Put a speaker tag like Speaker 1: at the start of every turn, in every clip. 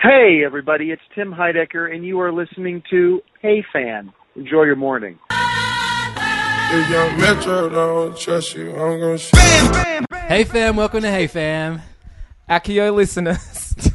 Speaker 1: Hey, everybody, it's Tim Heidecker, and you are listening to Hey Fan. Enjoy your morning.
Speaker 2: If young Metro don't trust you, I'm gonna shoot.
Speaker 3: Hey fam, welcome to Hey Fam.
Speaker 4: Akio listeners.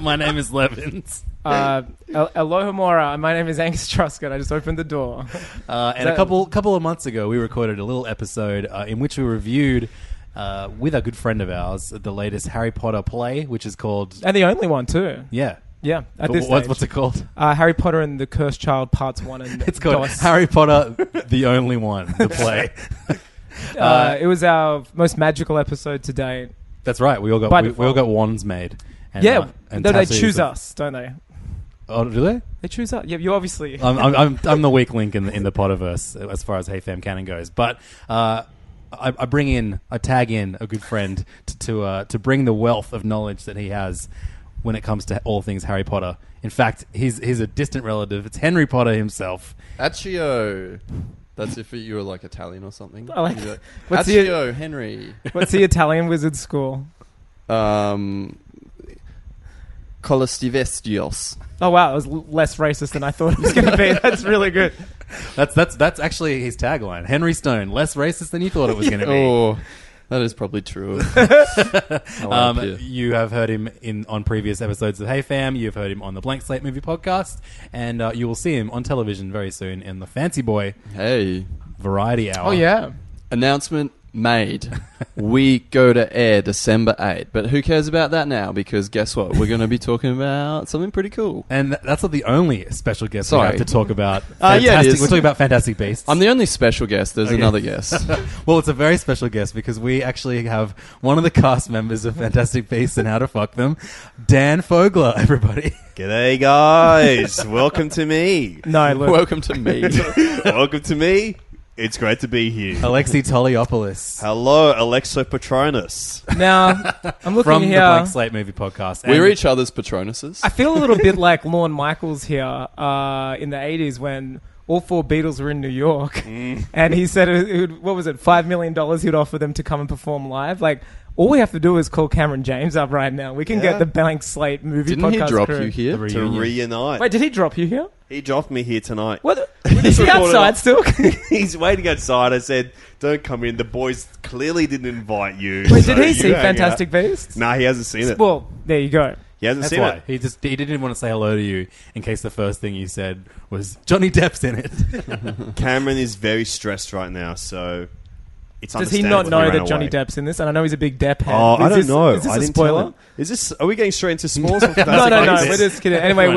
Speaker 3: My name is Levins.
Speaker 4: Uh, Al- Aloha Mora. My name is Angus Truscott. I just opened the door.
Speaker 3: Uh, and a couple couple of months ago, we recorded a little episode uh, in which we reviewed uh, with a good friend of ours the latest Harry Potter play, which is called
Speaker 4: And the only one, too.
Speaker 3: yeah.
Speaker 4: Yeah, at
Speaker 3: Wh-
Speaker 4: this
Speaker 3: what-
Speaker 4: stage.
Speaker 3: what's it called?
Speaker 4: Uh, Harry Potter and the Cursed Child Parts 1 and
Speaker 3: It's called
Speaker 4: DOS.
Speaker 3: Harry Potter: The Only One, the play.
Speaker 4: Uh, it was our most magical episode to date.
Speaker 3: That's right. We all got
Speaker 4: By
Speaker 3: we, we all
Speaker 4: default.
Speaker 3: got wands made. And,
Speaker 4: yeah,
Speaker 3: uh, and
Speaker 4: no, they
Speaker 3: tattoos
Speaker 4: choose
Speaker 3: of-
Speaker 4: us, don't they?
Speaker 3: Oh, do they?
Speaker 4: They choose us. Yeah, you obviously...
Speaker 3: I'm, I'm, I'm, I'm the weak link in the, in the Potterverse as far as Hey Fam Cannon goes. But uh, I, I bring in, I tag in a good friend to to, uh, to bring the wealth of knowledge that he has when it comes to all things Harry Potter. In fact, he's he's a distant relative. It's Henry Potter himself.
Speaker 5: Accio. That's if you were like Italian or something.
Speaker 4: I like-
Speaker 5: You'd be like,
Speaker 4: what's
Speaker 5: Accio,
Speaker 4: your-
Speaker 5: Henry.
Speaker 4: What's the Italian wizard school?
Speaker 5: Um, Colastivestios.
Speaker 4: Oh, wow, it was l- less racist than I thought it was going to be. That's really good.
Speaker 3: That's that's that's actually his tagline. Henry Stone, less racist than you thought it was going to be.
Speaker 5: Oh, that is probably true.
Speaker 3: Um,
Speaker 5: yeah.
Speaker 3: You have heard him in on previous episodes of Hey Fam. You've heard him on the Blank Slate Movie Podcast, and uh, you will see him on television very soon in the Fancy Boy
Speaker 5: hey, Um,
Speaker 3: Variety Hour.
Speaker 4: Oh, yeah.
Speaker 5: announcement made. we go to air December 8th. But who cares about that now? Because guess what? We're going to be talking about something pretty cool.
Speaker 3: And th- that's not the only special guest
Speaker 5: Sorry.
Speaker 3: we have to talk about.
Speaker 5: Uh, yeah, it
Speaker 3: Fantastic-
Speaker 5: is.
Speaker 3: We're talking about Fantastic Beasts.
Speaker 5: I'm the only special guest. There's another guest.
Speaker 3: well, it's a very special guest because we actually have one of the cast members of Fantastic Beasts and How to Fuck Them, Dan Fogler, everybody.
Speaker 6: G'day, guys. Welcome to me.
Speaker 4: No, look.
Speaker 5: Welcome to me.
Speaker 6: Welcome to me. It's great to be here.
Speaker 3: Alexi Toliopoulos
Speaker 6: Hello, Alexo Patronus.
Speaker 4: Now, I'm looking
Speaker 3: from
Speaker 4: here...
Speaker 3: the Blank Slate Movie Podcast.
Speaker 5: We're
Speaker 3: And-
Speaker 5: each other's Patronuses.
Speaker 4: I feel a little bit like Lorne Michaels here uh, in the 80s when all four Beatles were in New York
Speaker 6: Mm.
Speaker 4: and he said, it, it, would- what was it, $5 million he'd offer them to come and perform live. Like, all we have to do is call Cameron James up right now. We can get
Speaker 6: Yeah.
Speaker 4: the Blank Slate movie
Speaker 5: Didn't he
Speaker 4: podcast
Speaker 5: drop
Speaker 4: crew.
Speaker 5: you
Speaker 3: the
Speaker 5: here?
Speaker 6: To
Speaker 3: reunion.
Speaker 6: reunite.
Speaker 4: Wait, did he drop you here?
Speaker 6: he dropped me here tonight.
Speaker 4: What? Is he
Speaker 6: recorded
Speaker 4: outside
Speaker 6: it.
Speaker 4: still? Wait,
Speaker 6: He's waiting outside. I said, don't come in. The boys clearly didn't invite you. so
Speaker 4: did he
Speaker 6: you
Speaker 4: see
Speaker 6: hang
Speaker 4: Fantastic
Speaker 6: out.
Speaker 4: Beasts?
Speaker 6: Nah, he hasn't seen it.
Speaker 4: Well, there you go.
Speaker 6: He hasn't
Speaker 3: That's
Speaker 6: seen
Speaker 3: why
Speaker 6: it.
Speaker 3: he just he didn't want to say hello to you in case the first thing you said was Johnny Depp's in it.
Speaker 6: Cameron is very stressed right now, so it's
Speaker 4: Does he not
Speaker 6: understandable
Speaker 4: know
Speaker 6: ran
Speaker 4: that Johnny
Speaker 6: away.
Speaker 4: Depp's in this? And I know he's a big Depp head.
Speaker 6: Oh,
Speaker 4: Is
Speaker 6: I don't
Speaker 4: this-
Speaker 6: know.
Speaker 4: Is this
Speaker 6: I
Speaker 4: a
Speaker 6: didn't tell
Speaker 4: spoiler?
Speaker 6: him. Is this? Are we getting straight into spoilers? no,
Speaker 4: no, no, no.
Speaker 3: racist.
Speaker 4: We're just kidding. Anyway,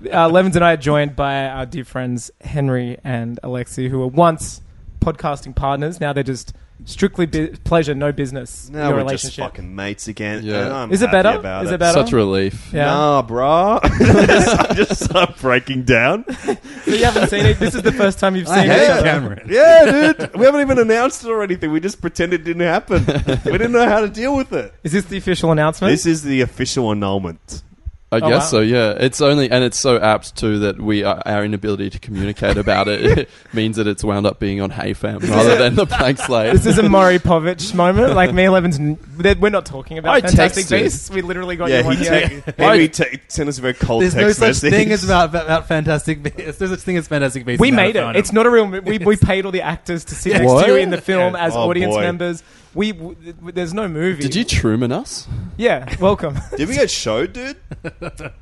Speaker 4: we uh, Levins and I are joined by our dear friends Henry and Alexi, who were once podcasting partners. Now they're just strictly bu- pleasure, no business.
Speaker 6: Now
Speaker 4: your
Speaker 6: we're just
Speaker 4: relationship.
Speaker 6: fucking mates again.
Speaker 5: Yeah.
Speaker 6: and I'm
Speaker 4: Is it
Speaker 6: happy
Speaker 4: better?
Speaker 6: about
Speaker 4: Is it better?
Speaker 5: Such relief.
Speaker 4: Yeah.
Speaker 6: Nah, bruh. I just- I just start breaking down.
Speaker 4: So you haven't seen it. This is the first time you've seen
Speaker 3: Hey,
Speaker 6: have.
Speaker 4: it.
Speaker 3: Cameron.
Speaker 6: Yeah, dude. We haven't even announced it or anything. We just pretended it didn't happen. We didn't know how to deal with it.
Speaker 4: Is this the official announcement?
Speaker 6: This is the official annulment.
Speaker 5: I
Speaker 4: Oh,
Speaker 5: guess
Speaker 4: wow.
Speaker 5: so. Yeah, it's only and it's so apt too that we are, our inability to communicate about it means that it's wound up being on Hey Fam rather than the blank slate.
Speaker 4: this is a Murray Povich moment. Like me and Levins, n- they're- we're not talking about
Speaker 5: I
Speaker 4: Fantastic
Speaker 5: texted.
Speaker 4: Beasts. We literally got
Speaker 6: yeah,
Speaker 4: Oh, you one
Speaker 6: he,
Speaker 4: here.
Speaker 6: te- Henry te- sent us a very cold
Speaker 3: There's no
Speaker 6: text
Speaker 3: such
Speaker 6: message.
Speaker 3: thing as about, about Fantastic Beasts. There's no such thing as Fantastic Beasts.
Speaker 4: We
Speaker 3: without
Speaker 4: made
Speaker 3: a
Speaker 4: it.
Speaker 3: phone
Speaker 4: It's not
Speaker 3: number.
Speaker 4: a real. mo- We, we paid all the actors to sit next
Speaker 5: What?
Speaker 4: to you in the film as
Speaker 6: Oh,
Speaker 4: audience
Speaker 6: boy.
Speaker 4: members. We w- there's no movie.
Speaker 5: Did you Truman us?
Speaker 4: Yeah, welcome.
Speaker 6: Did we get showed, dude?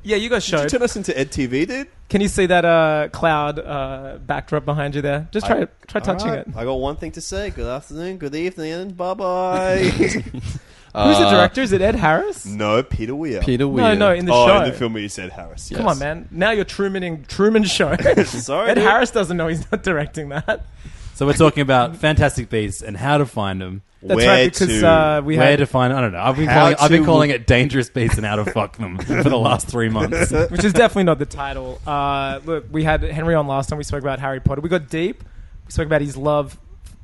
Speaker 4: yeah, you got
Speaker 6: Did you
Speaker 4: showed.
Speaker 6: turn us into Ed TV, dude?
Speaker 4: Can you see that uh, cloud uh, backdrop behind you there? Just try try touching
Speaker 6: Alright,
Speaker 4: it.
Speaker 6: I got one thing to say. Good afternoon, good evening, bye bye.
Speaker 4: Who's the
Speaker 5: Uh,
Speaker 4: director? Is it Ed Harris?
Speaker 6: no, Peter Weir.
Speaker 5: Peter Weir.
Speaker 4: no, no, in the
Speaker 6: oh,
Speaker 4: show.
Speaker 6: in the film where you said Harris.
Speaker 4: Come
Speaker 5: Yes.
Speaker 4: on, man. Now you're Trumaning Truman Show.
Speaker 6: Sorry.
Speaker 4: Ed
Speaker 6: dude.
Speaker 4: Harris doesn't know he's not directing that.
Speaker 3: So we're talking about Fantastic Beasts and how to find them.
Speaker 4: That's
Speaker 6: Where
Speaker 4: right, because
Speaker 6: to?
Speaker 4: uh, we
Speaker 3: Where
Speaker 4: had,
Speaker 3: to find? I don't know. I've been
Speaker 6: How
Speaker 3: calling, I've been
Speaker 6: to-
Speaker 3: calling it Dangerous Beasts and How to Fuck Them for the last three months.
Speaker 4: which is definitely not the title. Uh, look, we had Henry on last time. We spoke about Harry Potter. We got deep. We spoke about his love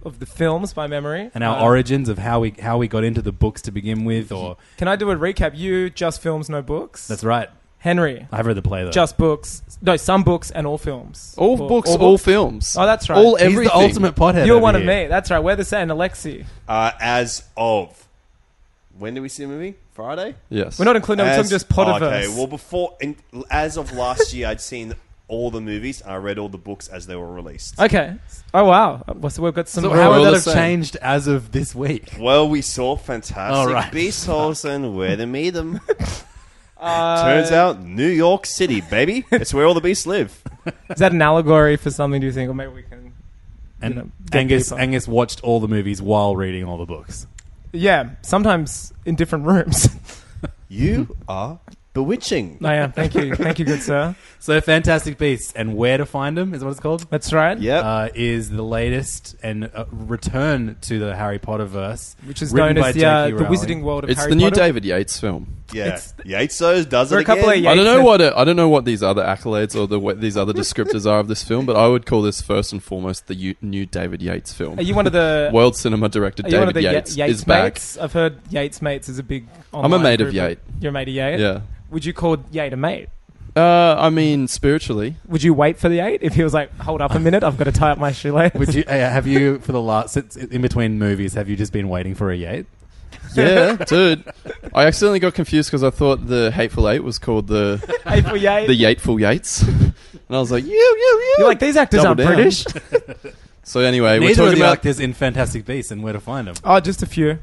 Speaker 4: of the films by memory
Speaker 3: And our
Speaker 4: Uh,
Speaker 3: origins of how we how we got into the books to begin with, or
Speaker 4: Can I do a recap? You just films, no books.
Speaker 3: that's right.
Speaker 4: Henry.
Speaker 3: I've read the play though.
Speaker 4: Just books. No, some books and all films.
Speaker 5: all
Speaker 4: Or-
Speaker 5: books,
Speaker 4: or
Speaker 5: all, films.
Speaker 4: Oh, that's right.
Speaker 5: All
Speaker 3: He's
Speaker 5: everything.
Speaker 3: the ultimate pothead.
Speaker 4: You're
Speaker 3: over
Speaker 4: one of
Speaker 3: here.
Speaker 4: me. That's right. We're the same. Alexi.
Speaker 6: Uh, as of. When did we see the movie? Friday?
Speaker 5: Yes.
Speaker 4: We're not including. We're talking just Potterverse.
Speaker 6: Oh, Okay, well, before. In, as of last year, I'd seen all the movies and I read all the books as they were released.
Speaker 4: Okay. Oh wow. Well, So we've got some.
Speaker 3: So
Speaker 5: We're
Speaker 3: how
Speaker 5: all
Speaker 3: would that
Speaker 5: the
Speaker 3: have
Speaker 5: same.
Speaker 3: changed as of this week?
Speaker 6: Well, we saw Fantastic
Speaker 3: All right.
Speaker 6: Beasts Holes and where to meet them.
Speaker 4: Uh,
Speaker 6: Turns out New York City, baby. It's where all the beasts live.
Speaker 4: is that an allegory for something? Do you think, or maybe we can?
Speaker 3: And
Speaker 4: you know, get
Speaker 3: Angus
Speaker 4: deeper.
Speaker 3: Angus watched all the movies while reading all the books.
Speaker 4: Yeah. Sometimes in different rooms.
Speaker 6: You are bewitching.
Speaker 4: I am. Thank you. Thank you, good sir.
Speaker 3: So Fantastic Beasts and Where to Find Them is what it's called.
Speaker 4: That's right.
Speaker 6: Yep.
Speaker 3: Uh, is the latest and uh, return to the Harry Potter verse,
Speaker 4: Which is known as the, uh, the Wizarding World of
Speaker 5: it's
Speaker 4: Harry
Speaker 5: the new
Speaker 4: Potter.
Speaker 5: David Yates film.
Speaker 6: yeah.
Speaker 4: it's-
Speaker 6: Yatesos does
Speaker 4: We're
Speaker 6: it
Speaker 4: a couple
Speaker 6: again.
Speaker 4: of
Speaker 5: I
Speaker 4: Yates
Speaker 5: don't know
Speaker 4: and-
Speaker 5: what it, I don't know what these other accolades or the what these other descriptors are of this film, but I would call this first and foremost the u- new David Yates film.
Speaker 4: Are you one of the?
Speaker 5: World cinema director
Speaker 4: are you one
Speaker 5: David
Speaker 4: of the Ye-
Speaker 5: Yates,
Speaker 4: Yates
Speaker 5: is back.
Speaker 4: mates? I've heard Yates mates is a big.
Speaker 5: I'm a
Speaker 4: online
Speaker 5: mate of
Speaker 4: group
Speaker 5: Yate.
Speaker 4: You're a mate of Yate.
Speaker 5: Yeah.
Speaker 4: Would you call Yate a mate?
Speaker 5: Uh, I mean, spiritually,
Speaker 4: Would you wait for the eight if he was like, "Hold up a minute, I've got to tie up my shoelace"?
Speaker 3: Would you uh, have you for the last since in between movies? Have you just been waiting for a Yate?
Speaker 5: yeah, dude. I accidentally got confused because I thought the Hateful Eight was called the
Speaker 4: Eight for Yate.
Speaker 5: the Yateful Yates, and I was like, you, you, you.
Speaker 4: You're like these actors
Speaker 5: Double
Speaker 4: aren't
Speaker 5: down.
Speaker 4: British.
Speaker 5: So anyway, we're
Speaker 3: Neither of
Speaker 5: talking
Speaker 3: the
Speaker 5: about
Speaker 3: actors in Fantastic Beasts and Where to Find Them.
Speaker 4: oh, just a few.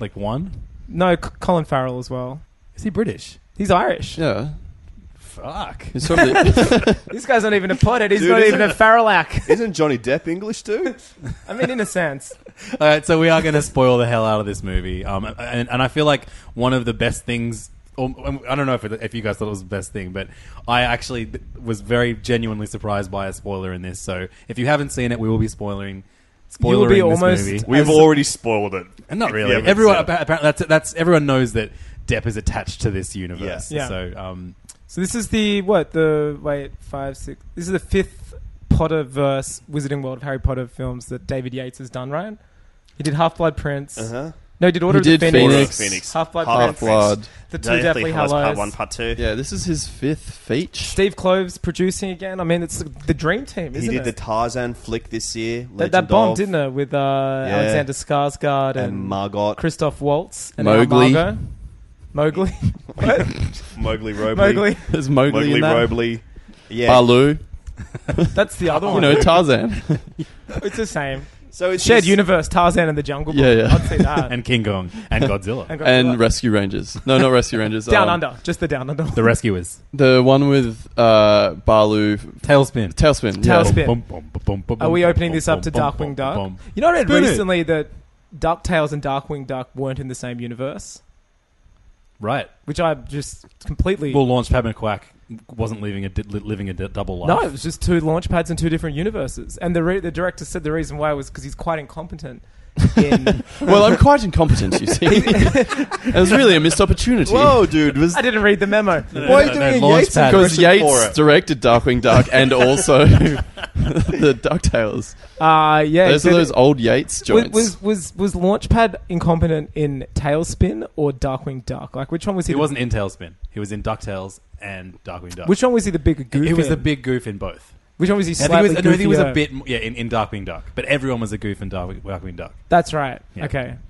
Speaker 3: Like one,
Speaker 4: No, C- Colin Farrell as well.
Speaker 3: is he British?
Speaker 4: He's Irish.
Speaker 5: yeah.
Speaker 3: Fuck.
Speaker 5: It's from the-
Speaker 4: This guy's not even a pothead. He's
Speaker 6: Dude,
Speaker 4: not
Speaker 6: isn't
Speaker 4: even a
Speaker 6: it-
Speaker 4: Farrellac.
Speaker 6: Isn't Johnny Depp English too?
Speaker 4: I mean, in a sense,
Speaker 3: All right, so we are going to spoil the hell out of this movie, um, and, and I feel like one of the best things. Or, um, I don't know if, it, if you guys thought it was the best thing, but I actually was very genuinely surprised by a spoiler in this. So if you haven't seen it, we will be spoiling.
Speaker 4: will
Speaker 3: Spoiling
Speaker 4: be
Speaker 3: this
Speaker 4: almost-
Speaker 3: movie.
Speaker 6: We've
Speaker 4: As-
Speaker 6: already spoiled it.
Speaker 3: And not
Speaker 6: If you
Speaker 3: really.
Speaker 6: haven't
Speaker 3: Everyone
Speaker 6: seen it.
Speaker 3: appa- apparently that's that's everyone knows that Depp is attached to this universe.
Speaker 4: Yeah. Yeah.
Speaker 3: So um,
Speaker 4: so this is the what the wait five six. This is the fifth Potterverse Wizarding World of Harry Potter films that David Yates has done. Right? He did Half Blood Prince.
Speaker 6: Uh-huh.
Speaker 4: No, he did Order
Speaker 5: He
Speaker 4: of
Speaker 5: did
Speaker 4: the Phoenix.
Speaker 5: Phoenix.
Speaker 6: Order of Phoenix.
Speaker 4: Half-Blood
Speaker 5: Half Blood.
Speaker 4: The two Deathly Hallows.
Speaker 6: part two.
Speaker 5: Yeah, this is his fifth feat.
Speaker 4: Steve Cloves producing again. I mean, it's the dream team,
Speaker 6: He
Speaker 4: isn't
Speaker 6: did the
Speaker 4: it?
Speaker 6: Tarzan flick this year.
Speaker 4: that,
Speaker 6: Legend
Speaker 4: that bomb,
Speaker 6: of,
Speaker 4: didn't it, with uh, Alexander Skarsgård and,
Speaker 6: And Margot
Speaker 4: Christoph Waltz and
Speaker 5: Mowgli.
Speaker 4: Mowgli. Margot. Mowgli. What?
Speaker 6: Mowgli Robley.
Speaker 4: Mowgli.
Speaker 5: There's Mowgli,
Speaker 6: Mowgli
Speaker 5: in that.
Speaker 6: Robley. Yeah.
Speaker 5: Baloo,
Speaker 4: That's the other
Speaker 5: you
Speaker 4: one.
Speaker 5: know Tarzan.
Speaker 4: it's the same.
Speaker 6: So it's
Speaker 4: Shared
Speaker 6: this-
Speaker 4: universe, Tarzan and the Jungle Book.
Speaker 5: Yeah, yeah.
Speaker 4: I'd say that.
Speaker 3: and King Kong and Godzilla,
Speaker 4: And-
Speaker 5: and Rescue Rangers. No, not Rescue Rangers.
Speaker 4: down
Speaker 5: um,
Speaker 4: under. Just the down under.
Speaker 3: the Rescuers,
Speaker 5: The one with uh, Baloo,
Speaker 3: Tailspin.
Speaker 5: Tailspin.
Speaker 4: Tail-
Speaker 5: Yeah.
Speaker 4: Tailspin.
Speaker 3: Bum, bum, bum, bum, bum,
Speaker 4: Are we
Speaker 3: bum,
Speaker 4: opening
Speaker 3: bum,
Speaker 4: this up to
Speaker 3: bum,
Speaker 4: Darkwing
Speaker 3: bum,
Speaker 4: Duck?
Speaker 3: bum, bum.
Speaker 4: You know, I read
Speaker 3: Spin it.
Speaker 4: recently that DuckTales and Darkwing Duck weren't in the same universe,
Speaker 3: Right.
Speaker 4: which I just completely.
Speaker 3: Well, Launchpad McQuack wasn't living a di- li- living a di- double life.
Speaker 4: No, it was just two launch pads and two different universes. And the re- the director said the reason why was because he's quite incompetent. In
Speaker 5: Well, I'm quite incompetent, you see. it was really a missed opportunity.
Speaker 6: Whoa, dude. Was,
Speaker 4: I didn't read the memo.
Speaker 6: why are you
Speaker 3: no,
Speaker 6: doing
Speaker 3: no,
Speaker 6: a Yates
Speaker 3: Launchpad.
Speaker 5: Because
Speaker 6: impression for
Speaker 5: Yates
Speaker 6: it?
Speaker 5: directed Darkwing Duck and also the DuckTales.
Speaker 4: Uh, yeah,
Speaker 5: Those
Speaker 4: so
Speaker 5: are
Speaker 4: the-
Speaker 5: those old Yates joints.
Speaker 4: Was, was was was Launchpad incompetent in Tailspin or Darkwing Duck? Like which one was he?
Speaker 3: He
Speaker 4: the-
Speaker 3: wasn't in Tailspin. He was in Ducktales and Darkwing Duck.
Speaker 4: Which one was he the bigger goof?
Speaker 3: He was
Speaker 4: in?
Speaker 3: the big goof in both.
Speaker 4: Which one was he?
Speaker 3: I think he
Speaker 4: Slightly
Speaker 3: was, I think he was a
Speaker 4: goofier?
Speaker 3: bit m- yeah in, in Darkwing Duck, but everyone was a goof in Darkwing, Darkwing Duck.
Speaker 4: That's right.
Speaker 3: Yeah.
Speaker 4: Okay.
Speaker 3: So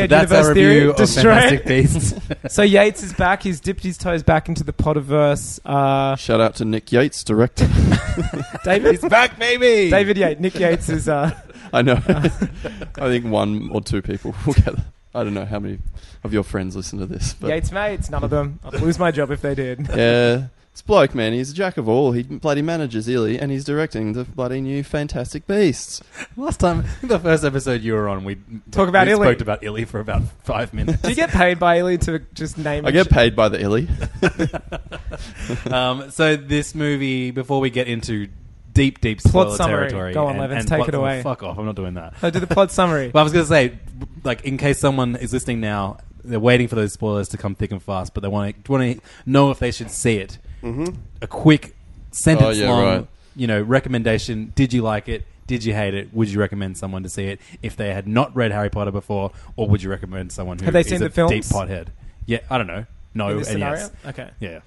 Speaker 4: Shared
Speaker 3: that's
Speaker 4: universe
Speaker 3: our review
Speaker 4: theory.
Speaker 3: of
Speaker 4: Destroy.
Speaker 3: Fantastic Beasts.
Speaker 4: So Yates is back. He's dipped his toes back into the Potterverse. Uh,
Speaker 5: Shout out to Nick Yates, director.
Speaker 4: David.
Speaker 3: back, baby.
Speaker 4: David Yates. Nick Yates is. Uh,
Speaker 5: I know. I think one or two people will get that. I don't know how many of your friends listen to this, but
Speaker 4: Yates mates, none of them. I'd lose my job if they did.
Speaker 5: yeah, this bloke, man, he's a jack of all. He bloody manages Illy, and he's directing the bloody new Fantastic Beasts.
Speaker 3: Last time, I think the first episode you were on, we
Speaker 4: Talk about
Speaker 3: we
Speaker 4: Illy.
Speaker 3: Spoke about Illy for about five minutes.
Speaker 4: Do you get paid by Ely to just name?
Speaker 5: I
Speaker 4: and
Speaker 5: get
Speaker 4: sh-
Speaker 5: paid by the Illy.
Speaker 3: um, so this movie, before we get into deep, deep spoiler
Speaker 4: summary.
Speaker 3: territory,
Speaker 4: Go on,
Speaker 3: and-
Speaker 4: Levins,
Speaker 3: and
Speaker 4: take
Speaker 3: plot-
Speaker 4: it away.
Speaker 3: Fuck off! I'm not doing that.
Speaker 4: I Oh, do the plot summary.
Speaker 3: Well, I was going to say, like, in case someone is listening now, they're waiting for those spoilers to come thick and fast, but they want to want to know if they should see it. Mm-hmm. A quick sentence
Speaker 5: Oh, yeah,
Speaker 3: long,
Speaker 5: right.
Speaker 3: you know, recommendation. Did you like it? Did you hate it? Would you recommend someone to see it if they had not read Harry Potter before, or would you recommend someone who
Speaker 4: Have they
Speaker 3: is
Speaker 4: seen the
Speaker 3: a
Speaker 4: films?
Speaker 3: deep pothead? Yeah, I don't know. No,
Speaker 4: in this
Speaker 3: and
Speaker 4: scenario,
Speaker 3: yes,
Speaker 4: okay.
Speaker 3: yeah.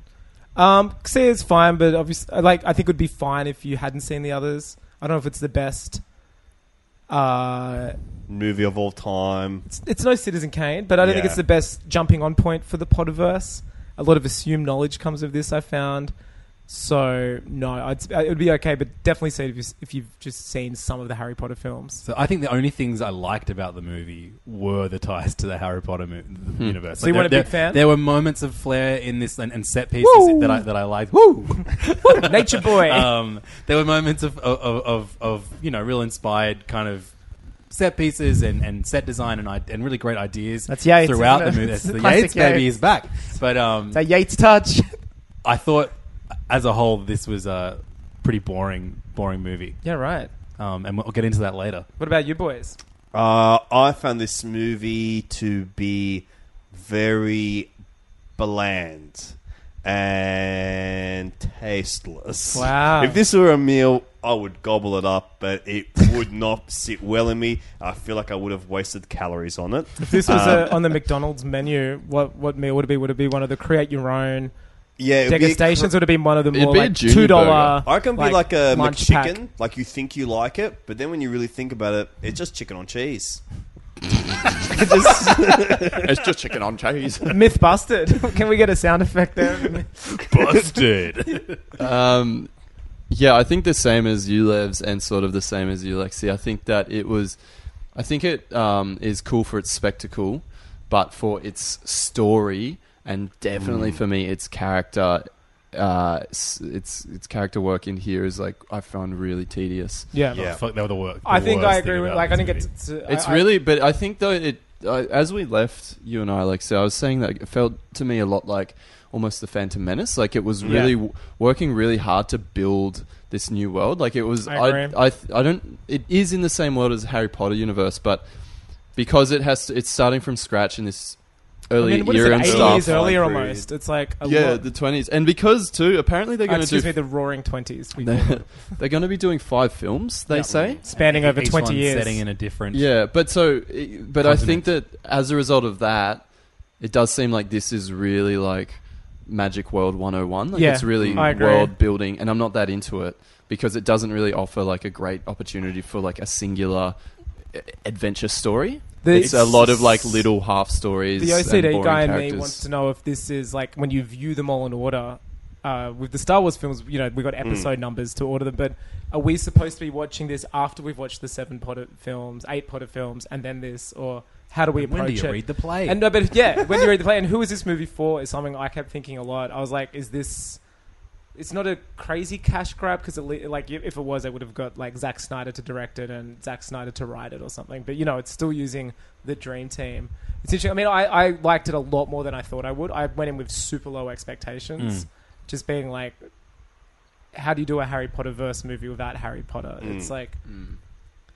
Speaker 4: Um, see, it's fine, but obviously, like, I think it would be fine if you hadn't seen the others. I don't know if it's the best. Uh,
Speaker 6: Movie of all time.
Speaker 4: it's, it's no Citizen Kane, but I don't think
Speaker 3: Yeah.
Speaker 4: it's the best jumping on point for the Potterverse. A lot of assumed knowledge comes of this, I found. So no, I'd, uh, it would be okay, but definitely see it if, you, if you've just seen some of the Harry Potter films.
Speaker 3: So I think the only things I liked about the movie were the ties to the Harry Potter mo- universe.
Speaker 4: So you
Speaker 3: there-
Speaker 4: weren't a
Speaker 3: there,
Speaker 4: big fan?
Speaker 3: There were moments of flair in this and, and set pieces
Speaker 4: Woo!
Speaker 3: that I that I liked.
Speaker 4: Nature Boy.
Speaker 3: um, there were moments of of, of of you know real inspired kind of set pieces and, and set design and I- and really great ideas.
Speaker 4: That's Yates,
Speaker 3: throughout
Speaker 4: isn't
Speaker 3: the
Speaker 4: it?
Speaker 3: movie.
Speaker 4: It's
Speaker 3: That's the
Speaker 4: classic
Speaker 3: Yates baby
Speaker 4: Yates.
Speaker 3: is back. But um,
Speaker 4: that Yates touch.
Speaker 3: I thought as a whole this was a pretty boring boring movie.
Speaker 4: yeah, right.
Speaker 3: Um, and we'll get into that later.
Speaker 4: What about you boys?
Speaker 6: Uh, I found this movie to be very bland and tasteless.
Speaker 4: Wow.
Speaker 6: If this were a meal, I would gobble it up, but it would not sit well in me. I feel like I would have wasted calories on it.
Speaker 4: If this was uh on the McDonald's menu, what what meal would it be? Would it be one of the create your own
Speaker 6: Yeah, it'd be a
Speaker 4: degustations? Would it be one of the
Speaker 5: It'd
Speaker 4: more
Speaker 5: be a
Speaker 4: like
Speaker 5: junior
Speaker 4: two dollar?
Speaker 6: I can be like a
Speaker 4: lunch
Speaker 6: McChicken.
Speaker 4: pack?
Speaker 6: Like you think you like it, but then when you really think about it, it's just chicken on cheese. It just-
Speaker 5: it's just chicken on cheese.
Speaker 4: Myth busted. Can we get a sound effect there?
Speaker 3: Busted.
Speaker 5: Um, yeah, I think the same as you, Levs, and sort of the same as you, Lexi. I think that it was, I think it um, is cool for its spectacle, but for its story and definitely for me, its character, uh, s- its its character work in here is like I found really tedious.
Speaker 4: yeah.
Speaker 6: Yeah.
Speaker 3: Fuck, they were the work.
Speaker 4: I think I agree with. Like, I didn't get to. to-
Speaker 5: It's
Speaker 4: I- I-
Speaker 5: really, but I think though it uh, as we left you and I, like, so I was saying that it felt to me a lot like almost the Phantom Menace. Like it was
Speaker 4: Yeah.
Speaker 5: really w- working really hard to build this new world. Like it was,
Speaker 4: I
Speaker 5: I,
Speaker 4: agree.
Speaker 5: I, th- I don't. It is in the same world as Harry Potter universe, but because it has, to, it's starting from scratch in this
Speaker 4: I
Speaker 5: early
Speaker 4: mean, what is
Speaker 5: era
Speaker 4: it?
Speaker 5: and
Speaker 4: Eighty
Speaker 5: stuff.
Speaker 4: years earlier,
Speaker 6: Time period.
Speaker 4: almost. It's like a
Speaker 5: yeah,
Speaker 4: lot-
Speaker 5: the twenties, and because too, apparently they're
Speaker 4: uh,
Speaker 5: going to
Speaker 4: excuse
Speaker 5: do.
Speaker 4: me, the Roaring Twenties.
Speaker 5: they're going to be doing five films. They say.
Speaker 4: Spanning over
Speaker 3: Each
Speaker 4: twenty
Speaker 3: one
Speaker 4: years.
Speaker 3: setting in a different.
Speaker 5: Yeah, but so, i- but I think
Speaker 3: Continent.
Speaker 5: that as a result of that, it does seem like this is really like Magic World 101. Like
Speaker 4: Yeah,
Speaker 5: it's really
Speaker 4: I agree.
Speaker 5: world building, and I'm not that into it because it doesn't really offer like a great opportunity for like a singular a- adventure story.
Speaker 4: The-
Speaker 5: it's a lot of like little half stories.
Speaker 4: the
Speaker 5: and
Speaker 4: OCD
Speaker 5: boring
Speaker 4: guy in
Speaker 5: characters.
Speaker 4: me wants to know if this is like when you view them all in order. Uh, with the Star Wars films, you know, we got episode numbers to order them, but are we supposed to be watching this after we've watched the seven Potter films, eight Potter films, and then this, or how do we
Speaker 3: And
Speaker 4: approach
Speaker 3: when do you
Speaker 4: it?
Speaker 3: read the play?
Speaker 4: And uh, no, but yeah, when you read the play, and who is this movie for? Is something I kept thinking a lot. I was like, is this? It's not a crazy cash grab because like if it was, they would have got like Zack Snyder to direct it and Zack Snyder to write it or something. But you know, it's still using the Dream Team. It's interesting. I mean, I, I liked it a lot more than I thought I would. I went in with super low expectations,
Speaker 6: Mm.
Speaker 4: just being like, how do you do a Harry Potter verse movie without Harry Potter?
Speaker 6: Mm.
Speaker 4: It's like,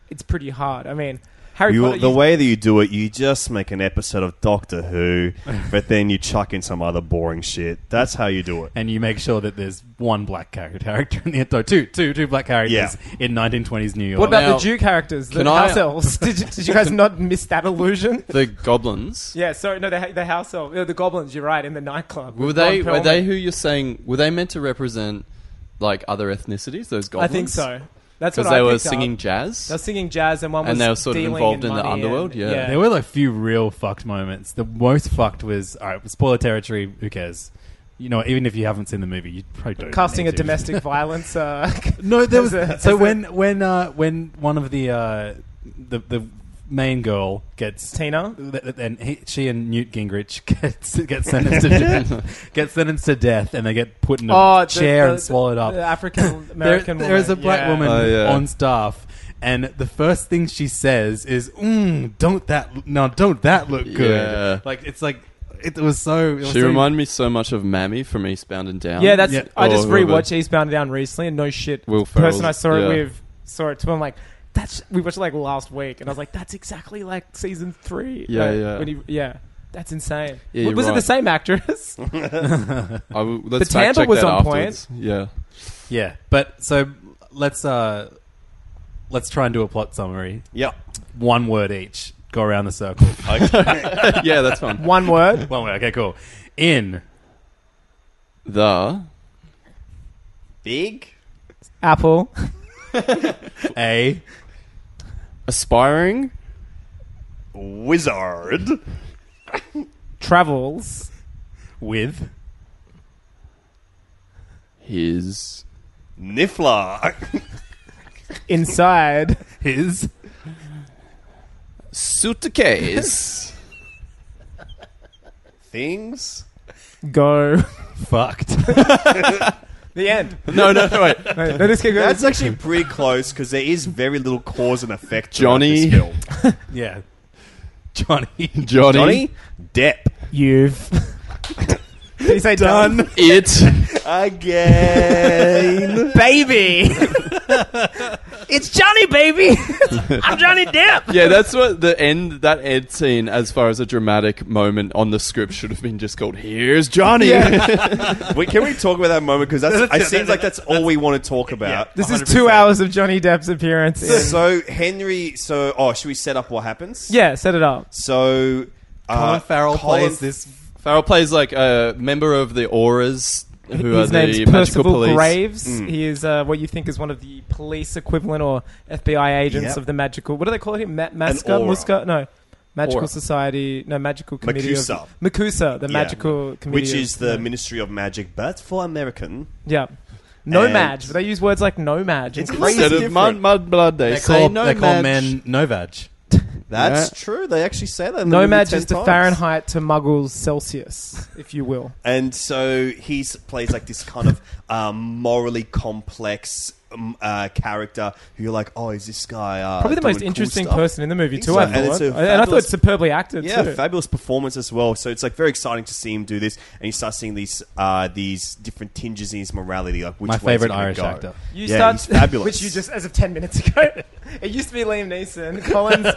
Speaker 4: it's pretty hard. I mean, Harry
Speaker 6: You-
Speaker 4: Potter.
Speaker 6: the
Speaker 4: you-
Speaker 6: way that you do it, you just make an episode of Doctor Who, but then you chuck in some other boring shit. That's how you do it.
Speaker 3: and you make sure that there's one black character character in the no, two two two black characters
Speaker 6: Yeah.
Speaker 3: in 1920s New York.
Speaker 4: What about
Speaker 5: Now-
Speaker 4: the Jew characters, the
Speaker 5: Can I-
Speaker 4: house elves? Did you, did you guys not miss that illusion?
Speaker 5: the goblins.
Speaker 4: Yeah, sorry, no, the, ha- the house elves, no, the goblins. You're right, in the nightclub.
Speaker 5: Were
Speaker 4: with
Speaker 5: they?
Speaker 4: Ron
Speaker 5: Were
Speaker 4: Perlman.
Speaker 5: they who you're saying? Were they meant to represent like other ethnicities? Those
Speaker 4: I
Speaker 5: goblins.
Speaker 4: think so. That's what
Speaker 5: Because
Speaker 4: I
Speaker 5: they were
Speaker 4: picked up.
Speaker 5: singing jazz.
Speaker 4: They were singing jazz, and one was
Speaker 5: And they were sort of
Speaker 4: dealing
Speaker 5: involved
Speaker 4: in,
Speaker 5: in the
Speaker 4: money
Speaker 5: underworld,
Speaker 4: and-
Speaker 5: yeah.
Speaker 3: There were like few real fucked moments. The most fucked was all right. Spoiler territory. Who cares? You know, even if you haven't seen the movie, you probably don't.
Speaker 4: casting
Speaker 3: need
Speaker 4: a
Speaker 3: to.
Speaker 4: domestic violence. Uh,
Speaker 3: No, there was
Speaker 4: as a-
Speaker 3: so
Speaker 4: as a-
Speaker 3: when when uh, when one of the uh, the the main girl gets
Speaker 4: Tina?
Speaker 3: th- th- and he, she and Newt Gingrich gets get sentenced to death, get sentenced to death, and they get put in a
Speaker 4: Oh, the-
Speaker 3: chair
Speaker 4: the-
Speaker 3: and swallowed up.
Speaker 4: the African American
Speaker 3: There- There's a
Speaker 4: woman,
Speaker 3: black
Speaker 4: yeah.
Speaker 3: woman
Speaker 5: Oh, yeah.
Speaker 3: on staff, and the first thing she says is, mm, "Don't that no, don't that look good?"
Speaker 5: Yeah.
Speaker 3: Like it's like it was so. It was
Speaker 5: She
Speaker 3: so-
Speaker 5: reminded me so much of Mammy from Eastbound and Down.
Speaker 4: Yeah, that's. I just
Speaker 5: Or whoever.
Speaker 4: rewatched Eastbound and Down recently, and no shit. the
Speaker 5: Will
Speaker 4: person
Speaker 5: Ferrell's-
Speaker 4: I saw it
Speaker 5: yeah.
Speaker 4: with saw it too. I'm like, that's. We watched it like last week, and I was like, that's exactly like season three.
Speaker 5: Yeah,
Speaker 4: Like,
Speaker 5: yeah.
Speaker 4: When you, yeah, that's insane.
Speaker 5: Yeah,
Speaker 4: W-
Speaker 5: you're
Speaker 4: was it the
Speaker 5: right.
Speaker 4: same actress?
Speaker 5: I w- let's
Speaker 4: The
Speaker 5: fact
Speaker 4: timbre
Speaker 5: check
Speaker 4: was
Speaker 5: that
Speaker 4: on
Speaker 5: afterwards. Yeah.
Speaker 3: Yeah, but so let's uh let's try and do a plot summary.
Speaker 6: Yeah.
Speaker 3: One word each. Go around the circle.
Speaker 5: yeah, that's fun.
Speaker 4: One word.
Speaker 3: One word. Okay, cool. In
Speaker 5: The
Speaker 6: Big?
Speaker 4: Apple.
Speaker 3: a
Speaker 5: aspiring
Speaker 6: Wizard?
Speaker 4: Travels.
Speaker 3: with
Speaker 5: his
Speaker 6: Niffler?
Speaker 4: Inside.
Speaker 3: his
Speaker 5: suitcase.
Speaker 6: Things?
Speaker 4: Go.
Speaker 3: fucked.
Speaker 4: The end.
Speaker 5: no, no, wait.
Speaker 4: Wait, no, this can go.
Speaker 6: That's actually pretty close because there is very little cause and effect. throughout
Speaker 5: Johnny.
Speaker 6: this film.
Speaker 3: yeah. Johnny.
Speaker 5: Johnny.
Speaker 6: Johnny Depp.
Speaker 4: You've. Did you say done?
Speaker 5: It.
Speaker 6: Again.
Speaker 4: Baby. it's Johnny, baby. I'm Johnny Depp.
Speaker 5: Yeah, that's what the end. That end scene, as far as a dramatic moment on the script, should have been just called "Here's Johnny."
Speaker 6: Wait, can we talk about that moment? Because that's it seems like that's all we want to talk about.
Speaker 4: This is two hours of Johnny Depp's appearance. in-
Speaker 6: So Henry. So oh, should we set up what happens?
Speaker 4: yeah, set it up.
Speaker 6: So uh,
Speaker 3: Colin Farrell
Speaker 6: Colin-
Speaker 3: plays this
Speaker 5: Farrell plays like a member of the Auras, who
Speaker 4: His
Speaker 5: are
Speaker 4: name's
Speaker 5: the magical
Speaker 4: Percival
Speaker 5: police.
Speaker 4: Graves.
Speaker 6: Hmm.
Speaker 4: He is uh, what you think is one of the police equivalent or FBI agents
Speaker 6: Yep.
Speaker 4: of the magical. What do they call him? Ma- Masca?
Speaker 6: aura.
Speaker 4: Musca? No. Magical
Speaker 5: Aura.
Speaker 4: Society. No, Magical Committee.
Speaker 6: Macusa.
Speaker 4: Of, Macusa, the
Speaker 6: yeah,
Speaker 4: Magical Committee.
Speaker 6: which
Speaker 4: of-
Speaker 6: is the Ministry of Magic, but for American.
Speaker 4: Yeah. Nomad.
Speaker 6: And-
Speaker 4: But they use words like nomad.
Speaker 6: It's
Speaker 4: It's
Speaker 6: crazy.
Speaker 5: Instead of
Speaker 6: different.
Speaker 5: mud, mud, blood, they,
Speaker 3: they
Speaker 5: say
Speaker 3: call,
Speaker 5: no
Speaker 3: they call
Speaker 5: match.
Speaker 3: men Novag.
Speaker 6: That's
Speaker 5: Yeah.
Speaker 6: true. They actually say that. in the movie
Speaker 4: nomad
Speaker 6: 10
Speaker 4: is the
Speaker 6: times.
Speaker 4: Fahrenheit to Muggles Celsius, if you will.
Speaker 6: and so he plays like this kind of um, morally complex um, uh, character who you're like, oh, is this guy uh,
Speaker 4: Probably the
Speaker 6: doing
Speaker 4: most
Speaker 6: cool
Speaker 4: interesting
Speaker 6: stuff?
Speaker 4: person in the movie,
Speaker 6: Think
Speaker 4: too,
Speaker 6: so.
Speaker 4: I
Speaker 6: And it's
Speaker 4: thought.
Speaker 6: a
Speaker 4: And, I thought
Speaker 6: fabulous-
Speaker 4: superbly acted,
Speaker 6: Yeah,
Speaker 4: too.
Speaker 6: fabulous performance as well. So it's like very exciting to see him do this, and you start seeing these uh, these different tinges in his morality. Like which
Speaker 3: My
Speaker 6: way is
Speaker 3: favourite
Speaker 6: it gonna
Speaker 3: Irish
Speaker 6: go?
Speaker 3: actor.
Speaker 4: You
Speaker 6: yeah,
Speaker 4: start
Speaker 6: he's fabulous.
Speaker 4: which you just as of ten minutes ago. it used to be Liam Neeson, Collins,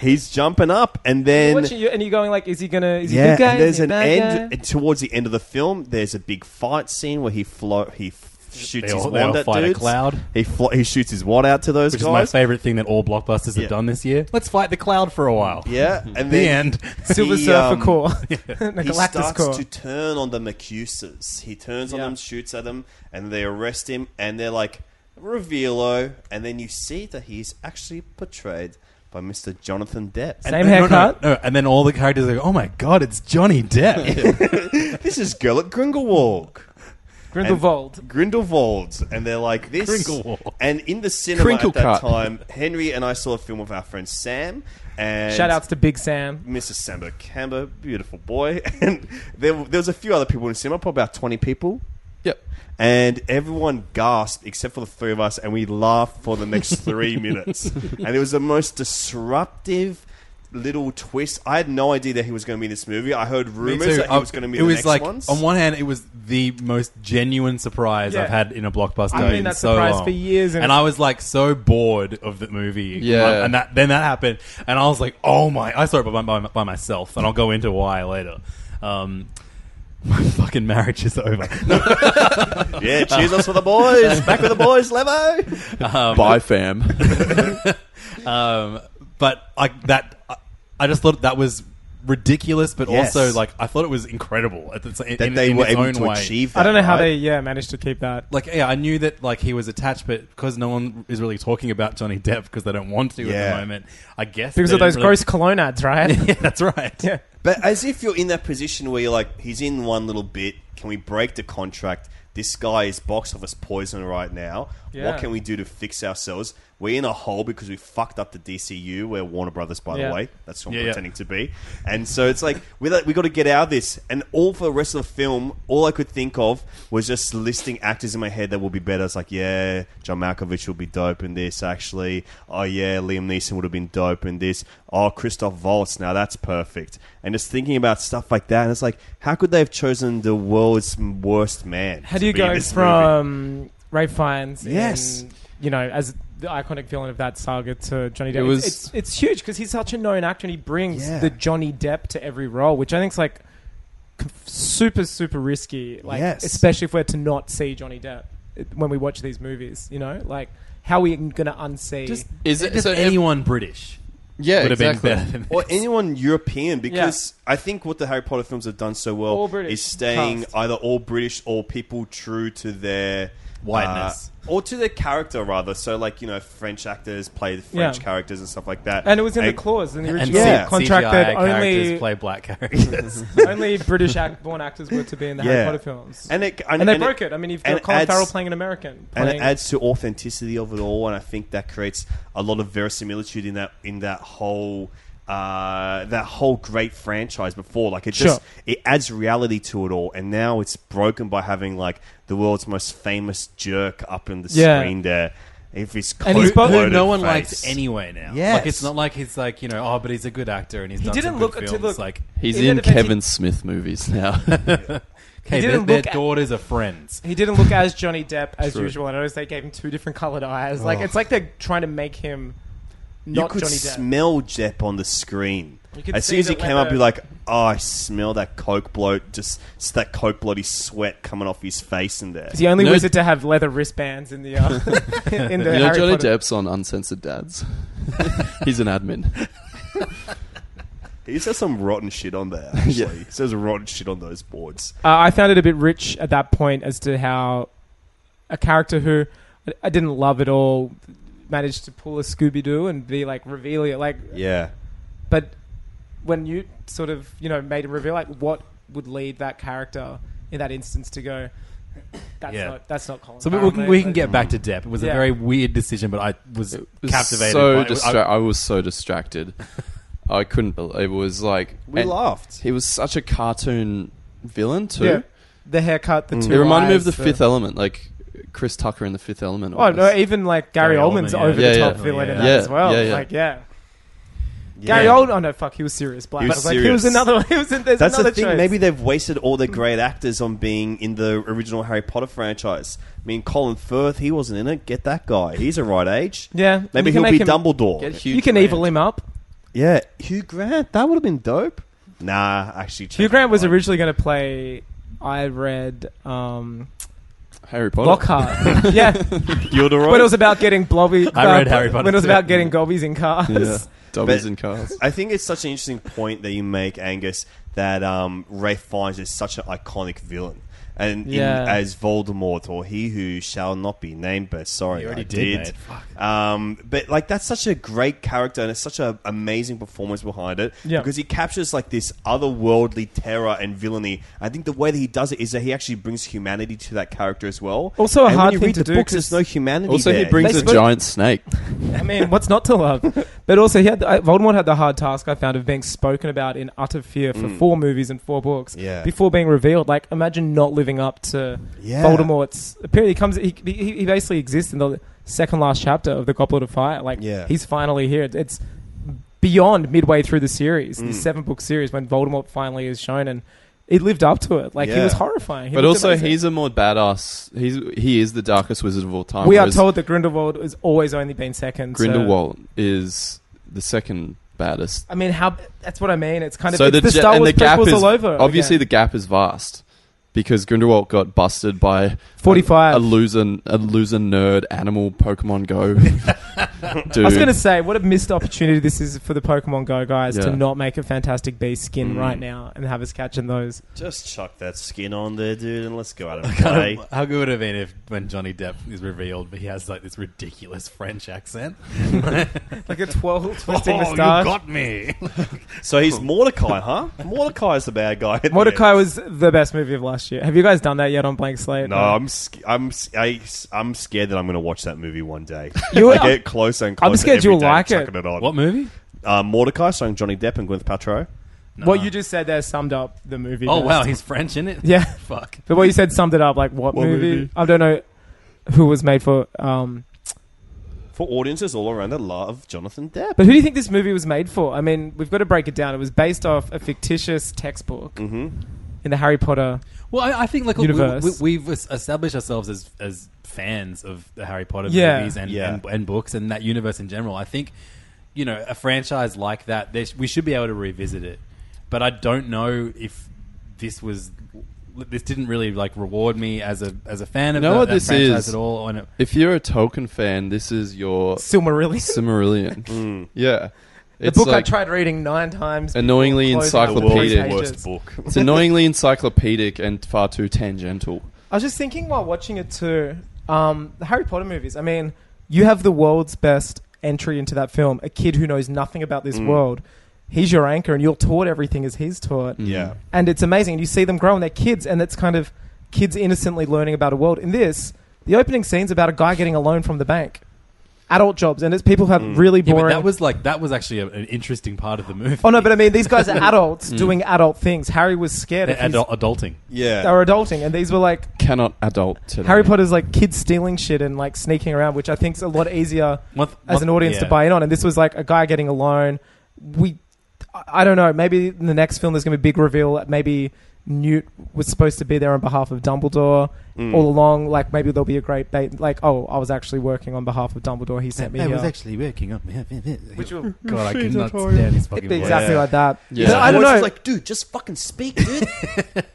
Speaker 6: he's jumping up, and then
Speaker 4: watching you, and you're going like, is he gonna? Is he
Speaker 6: yeah,
Speaker 4: good guy?
Speaker 6: and
Speaker 4: Is
Speaker 6: there's
Speaker 4: he a
Speaker 6: an
Speaker 4: bad
Speaker 6: end
Speaker 4: guy?
Speaker 6: and towards the end of the film. There's a big fight scene where he flo- he f- shoots
Speaker 3: They all-
Speaker 6: his
Speaker 3: they all
Speaker 6: wand at
Speaker 3: fight a
Speaker 6: dudes.
Speaker 3: cloud.
Speaker 6: He flo- he shoots his wand out to those
Speaker 3: Which is my
Speaker 6: guys.
Speaker 3: favorite thing that all blockbusters
Speaker 6: Yeah.
Speaker 3: have done this year. Let's fight the cloud for a while.
Speaker 6: yeah, and then
Speaker 3: Hmm. The end.
Speaker 4: Silver
Speaker 6: he,
Speaker 4: Surfer
Speaker 6: um,
Speaker 4: core, the
Speaker 6: he
Speaker 4: Galactus
Speaker 6: starts
Speaker 4: core.
Speaker 6: to turn on the Mercusers. He turns on
Speaker 4: Yeah.
Speaker 6: them, shoots at them, and they arrest him. And they're like, "Revealo!" And then you see that he's actually portrayed by Mr. Jonathan Depp.
Speaker 4: Same
Speaker 3: No, no,
Speaker 4: haircut.
Speaker 3: no, And then all the characters are like, oh my god, it's Johnny Depp.
Speaker 6: And this is Gellert Grindelwald.
Speaker 4: Grindelwald.
Speaker 6: Grindelwalds, and they're like this.
Speaker 3: Grindelwald.
Speaker 6: And in the cinema
Speaker 5: Crinkle
Speaker 6: at
Speaker 5: cut.
Speaker 6: that time, Henry and I saw a film with our friend Sam. And
Speaker 4: Shout outs to Big Sam.
Speaker 6: Mrs. Samba Camber, beautiful boy. And there, there was a few other people in the cinema, probably about 20 people.
Speaker 5: Yep.
Speaker 6: And everyone gasped except for the three of us, and we laughed for the next three minutes. And it was the most disruptive little twist. I had no idea that he was going to be in this movie. I heard
Speaker 3: Me
Speaker 6: rumors
Speaker 3: too.
Speaker 6: that
Speaker 3: I-
Speaker 6: he was going to be
Speaker 3: it
Speaker 6: in the
Speaker 3: was
Speaker 6: next
Speaker 3: like,
Speaker 6: ones.
Speaker 3: on one hand, it was the most genuine surprise
Speaker 4: Yeah.
Speaker 3: I've had in a blockbuster.
Speaker 4: I've been
Speaker 3: in
Speaker 4: that
Speaker 3: so
Speaker 4: surprise
Speaker 3: long.
Speaker 4: for years, and
Speaker 3: and I was like so bored of the movie.
Speaker 5: Yeah.
Speaker 3: and that then that happened, and I was like, oh my! I saw it by, by, by myself, and I'll go into why later. Um, my fucking marriage is over.
Speaker 6: yeah, cheers us for the boys. Back with the boys, Levo.
Speaker 5: Bye, fam.
Speaker 3: um, but like that, I, I just thought that was ridiculous, but
Speaker 6: Yes.
Speaker 3: also like I thought it was incredible at the, in,
Speaker 6: that
Speaker 3: in-
Speaker 6: they
Speaker 3: in
Speaker 6: were
Speaker 3: its
Speaker 6: able
Speaker 3: own
Speaker 6: to
Speaker 3: way.
Speaker 6: achieve. That,
Speaker 4: I don't know how
Speaker 6: right?
Speaker 4: they yeah managed to keep that.
Speaker 3: Like yeah, I knew that like he was attached, but because no one is really talking about Johnny Depp because they don't want to at
Speaker 6: Yeah.
Speaker 3: the moment. I guess
Speaker 4: Because
Speaker 3: they
Speaker 4: of those
Speaker 3: didn't really-
Speaker 4: gross cologne ads, right?
Speaker 3: yeah, that's right.
Speaker 4: Yeah.
Speaker 6: But as if you're in that position where you're like, he's in one little bit. Can we break the contract? this guy is box office poison right now.
Speaker 4: Yeah.
Speaker 6: What can we do to fix ourselves? We're in a hole because we fucked up the DCU. We're Warner Brothers, by
Speaker 4: Yeah.
Speaker 6: the way. That's what I'm
Speaker 3: Yeah, yeah.
Speaker 6: pretending to be. And so it's like we like, we got to get out of this. And all for the rest of the film, all I could think of was just listing actors in my head that will be better. It's like, yeah, John Malkovich will be dope in this. Actually, oh yeah, Liam Neeson would have been dope in this. Oh, Christoph Waltz. Now that's perfect. And just thinking about stuff like that, and it's like, how could they have chosen the world's worst man?
Speaker 4: How
Speaker 6: to
Speaker 4: do you
Speaker 6: be in
Speaker 4: go
Speaker 6: this
Speaker 4: from Ray Fiennes?
Speaker 6: Yes.
Speaker 4: in, you know, as the iconic villain of that saga to Johnny Depp. It
Speaker 5: was-
Speaker 4: it's, it's huge because he's such a known actor and he brings
Speaker 6: Yeah.
Speaker 4: the Johnny Depp to every role, which I think is like c- super super risky. Like,
Speaker 6: Yes.
Speaker 4: especially if we're to not see Johnny Depp it- when we watch these movies. You know, like how are we going to unsee?
Speaker 3: Just,
Speaker 5: Is it-
Speaker 3: just
Speaker 5: so ev-
Speaker 3: anyone British
Speaker 5: Yeah,
Speaker 3: would have
Speaker 5: exactly.
Speaker 3: been better than
Speaker 6: Or
Speaker 3: this.
Speaker 6: anyone European, because I think what the Harry Potter films have done so well
Speaker 4: All British
Speaker 6: is staying
Speaker 4: cast.
Speaker 6: either all British or people true to their
Speaker 3: Whiteness.
Speaker 6: uh, or to their character rather. So, like you know, French actors play the French
Speaker 4: Yeah.
Speaker 6: characters and stuff like that.
Speaker 4: and it was in the
Speaker 6: And-
Speaker 4: clause in the
Speaker 3: and
Speaker 4: original
Speaker 6: Yeah.
Speaker 3: yeah.
Speaker 4: contract that
Speaker 3: characters
Speaker 4: only
Speaker 3: play black characters.
Speaker 4: only British act- born actors were to be in the Harry
Speaker 6: Yeah.
Speaker 4: Potter films.
Speaker 6: And it and,
Speaker 4: and they
Speaker 6: and
Speaker 4: broke it. I mean, you've
Speaker 6: and
Speaker 4: got Colin
Speaker 6: adds-
Speaker 4: Farrell playing an American.
Speaker 6: and
Speaker 4: Playing,
Speaker 6: it adds to authenticity of it all, and I think that creates a lot of verisimilitude in that in that whole uh, that whole great franchise before. Like it just it adds reality to it all, and now it's broken by having like the world's most famous jerk up in the
Speaker 4: Yeah.
Speaker 6: screen there. If he's
Speaker 4: And he's both-
Speaker 3: who
Speaker 6: bloated
Speaker 3: no one
Speaker 6: face.
Speaker 3: likes anyway now. Like it's not like he's like you know oh, but he's a good actor and he's
Speaker 4: He
Speaker 3: done
Speaker 4: didn't
Speaker 3: some
Speaker 4: look-
Speaker 3: good
Speaker 4: to
Speaker 3: films.
Speaker 4: look-
Speaker 3: like
Speaker 5: He's
Speaker 4: Even
Speaker 5: in
Speaker 4: if it's-
Speaker 5: Kevin Smith movies now.
Speaker 3: hey, their,
Speaker 4: didn't
Speaker 3: their
Speaker 4: look at-
Speaker 3: daughters are friends.
Speaker 4: he didn't look as Johnny Depp as usual. I noticed they gave him two different colored eyes. Like it's like they're trying to make him
Speaker 6: You
Speaker 4: not
Speaker 6: could
Speaker 4: Johnny Depp.
Speaker 6: smell Depp on the screen.
Speaker 4: You could
Speaker 6: As
Speaker 4: see
Speaker 6: soon as he
Speaker 4: the
Speaker 6: came up,
Speaker 4: leather-
Speaker 6: you're like, "Oh, I smell that coke bloat. Just it's that coke bloaty sweat coming off his face in there."
Speaker 4: He's the only
Speaker 5: No-
Speaker 4: wizard to have leather wristbands in the uh, in the
Speaker 5: you know,
Speaker 4: Harry
Speaker 5: Johnny
Speaker 4: Potter.
Speaker 5: Depp's on Uncensored Dads. He's an admin.
Speaker 6: He says some rotten shit on there, actually. He says rotten shit on those boards.
Speaker 4: Uh, I found it a bit rich at that point as to how a character who I- I didn't love at all managed to pull a Scooby Doo and be like reveal it. Like,
Speaker 6: Yeah.
Speaker 4: but when you sort of you know made him reveal, like what would lead that character in that instance to go? That's
Speaker 3: Yeah.
Speaker 4: not that's not Colin.
Speaker 3: So we, we
Speaker 4: Farrell,
Speaker 3: can
Speaker 4: mate."
Speaker 3: we can
Speaker 4: Like-
Speaker 3: get back to Depp. It was
Speaker 4: Yeah.
Speaker 3: a very weird decision, but I was, captivated. by
Speaker 5: So
Speaker 3: it. I-
Speaker 5: distra- I, was so distracted. I couldn't believe it was like
Speaker 6: We
Speaker 5: and
Speaker 6: laughed.
Speaker 5: He was such a cartoon villain too.
Speaker 4: Yeah. the haircut, the two.
Speaker 5: Mm. It reminded me of the
Speaker 4: eyes,
Speaker 5: Fifth Element, like Chris Tucker in the Fifth Element.
Speaker 4: Oh no!
Speaker 5: almost.
Speaker 4: Even like Gary,
Speaker 3: Gary
Speaker 4: Oldman's
Speaker 3: Oldman, yeah.
Speaker 4: over
Speaker 5: Yeah,
Speaker 4: the
Speaker 5: yeah.
Speaker 4: top villain in
Speaker 3: Yeah.
Speaker 4: that
Speaker 5: Yeah.
Speaker 4: as well.
Speaker 5: Yeah, yeah.
Speaker 4: Like yeah. Gary
Speaker 6: Yeah.
Speaker 4: Oldman. Oh no! Fuck, he was serious. Black.
Speaker 6: He was
Speaker 4: I like, he was
Speaker 6: serious.
Speaker 4: another. He was. In, there's
Speaker 6: That's
Speaker 4: another
Speaker 6: the thing.
Speaker 4: choice.
Speaker 6: Maybe they've wasted all their great actors on being in the original Harry Potter franchise. I mean, Colin Firth, he wasn't in it. Get that guy. He's a right age.
Speaker 4: Yeah, and
Speaker 6: Maybe
Speaker 4: you can make
Speaker 6: he'll be
Speaker 4: him-
Speaker 6: Dumbledore.
Speaker 5: Get Hugh
Speaker 4: you can
Speaker 5: Grant.
Speaker 4: evil him up.
Speaker 6: yeah. Hugh Grant. That would have been dope. Nah, actually.
Speaker 4: Hugh
Speaker 6: check
Speaker 4: Grant was
Speaker 6: it out.
Speaker 4: originally going to play. I read um,
Speaker 5: Harry Potter.
Speaker 4: Lockhart. yeah,
Speaker 6: Gilderoy.
Speaker 4: when it was about getting blobby.
Speaker 3: I
Speaker 4: uh,
Speaker 3: read Harry Potter
Speaker 4: When it was
Speaker 3: too.
Speaker 4: about getting gobbies in cars.
Speaker 5: Yeah. Dobbies
Speaker 6: But-
Speaker 5: and cars.
Speaker 6: I think it's such an interesting point that you make, Angus, that um, Ray Fiennes is such an iconic villain. And
Speaker 4: Yeah.
Speaker 6: in, as Voldemort, or he who shall not be named, but sorry,
Speaker 3: You already
Speaker 6: I
Speaker 3: did, mate.
Speaker 6: did. Um, but like that's such a great character, and it's such an amazing performance behind it
Speaker 4: Yeah.
Speaker 6: because he captures like this otherworldly terror and villainy. I think the way that he does it is that he actually brings humanity to that character as well.
Speaker 4: Also a
Speaker 6: and
Speaker 4: hard
Speaker 6: when you
Speaker 4: thing
Speaker 6: read
Speaker 4: to
Speaker 6: the
Speaker 4: do
Speaker 6: books,
Speaker 4: 'cause-
Speaker 6: there's no humanity.
Speaker 5: Also, he
Speaker 6: there.
Speaker 5: brings
Speaker 4: They
Speaker 5: a
Speaker 4: spoke-
Speaker 5: giant snake.
Speaker 4: I mean, what's not to love? But also, he had I, Voldemort had the hard task I found of being spoken about in utter fear for four movies and four books
Speaker 6: Yeah.
Speaker 4: before being revealed. Like, imagine not living up to
Speaker 6: Yeah.
Speaker 4: Voldemort's appearance. He comes, he, he, he basically exists in the second last chapter of the Goblet of Fire. Like,
Speaker 6: Yeah.
Speaker 4: he's finally here. It's beyond midway through the series, the seven book series, when Voldemort finally is shown, and it lived up to it. Like, he
Speaker 6: Yeah.
Speaker 4: was horrifying. He
Speaker 5: But
Speaker 4: looked
Speaker 5: also,
Speaker 4: amazing.
Speaker 5: he's a more badass. He's he is the darkest wizard of all time.
Speaker 4: We are
Speaker 5: whereas
Speaker 4: told uh, that Grindelwald has always only been second. so-
Speaker 5: Grindelwald is the second baddest.
Speaker 4: I mean, how? That's what I mean. It's kind of it's the, Star
Speaker 5: and
Speaker 4: Wars prequels
Speaker 5: is
Speaker 4: all over.
Speaker 5: obviously
Speaker 4: again.
Speaker 5: the gap is vast because Grindelwald got busted by
Speaker 4: forty-five.
Speaker 5: a loser, a loser nerd animal Pokemon Go. Dude,
Speaker 4: I was going to say, what a missed opportunity this is for the Pokemon Go guys to
Speaker 5: Yeah. Mm.
Speaker 4: not make a Fantastic Beast skin right now and have us catching those.
Speaker 6: Just chuck that skin on there, dude, and let's go out and
Speaker 3: Kind
Speaker 6: play.
Speaker 3: of, how good would it have been if when Johnny Depp is revealed, but he has like this ridiculous French accent?
Speaker 4: Like a twirl twisting
Speaker 3: oh, you
Speaker 5: Uh,
Speaker 4: moustache.
Speaker 3: got me!
Speaker 6: So he's Mordecai, huh? Mordecai is the bad guy. at the
Speaker 4: Mordecai
Speaker 6: end.
Speaker 4: was the best movie of last last year. Have you guys done that yet on Blank Slate?
Speaker 6: No, I'm sc- I'm s- I, am scared that I'm going to watch that movie one day.
Speaker 4: You-
Speaker 6: I get closer and closer.
Speaker 4: scared
Speaker 6: every
Speaker 4: you'll
Speaker 6: day,
Speaker 4: like it.
Speaker 6: tucking on.
Speaker 3: What movie?
Speaker 6: Uh, Mordecai, starring Johnny Depp and Gwyneth Paltrow.
Speaker 4: What you just said there summed up the movie.
Speaker 3: Oh
Speaker 4: best.
Speaker 3: wow, he's French, isn't it?
Speaker 4: Yeah.
Speaker 3: Fuck.
Speaker 4: But what you said summed it up. Like what,
Speaker 6: What
Speaker 4: movie?
Speaker 6: movie?
Speaker 4: I don't know who was made for. Um,
Speaker 6: For audiences all around that love Jonathan Depp.
Speaker 4: but who do you think this movie was made for? I mean, we've got to break it down. It was based off a fictitious textbook
Speaker 6: Mm-hmm.
Speaker 4: in the Harry Potter.
Speaker 3: Well, I, I think like look,
Speaker 4: Universe.
Speaker 3: we, we, we've es- established ourselves as as fans of the Harry Potter
Speaker 4: Yeah.
Speaker 3: movies and,
Speaker 6: Yeah.
Speaker 3: and and books and that universe in general. I think you know a franchise like that, there sh- we should be able to revisit it. But I don't know if this was this didn't really like reward me as a as a fan of
Speaker 5: You know
Speaker 3: that,
Speaker 5: what
Speaker 3: that
Speaker 5: this
Speaker 3: franchise
Speaker 5: is?
Speaker 3: at all. And it,
Speaker 5: If you're a Tolkien fan, this is your
Speaker 4: Silmarillion.
Speaker 5: Cimmerillion.
Speaker 6: Mm.
Speaker 5: Yeah.
Speaker 4: Mm. The book I tried reading nine times. before
Speaker 5: annoyingly
Speaker 4: closing all the
Speaker 5: encyclopedic.
Speaker 4: pages.
Speaker 6: worst book.
Speaker 5: It's annoyingly encyclopedic and far too tangential.
Speaker 4: I was just thinking while watching it too. Um, the Harry Potter movies. I mean, you have the world's best entry into that film. A kid who knows nothing about this world. He's your anchor, and you're taught everything as he's taught.
Speaker 6: Yeah.
Speaker 4: and it's amazing. You see them grow and they're kids, and it's kind of kids innocently learning about a world. In this, the opening scene's about a guy getting a loan from the bank, adult jobs, and it's people who have really
Speaker 3: yeah, but
Speaker 4: boring.
Speaker 3: that was like that was actually a, an interesting part of the movie.
Speaker 4: oh no, but I mean, these guys are
Speaker 3: Mm.
Speaker 4: adults doing adult things. Harry was scared. Of his,
Speaker 3: Adul- adulting.
Speaker 6: Yeah.
Speaker 4: they were adulting, and these were like
Speaker 5: Cannot adult today.
Speaker 4: Harry Potter's like kids stealing shit and like sneaking around, which I think's a lot easier
Speaker 3: One th-
Speaker 4: as
Speaker 3: one-
Speaker 4: an audience to
Speaker 3: yeah.
Speaker 4: buy in on. And this was like a guy getting a loan. We, I- I don't know. Maybe in the next film there's going to be a big reveal. Maybe Newt was supposed to be there on behalf of Dumbledore
Speaker 6: Mm.
Speaker 4: all along. Like maybe there'll be a great bait. Like oh, I was actually working on behalf of Dumbledore. He sent me here.
Speaker 3: actually working on Which will, God, I cannot stand his fucking voice.
Speaker 4: exactly
Speaker 6: Yeah.
Speaker 4: like that.
Speaker 5: Yeah.
Speaker 4: But I don't know.
Speaker 6: like, dude, just fucking speak, dude.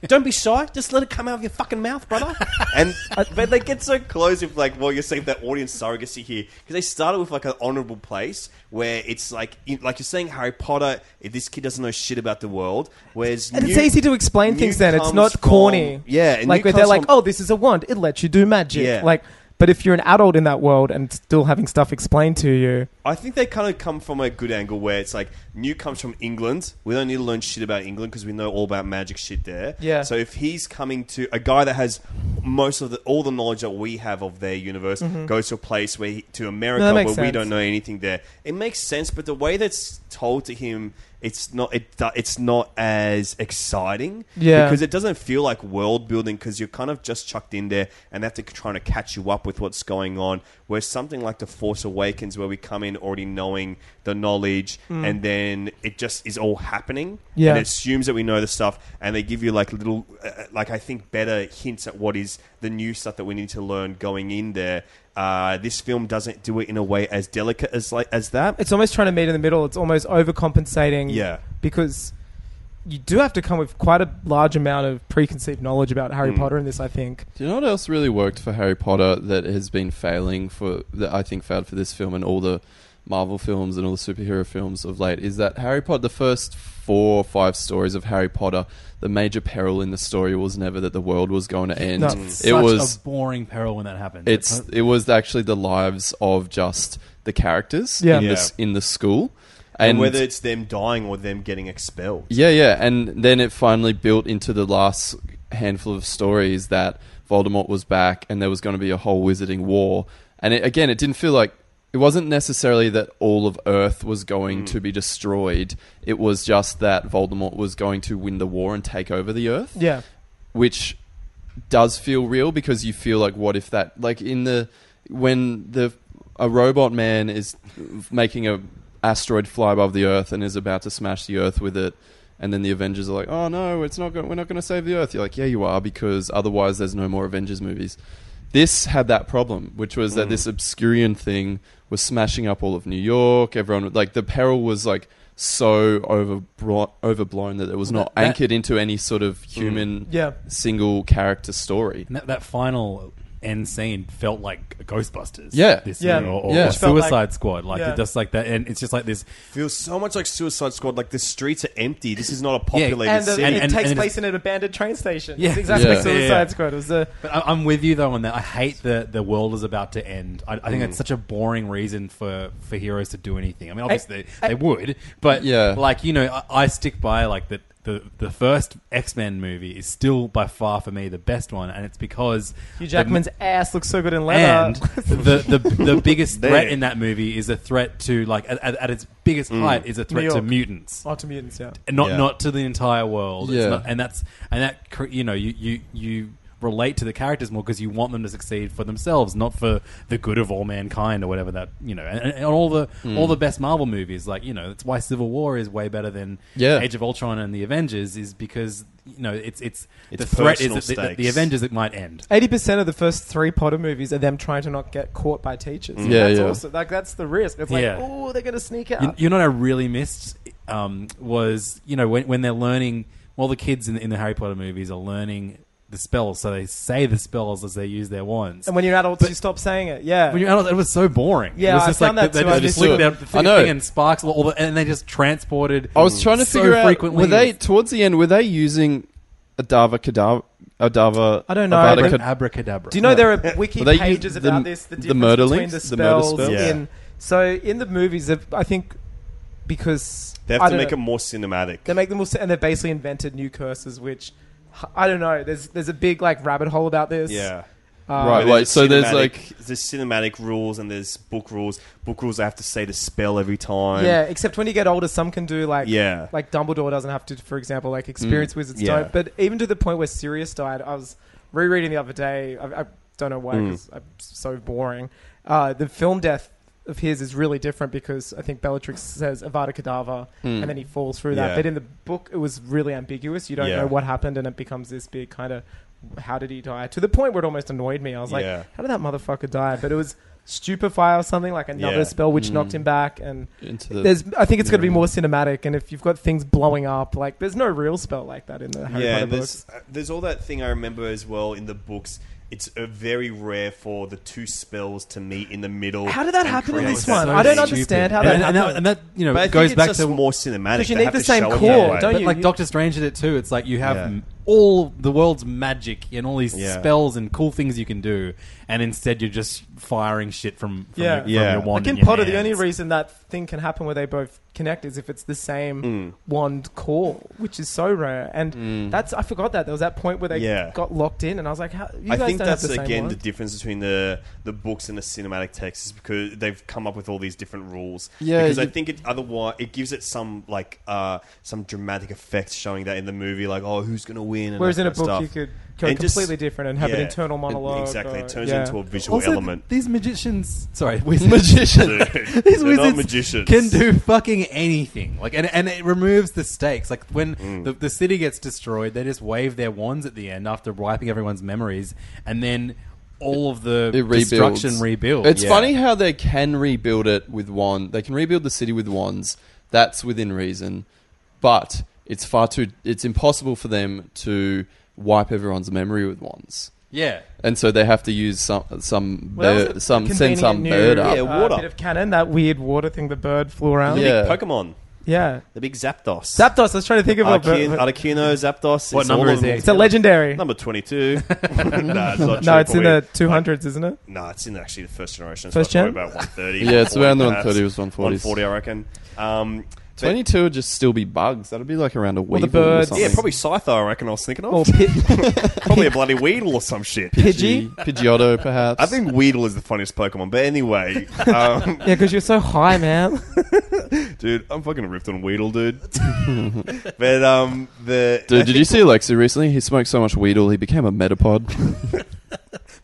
Speaker 6: don't be shy. Just let it come out of your fucking mouth, brother. and but they get so close with like, well, you're saying that audience surrogacy here because they started with like an honourable place where it's like, in, like you're saying Harry Potter. If this kid doesn't know shit about the world, whereas
Speaker 4: and it's
Speaker 6: Newt-
Speaker 4: easy to explain things
Speaker 6: Newt
Speaker 4: then. It's
Speaker 6: comes
Speaker 4: not
Speaker 6: from-
Speaker 4: corny.
Speaker 6: Yeah, and
Speaker 4: like
Speaker 6: Newt
Speaker 4: where they're
Speaker 6: comes
Speaker 4: like,
Speaker 6: from-
Speaker 4: oh, this is a wand. It lets you do magic.
Speaker 6: Yeah.
Speaker 4: Like, but if you're an adult in that world and still having stuff explained to you,
Speaker 6: I think they kind of come from a good angle where it's like New comes from England. We don't need to learn shit about England because we know all about magic shit there.
Speaker 4: Yeah.
Speaker 6: So if he's coming to a guy that has most of the all the knowledge that we have of their universe goes to a place where he, to
Speaker 4: Mm-hmm.
Speaker 6: America
Speaker 4: No, that
Speaker 6: where
Speaker 4: makes
Speaker 6: we
Speaker 4: sense.
Speaker 6: don't know anything there. It makes sense, but the way that's told to him, it's not it do- it's not as exciting.
Speaker 4: Yeah.
Speaker 6: Because it doesn't feel like world building because you're kind of just chucked in there and they have to trying to catch you up with what's going on. Where something like The Force Awakens, where we come in already knowing the knowledge and then it just is all happening.
Speaker 4: Hmm. Yeah.
Speaker 6: And it assumes that we know the stuff and they give you like little, uh, uh, like I think better hints at what is the new stuff that we need to learn going in there. Uh, this film doesn't do it in a way as delicate as like as that.
Speaker 4: it's almost trying to meet in the middle. It's almost overcompensating.
Speaker 6: Yeah.
Speaker 4: Because you do have to come with quite a large amount of preconceived knowledge about Harry
Speaker 3: Mm.
Speaker 4: Potter in this, I think.
Speaker 5: Do you know what else really worked for Harry Potter that has been failing for that I think failed for this film and all the Marvel films and all the superhero films of late is that Harry Potter the first four or five stories of Harry Potter the major peril in the story was never that the world was going to end
Speaker 4: No.
Speaker 5: it
Speaker 3: Such
Speaker 5: was
Speaker 3: a boring peril when that happened.
Speaker 5: it's it was actually the lives of just the characters
Speaker 4: Yeah.
Speaker 5: in
Speaker 6: Yeah.
Speaker 5: this in the school
Speaker 6: And whether it's them dying or them getting expelled.
Speaker 5: Yeah, yeah, and then it finally built into the last handful of stories that Voldemort was back, and there was going to be a whole wizarding war. And it, again, it didn't feel like it wasn't necessarily that all of Earth was going to be destroyed. It was just that Voldemort was going to win the war and take over the Earth
Speaker 4: Yeah.
Speaker 5: which does feel real because you feel like what if that like in the when the a robot man is making a asteroid fly above the earth and is about to smash the earth with it and then the avengers are like oh no it's not going we're not going to save the earth you're like yeah you are because otherwise there's no more avengers movies this had that problem which was
Speaker 3: Mm.
Speaker 5: that this obscurian thing was smashing up all of new york everyone like the peril was like so overbro- overblown that it was not
Speaker 3: that- that-
Speaker 5: anchored into any sort of
Speaker 3: Hmm.
Speaker 5: human
Speaker 4: Yeah. Hmm.
Speaker 5: single character story.
Speaker 3: And that, that final end scene felt like Ghostbusters.
Speaker 5: Yeah.
Speaker 3: This
Speaker 4: Yeah.
Speaker 3: year, or, or
Speaker 5: Yeah. It
Speaker 4: felt
Speaker 3: Suicide
Speaker 4: like-
Speaker 3: Squad. Like,
Speaker 4: Yeah.
Speaker 3: it just like that. And it's just like this.
Speaker 6: Feels so much like Suicide Squad. Like the streets are empty. This is not a populated
Speaker 4: And, the,
Speaker 6: city.
Speaker 3: And-
Speaker 4: it
Speaker 3: and-
Speaker 4: takes
Speaker 3: and it-
Speaker 4: place in an abandoned train station.
Speaker 3: Yeah.
Speaker 4: It's exactly
Speaker 5: Yeah.
Speaker 4: like Suicide
Speaker 3: Yeah, yeah.
Speaker 4: Squad. It was a,
Speaker 3: But I, I'm with you, though, on that. I hate the, the world is about to end. I, I think that's such a boring reason for, for heroes to do anything. I mean, obviously, they,
Speaker 4: I-
Speaker 3: they would. But,
Speaker 5: Yeah.
Speaker 3: like, you know, I, I stick by, like, that the the first X Men movie is still by far for me the best one, and it's because
Speaker 4: Hugh
Speaker 3: the-
Speaker 4: Jackman's ass looks so good in leather.
Speaker 3: and the, the the biggest
Speaker 6: There.
Speaker 3: threat in that movie is a threat to like at, at- at its biggest height is a threat to
Speaker 4: York.
Speaker 3: mutants.
Speaker 4: Oh, to mutants, yeah.
Speaker 3: And not
Speaker 5: Yeah.
Speaker 3: not to the entire world. It's
Speaker 5: Yeah.
Speaker 3: not- and that's and that cr- you know you you you relate to the characters more because you want them to succeed for themselves, not for the good of all mankind or whatever that you know. And, and all the all the best Marvel movies, like you know, that's why Civil War is way better than
Speaker 5: Yeah.
Speaker 3: Age of Ultron and the Avengers, is because you know it's it's,
Speaker 6: It's
Speaker 3: the threat is
Speaker 6: personal
Speaker 3: that the, that the
Speaker 6: stakes.
Speaker 3: Avengers it might end.
Speaker 4: Eighty percent of the first three Potter movies are them trying to not get caught by teachers.
Speaker 5: Yeah,
Speaker 4: that's
Speaker 5: yeah.
Speaker 4: Also, like that's the risk. It's like,
Speaker 3: Mm. Yeah.
Speaker 4: oh, they're gonna sneak out.
Speaker 3: You, you know what I really missed um, was you know when, when they're learning. Well, the kids in the, in the Harry Potter movies are learning the spells, so they say the spells as they use their wands.
Speaker 4: and when you're adults, you stop saying it. Yeah.
Speaker 3: When you're adults, it was so boring.
Speaker 4: Yeah,
Speaker 3: it was
Speaker 4: I
Speaker 3: just
Speaker 4: found
Speaker 3: like
Speaker 4: that
Speaker 3: they,
Speaker 4: too.
Speaker 3: they
Speaker 4: I
Speaker 3: just
Speaker 4: just
Speaker 3: flicked
Speaker 5: do
Speaker 3: their
Speaker 5: it.
Speaker 3: thing,
Speaker 5: I know.
Speaker 3: thing and sparks, all, all the, and they just transported.
Speaker 5: I was trying to
Speaker 3: so
Speaker 5: figure out
Speaker 3: frequently.
Speaker 5: were they towards the end were they using Adava Kadava Adava
Speaker 4: I don't know,
Speaker 5: Avada
Speaker 4: but-
Speaker 5: Ked-
Speaker 3: abracadabra?
Speaker 4: Do you know there are wiki
Speaker 5: Well, they
Speaker 4: pages
Speaker 5: use
Speaker 4: about
Speaker 5: the-
Speaker 4: this? The,
Speaker 5: the
Speaker 4: difference
Speaker 5: murder
Speaker 4: between
Speaker 5: links,
Speaker 4: the
Speaker 5: the murder
Speaker 4: spells.
Speaker 5: spells?
Speaker 3: Yeah.
Speaker 4: In, so in the movies, they've- I think because
Speaker 6: They have
Speaker 4: I
Speaker 6: to
Speaker 4: don't
Speaker 6: make
Speaker 4: know,
Speaker 6: it more cinematic.
Speaker 4: They make them all, and they've basically invented new curses, which I don't know. There's there's a big like rabbit hole about this.
Speaker 6: yeah.
Speaker 4: Uh,
Speaker 5: Right,
Speaker 6: But
Speaker 5: like so there's
Speaker 6: cinematic-
Speaker 5: like
Speaker 6: there's cinematic rules and there's book rules. Book rules I have to say the spell every time.
Speaker 4: Yeah, except when you get older, some can do like
Speaker 6: Yeah. Mm.
Speaker 4: like Dumbledore doesn't have to, for example, like experience wizards
Speaker 6: yeah.
Speaker 4: don't. But even to the point where Sirius died, I was rereading the other day. I, I don't know
Speaker 6: Mm.
Speaker 4: why because I'm so boring. Uh, the film death of his is really different because I think Bellatrix says Avada Kedavra,
Speaker 5: Hmm.
Speaker 4: and then he falls through that.
Speaker 6: Mm. Yeah.
Speaker 4: But in the book, it was really ambiguous. You don't
Speaker 6: Yeah.
Speaker 4: know what happened, and it becomes this big kind of how did he die? To the point where it almost annoyed me. I was like,
Speaker 6: Yeah.
Speaker 4: how did that motherfucker die? But it was. Stupefy or something like another
Speaker 6: Yeah. Mm.
Speaker 4: spell which knocked him back, and
Speaker 5: into the
Speaker 4: there's, I think it's going to be more cinematic, and if you've got things blowing up, like there's no real spell like that in the Harry
Speaker 6: yeah,
Speaker 4: Potter
Speaker 6: and there's,
Speaker 4: books.
Speaker 6: uh, there's all that thing I remember as well in the books. It's uh, very rare for the two spells to meet in the middle.
Speaker 4: How did that
Speaker 6: and
Speaker 4: happen in
Speaker 6: create
Speaker 4: this
Speaker 6: that-
Speaker 4: one? I don't understand how
Speaker 3: and,
Speaker 4: that
Speaker 3: and,
Speaker 4: happened.
Speaker 3: and that you know
Speaker 6: But I think
Speaker 3: goes
Speaker 6: it's
Speaker 3: back
Speaker 6: just
Speaker 3: to
Speaker 6: more cinematic.
Speaker 4: 'Cause you
Speaker 6: They
Speaker 4: need
Speaker 6: have
Speaker 4: the
Speaker 6: to
Speaker 4: same
Speaker 6: show it that
Speaker 4: core,
Speaker 6: way.
Speaker 4: don't
Speaker 3: but
Speaker 4: you-
Speaker 3: like
Speaker 4: you-
Speaker 3: Doctor Strange did it too. It's like you have
Speaker 6: Yeah.
Speaker 3: m- all the world's magic and all these
Speaker 6: Yeah.
Speaker 3: spells and cool things you can do, and instead you're just firing shit from, from,
Speaker 4: Yeah.
Speaker 3: your, from
Speaker 6: Yeah.
Speaker 3: your wand.
Speaker 4: Like in
Speaker 3: and your
Speaker 4: Potter, the
Speaker 3: hands.
Speaker 4: only reason that thing can happen where they both connect is if it's the same wand core, which is so rare. And that's I forgot that there was that point where they
Speaker 6: Yeah.
Speaker 4: got locked in, and I was like, how, you
Speaker 6: I
Speaker 4: guys
Speaker 6: think
Speaker 4: don't
Speaker 6: that's
Speaker 4: have the same
Speaker 6: again
Speaker 4: wand.
Speaker 6: the difference between the the books and the cinematic text is because they've come up with all these different rules.
Speaker 5: Yeah,
Speaker 6: because I
Speaker 5: you-
Speaker 6: think it otherwise it gives it some like uh some dramatic effects showing that in the movie, like oh who's gonna win. And
Speaker 4: Whereas
Speaker 6: that
Speaker 4: in a
Speaker 6: kind of
Speaker 4: book, you
Speaker 6: stuff.
Speaker 4: could go
Speaker 6: And just-
Speaker 4: completely different and have an
Speaker 6: yeah,
Speaker 4: internal
Speaker 6: it-
Speaker 4: monologue.
Speaker 6: Exactly,
Speaker 4: or-
Speaker 6: it turns
Speaker 4: yeah.
Speaker 6: into a visual
Speaker 3: Also,
Speaker 6: element.
Speaker 3: these magicians, sorry, wizards,
Speaker 5: magician.
Speaker 6: Dude,
Speaker 3: these
Speaker 6: they're
Speaker 3: wizards
Speaker 6: not magicians.
Speaker 3: can do fucking anything. Like, and, and it removes the stakes. Like when
Speaker 5: Mm.
Speaker 3: the, the city gets destroyed, they just wave their wands at the end after wiping everyone's memories, and then all of the
Speaker 5: it rebuilds.
Speaker 3: destruction rebuilds.
Speaker 5: It's
Speaker 3: Yeah.
Speaker 5: funny how they can rebuild it with wand. They can rebuild the city with wands. That's within reason, but it's far too. It's impossible for them to wipe everyone's memory with wands,
Speaker 3: Yeah,
Speaker 5: and so they have to use some some
Speaker 4: Well, that was
Speaker 5: bird,
Speaker 4: a
Speaker 5: some send
Speaker 4: convenient
Speaker 5: some
Speaker 4: new,
Speaker 5: bird up.
Speaker 6: Yeah,
Speaker 4: uh,
Speaker 6: water.
Speaker 4: bit of canon, that weird water thing the bird flew around.
Speaker 6: the
Speaker 5: Yeah.
Speaker 6: big Pokemon,
Speaker 4: yeah.
Speaker 6: the big Zapdos,
Speaker 4: Zapdos. I was trying to think of what bird-
Speaker 6: Articuno, Articuno Zapdos.
Speaker 3: What
Speaker 6: it's
Speaker 3: number
Speaker 6: all
Speaker 3: is
Speaker 6: of them.
Speaker 3: he?
Speaker 4: It's a legendary.
Speaker 6: Number twenty-two. nah, it's not
Speaker 4: No, it's in
Speaker 6: Triple E.
Speaker 4: the 200s, isn't it?
Speaker 6: No, it's in actually the first generation.
Speaker 4: First
Speaker 6: First gen?
Speaker 4: gen?
Speaker 6: About 130.
Speaker 5: Yeah, it's
Speaker 6: 140
Speaker 5: around the
Speaker 6: perhaps.
Speaker 5: 130, it was 140s.
Speaker 6: 140, I reckon. Um, but-
Speaker 5: Twenty-two would just still be bugs. That'd be like around a
Speaker 4: the
Speaker 5: weevil.
Speaker 4: bird.
Speaker 5: Or something.
Speaker 6: Yeah, probably Scyther, I reckon I was thinking of.
Speaker 4: Or Pid-
Speaker 6: probably a bloody Weedle or some shit.
Speaker 4: Pidgey?
Speaker 5: Pidgeotto, perhaps.
Speaker 6: I think Weedle is the funniest Pokemon. But anyway, um,
Speaker 4: Yeah, because you're so high, man.
Speaker 6: dude, I'm fucking ripped on Weedle, dude. but um, the
Speaker 5: Dude, did you see Alexi recently? He smoked so much Weedle, he became a metapod.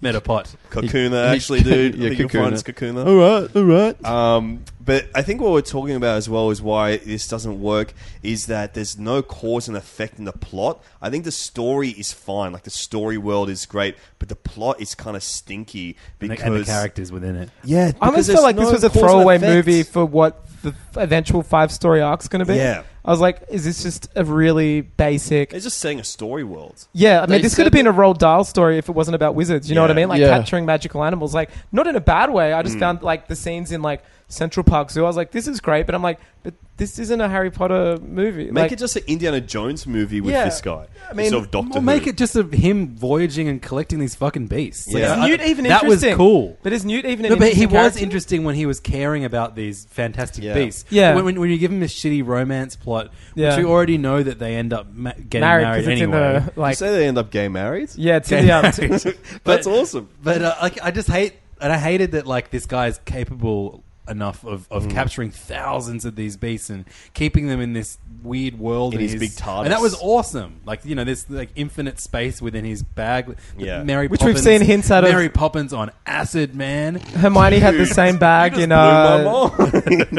Speaker 3: Metapod.
Speaker 6: Kakuna,
Speaker 5: he-
Speaker 6: actually, dude.
Speaker 5: Yeah,
Speaker 6: I think you'll
Speaker 5: Kakuna.
Speaker 6: find it's Kakuna.
Speaker 5: right, all right.
Speaker 6: Um, but I think what we're talking about as well is why this doesn't work is that there's no cause and effect in the plot. I think the story is fine, like the story world is great, but the plot is kind of stinky
Speaker 3: And
Speaker 6: because
Speaker 3: the, and the characters within it.
Speaker 4: I
Speaker 6: Yeah, because
Speaker 4: almost
Speaker 6: there's
Speaker 4: felt like
Speaker 6: no
Speaker 4: this was a
Speaker 6: cause and
Speaker 4: throwaway
Speaker 6: effect.
Speaker 4: movie for what the eventual five story arc's going to be.
Speaker 6: Yeah.
Speaker 4: I was like, is this just a really basic.
Speaker 6: It's just saying a story world.
Speaker 4: Yeah, I mean,
Speaker 5: They
Speaker 4: this could have
Speaker 5: said
Speaker 4: been a Roald Dahl story if it wasn't about wizards. You know what I
Speaker 6: Yeah. Hmm.
Speaker 4: mean? Like
Speaker 5: Yeah.
Speaker 4: capturing magical animals, like not in a bad way. I just found like the scenes in like Central Park Zoo. I was like, this is great, but I'm like, but this isn't a Harry Potter movie.
Speaker 6: Make
Speaker 4: like,
Speaker 6: it just an Indiana Jones movie with
Speaker 4: Yeah.
Speaker 6: this guy.
Speaker 3: I mean,
Speaker 6: sort of Doctor
Speaker 3: or make
Speaker 6: Who.
Speaker 3: it just of him voyaging and collecting these fucking beasts. Like,
Speaker 6: Yeah.
Speaker 4: Is
Speaker 3: I-
Speaker 4: Newt even
Speaker 3: that was
Speaker 4: interesting?
Speaker 3: cool.
Speaker 4: But is Newt even? An
Speaker 3: No, but he
Speaker 4: interesting
Speaker 3: was
Speaker 4: character?
Speaker 3: interesting when he was caring about these fantastic
Speaker 6: Yeah.
Speaker 3: beasts.
Speaker 4: Yeah.
Speaker 3: When, when, when you give him a shitty romance plot,
Speaker 4: Yeah.
Speaker 3: which we already know that they end up ma- getting
Speaker 4: Married
Speaker 3: married,
Speaker 4: 'cause it's in
Speaker 3: anyway.
Speaker 4: the
Speaker 6: You
Speaker 4: like.
Speaker 6: say they end up gay married?
Speaker 4: Yeah, it's in the um,
Speaker 6: That's awesome.
Speaker 3: But uh, like, I just hate, and I hated that like this guy's capable enough of, of
Speaker 6: Mm.
Speaker 3: capturing thousands of these beasts and keeping them in this weird world
Speaker 6: In
Speaker 3: and
Speaker 6: his big TARDIS.
Speaker 3: and that was awesome. Like you know, this like infinite space within his bag.
Speaker 6: Yeah.
Speaker 3: Mary
Speaker 4: Which we've
Speaker 3: Poppins,
Speaker 4: seen hints out of-
Speaker 3: Mary Poppins on acid, man.
Speaker 4: Hermione had the same bag in uh,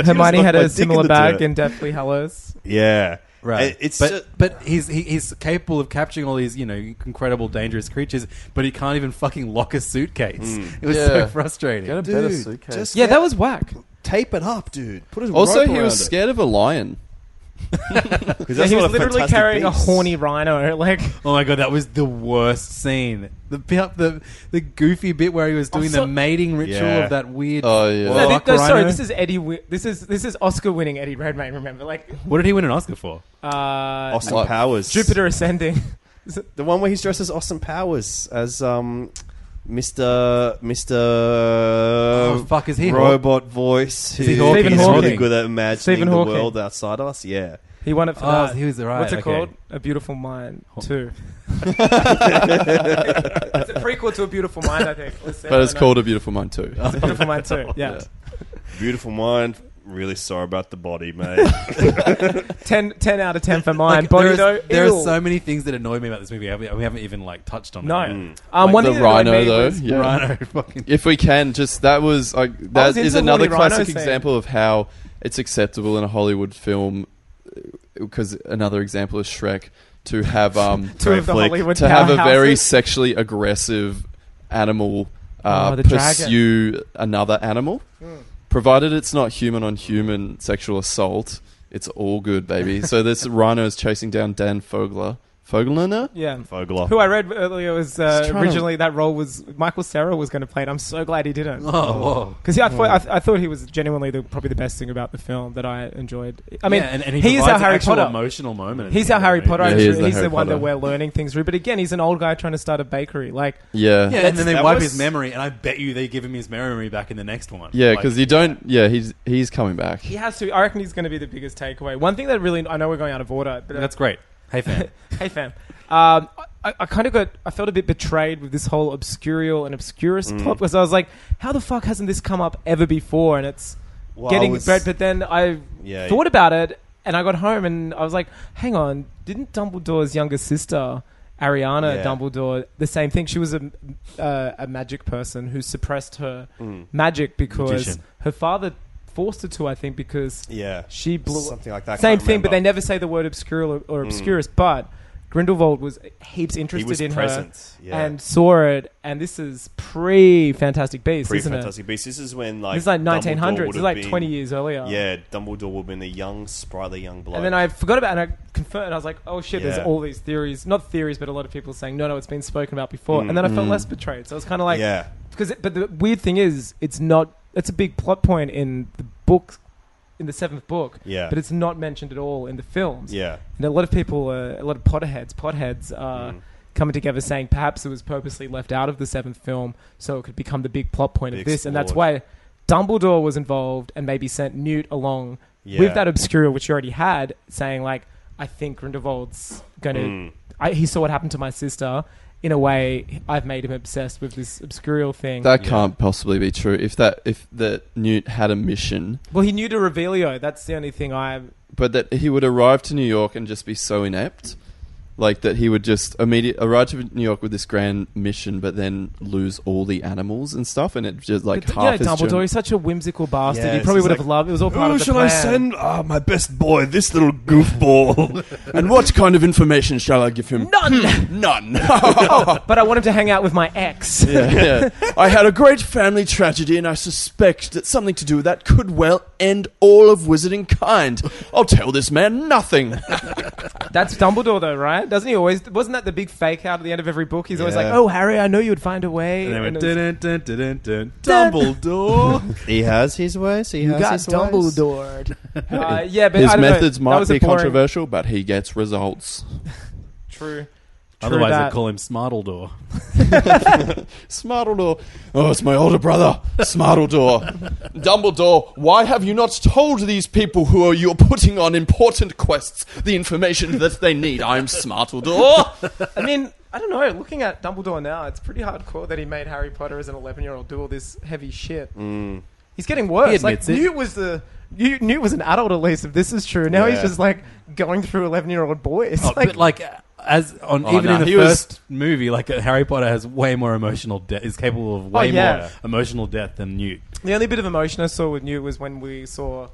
Speaker 4: Hermione had a similar bag in Deathly Hallows.
Speaker 6: Yeah.
Speaker 3: Right,
Speaker 6: It- It's
Speaker 3: but
Speaker 6: just-
Speaker 3: but he's he, he's capable of capturing all these you know incredible dangerous creatures, but he can't even fucking lock a suitcase.
Speaker 6: Mm.
Speaker 3: It was so
Speaker 5: Yeah.
Speaker 3: frustrating.
Speaker 7: Get a better suitcase.
Speaker 6: just
Speaker 4: Yeah, that was whack.
Speaker 6: tape it up, dude. Put a
Speaker 5: Also, he was scared of a lion.
Speaker 6: because
Speaker 4: Yeah, he was literally carrying a horny rhino. Like,
Speaker 3: Oh my god, that was the worst scene. The bit- the the goofy bit where he was doing
Speaker 4: so-
Speaker 3: the mating ritual
Speaker 6: Yeah.
Speaker 3: of that weird.
Speaker 5: Oh, yeah.
Speaker 3: fuck
Speaker 5: No,
Speaker 4: no, thi- no, sorry,
Speaker 3: rhino.
Speaker 4: this is Eddie. Wi- this is this is Oscar-winning Eddie Redmayne. Remember, like,
Speaker 3: what did he win an Oscar for?
Speaker 4: uh,
Speaker 6: Austin
Speaker 5: What?
Speaker 6: Powers.
Speaker 4: Jupiter ascending.
Speaker 6: The one where he's dressed as Austin Powers as um Mr. Mr.
Speaker 5: Um,
Speaker 6: Oh,
Speaker 3: fuck, is he Haw-
Speaker 6: robot voice?
Speaker 3: Is he
Speaker 6: who
Speaker 3: Hawking?
Speaker 6: is
Speaker 4: Stephen
Speaker 6: really
Speaker 4: Hawking.
Speaker 6: good at imagining
Speaker 4: Stephen
Speaker 6: the
Speaker 4: Hawking.
Speaker 6: world outside us. Yeah,
Speaker 4: He won it for
Speaker 3: Oh,
Speaker 4: that.
Speaker 3: he was right,
Speaker 4: What's it
Speaker 3: okay.
Speaker 4: called? A Beautiful Mind Two. it's a prequel to A Beautiful Mind, I think. Let's say-
Speaker 5: But it's
Speaker 4: no, no.
Speaker 5: called A Beautiful Mind too.
Speaker 4: It's A Beautiful Mind Two. Yeah.
Speaker 6: beautiful mind. Really sorry about the body, mate.
Speaker 4: Ten, 10 out of ten for mine.
Speaker 3: Like,
Speaker 4: Body
Speaker 3: there is-
Speaker 4: though,
Speaker 3: there
Speaker 4: ew.
Speaker 3: are so many things that annoy me about this movie. I haven't- We haven't even Mm. like touched on.
Speaker 4: No.
Speaker 3: it yet.
Speaker 4: Um, one
Speaker 5: the
Speaker 4: thing that annoyed
Speaker 5: rhino,
Speaker 4: me
Speaker 5: though.
Speaker 4: was-
Speaker 5: Yeah.
Speaker 3: Rhino, fucking.
Speaker 5: If we can, just that was like
Speaker 4: I
Speaker 5: that
Speaker 4: was
Speaker 5: is
Speaker 4: into
Speaker 5: another
Speaker 4: Horny Rhino
Speaker 5: classic
Speaker 4: scene.
Speaker 5: example of how it's acceptable in a Hollywood film. Because another example is Shrek to have um
Speaker 4: two of the
Speaker 6: Flick.
Speaker 4: Hollywood
Speaker 5: to have a very
Speaker 4: powerhouses.
Speaker 5: sexually aggressive animal uh,
Speaker 4: Oh, the dragon. Hmm.
Speaker 5: pursue another animal, provided it's not human on human sexual assault. It's all good, baby. so this rhino is chasing down Dan Fogler. Fogler,
Speaker 4: yeah.
Speaker 6: Fogler.
Speaker 4: Who I read earlier was uh,
Speaker 5: Just trying to-
Speaker 4: originally that role was Michael Sarah was going to play it. I'm so glad he didn't.
Speaker 3: Oh, whoa.
Speaker 4: Because I thought I, th- I thought he was genuinely the, probably the best thing about the film that I enjoyed. I mean,
Speaker 3: yeah, and, and he,
Speaker 4: he he's our
Speaker 3: provides
Speaker 4: Harry
Speaker 3: actual
Speaker 4: Potter.
Speaker 3: emotional moment.
Speaker 4: He's our Harry Potter.
Speaker 5: Yeah,
Speaker 4: I'm
Speaker 5: he
Speaker 4: sure
Speaker 5: is the
Speaker 4: he's the
Speaker 5: Harry
Speaker 4: one that
Speaker 5: Potter.
Speaker 4: we're learning things through. But again, he's an old guy trying to start a bakery. Like,
Speaker 5: Yeah,
Speaker 3: Yeah, and then they
Speaker 6: that
Speaker 3: wipe
Speaker 6: was-
Speaker 3: his memory, and I bet you they give him his memory back in the next one.
Speaker 5: yeah,
Speaker 3: Like,
Speaker 5: because you don't. Yeah, he's he's coming back.
Speaker 4: he has to. I reckon he's going to be the biggest takeaway. One thing that really, I know we're going out of order, but uh,
Speaker 3: that's great. Hey, fan.
Speaker 4: hey fam um, I, I kind of got i felt a bit betrayed with this whole obscurial and obscurist plot because i was like how the fuck hasn't this come up ever before and it's
Speaker 6: Well, I
Speaker 4: getting
Speaker 6: was-
Speaker 4: spread but then i
Speaker 6: Yeah,
Speaker 4: thought about it and i got home and i was like hang on didn't dumbledore's younger sister Ariana
Speaker 6: Yeah.
Speaker 4: Dumbledore, the same thing. She was a, uh, a magic person who suppressed her
Speaker 6: Hmm.
Speaker 4: magic because
Speaker 3: Magician.
Speaker 4: her father forced her to, I think, because
Speaker 6: Yeah,
Speaker 4: she blew
Speaker 6: something like that. I
Speaker 4: Same
Speaker 6: can't
Speaker 4: thing, but
Speaker 6: remember. Hmm.
Speaker 4: they never say the word obscure or, or obscurus. But Grindelwald was heaps interested
Speaker 6: was
Speaker 4: in
Speaker 6: present,
Speaker 4: her
Speaker 6: yeah.
Speaker 4: and saw it. And this is pre Fantastic Beasts,
Speaker 6: Pretty
Speaker 4: isn't
Speaker 6: fantastic beasts. This is when
Speaker 4: it?
Speaker 6: like
Speaker 4: This is like
Speaker 6: Dumbledore
Speaker 4: 1900s.
Speaker 6: would
Speaker 4: It's
Speaker 6: have
Speaker 4: like
Speaker 6: been-
Speaker 4: 20 years earlier.
Speaker 6: Yeah, Dumbledore would have been a young, sprightly young bloke.
Speaker 4: And then I forgot about it and I confirmed. I was like, oh shit,
Speaker 6: Yeah.
Speaker 4: there's all these theories. Not theories, but a lot of people saying, no, no, it's been spoken about before. And then I felt less betrayed. So I was kind of like,
Speaker 6: Mm. yeah,
Speaker 4: Because, it, but the weird thing is, it's not. It's a big plot point in the book, in the seventh book.
Speaker 6: Yeah.
Speaker 4: But it's not mentioned at all in the films.
Speaker 6: yeah,
Speaker 4: And a lot of people, uh, a lot of Potterheads, Potheads,
Speaker 6: Mm.
Speaker 4: uh, coming together saying perhaps it was purposely left out of the seventh film so it could become the big plot point
Speaker 6: Be
Speaker 4: of this. And that's
Speaker 6: explored.
Speaker 4: why Dumbledore was involved and maybe sent Newt along
Speaker 6: Yeah.
Speaker 4: with that obscura, which you already had, saying, like, I think Grindelwald's going to.
Speaker 6: Mm.
Speaker 4: I, he saw what happened to my sister. In a way, I've made him obsessed with this obscurial thing.
Speaker 5: That can't possibly be true. If that if that Newt had a mission,
Speaker 4: well, he knew to Revelio. That's the only thing I.
Speaker 5: but that he would arrive to New York and just be so inept, like that he would just immediate arrive to New York with this grand mission, but then lose all the animals and stuff, and it just like
Speaker 4: But, you know,
Speaker 5: half his
Speaker 4: Dumbledore,
Speaker 5: journey-
Speaker 4: he's such a whimsical bastard.
Speaker 6: Yeah,
Speaker 4: he
Speaker 6: it's
Speaker 4: probably
Speaker 6: just
Speaker 4: would have
Speaker 6: like,
Speaker 4: loved. It was all part
Speaker 5: "Who
Speaker 4: of the
Speaker 5: shall
Speaker 4: plan.
Speaker 5: I send?"
Speaker 6: Ah, my best boy, this little goofball.
Speaker 5: And what kind of information shall I give him?
Speaker 4: None.
Speaker 5: None.
Speaker 4: but I want him to hang out with my ex.
Speaker 5: Yeah. I had a great family tragedy, and I suspect that something to do with that could well end all of wizarding kind. I'll tell this man nothing.
Speaker 4: That's Dumbledore, though, right? right? Doesn't he always? Wasn't that the big fake out at the end of every book? He's always like,
Speaker 3: Yeah.
Speaker 4: "Oh, Harry, I know you'd find a way."
Speaker 3: And they went,
Speaker 4: it was-
Speaker 3: dun, dun, dun, dun, dun, Dumbledore.
Speaker 5: He has his ways. He has his ways.
Speaker 4: Uh, yeah, but I
Speaker 5: His
Speaker 4: don't know.
Speaker 5: methods
Speaker 4: That
Speaker 5: might
Speaker 4: was a
Speaker 5: be
Speaker 4: boring-
Speaker 5: controversial, but he gets results.
Speaker 4: True.
Speaker 3: Otherwise, they
Speaker 4: that.
Speaker 3: call him Smartledore.
Speaker 5: Smartledore. Oh, it's my older brother, Smartledore. Dumbledore, why have you not told these people who are you're putting on important quests the information that they need? I'm Smartledore.
Speaker 4: I mean, I don't know. Looking at Dumbledore now, it's pretty hardcore that he made Harry Potter as an 11 year old do all this heavy shit. He's getting worse.
Speaker 3: Mm. He admits
Speaker 4: like,
Speaker 3: it.
Speaker 4: Newt was the. You Newt was an adult at least. If this is true, now he's
Speaker 6: Yeah.
Speaker 4: just like going through eleven-year-old boys.
Speaker 3: Oh,
Speaker 4: like,
Speaker 3: but like as on
Speaker 5: Oh,
Speaker 3: even
Speaker 5: nah,
Speaker 3: in the
Speaker 5: he was-
Speaker 3: first movie, like uh, Harry Potter has way more emotional death. Is capable of way
Speaker 4: yeah.
Speaker 3: more emotional death than Newt.
Speaker 4: the only bit of emotion I saw with Newt was when we saw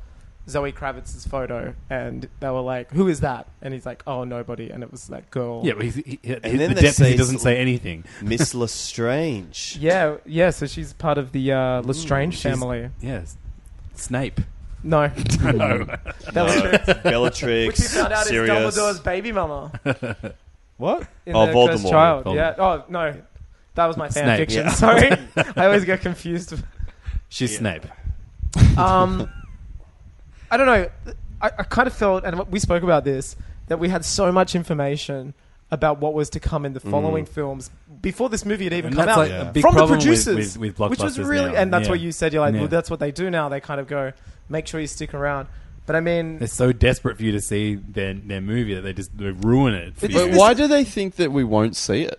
Speaker 4: Zoe Kravitz's photo, and they were like, "Who is that?" And he's like, "Oh, nobody." And it was that girl.
Speaker 3: Yeah, but he's, he, he,
Speaker 6: And then
Speaker 3: the
Speaker 6: they
Speaker 3: depth is
Speaker 6: say
Speaker 3: he doesn't
Speaker 6: sl-
Speaker 3: say anything.
Speaker 6: Miss Lestrange.
Speaker 4: yeah, yeah. So she's part of the uh, Lestrange
Speaker 3: Mm, She's-
Speaker 4: family.
Speaker 3: Yes, Snape. Mm.
Speaker 4: No, that was true.
Speaker 6: Bellatrix.
Speaker 4: Which we found out
Speaker 6: Sirius.
Speaker 4: is Dumbledore's baby mama.
Speaker 6: What?
Speaker 4: In
Speaker 6: oh,
Speaker 4: the Cursed
Speaker 6: Voldemort.
Speaker 4: Child.
Speaker 3: Voldemort.
Speaker 4: Yeah. Oh no, that was my fan
Speaker 3: Snape.
Speaker 4: fiction.
Speaker 6: Yeah.
Speaker 4: Sorry, I always get confused.
Speaker 3: She's Snape.
Speaker 4: Um, I don't know. I, I kind of felt, and we spoke about this, that we had so much information about what was to come in the following films before this movie had even
Speaker 3: Mm.
Speaker 4: come
Speaker 3: And that's
Speaker 4: out
Speaker 3: like a big
Speaker 4: from the
Speaker 3: problem with-
Speaker 4: producers,
Speaker 3: with- with
Speaker 4: which was
Speaker 3: blockbusters
Speaker 4: really,
Speaker 3: now.
Speaker 4: and that's
Speaker 3: Yeah.
Speaker 4: what you said. You're like,
Speaker 3: Yeah.
Speaker 4: well, that's what they do now. They kind of go, make sure you stick around. But I mean,
Speaker 3: They're so desperate for you to see their their movie that they just they ruin it. For
Speaker 4: It
Speaker 3: you.
Speaker 5: But why do they think that we won't see it?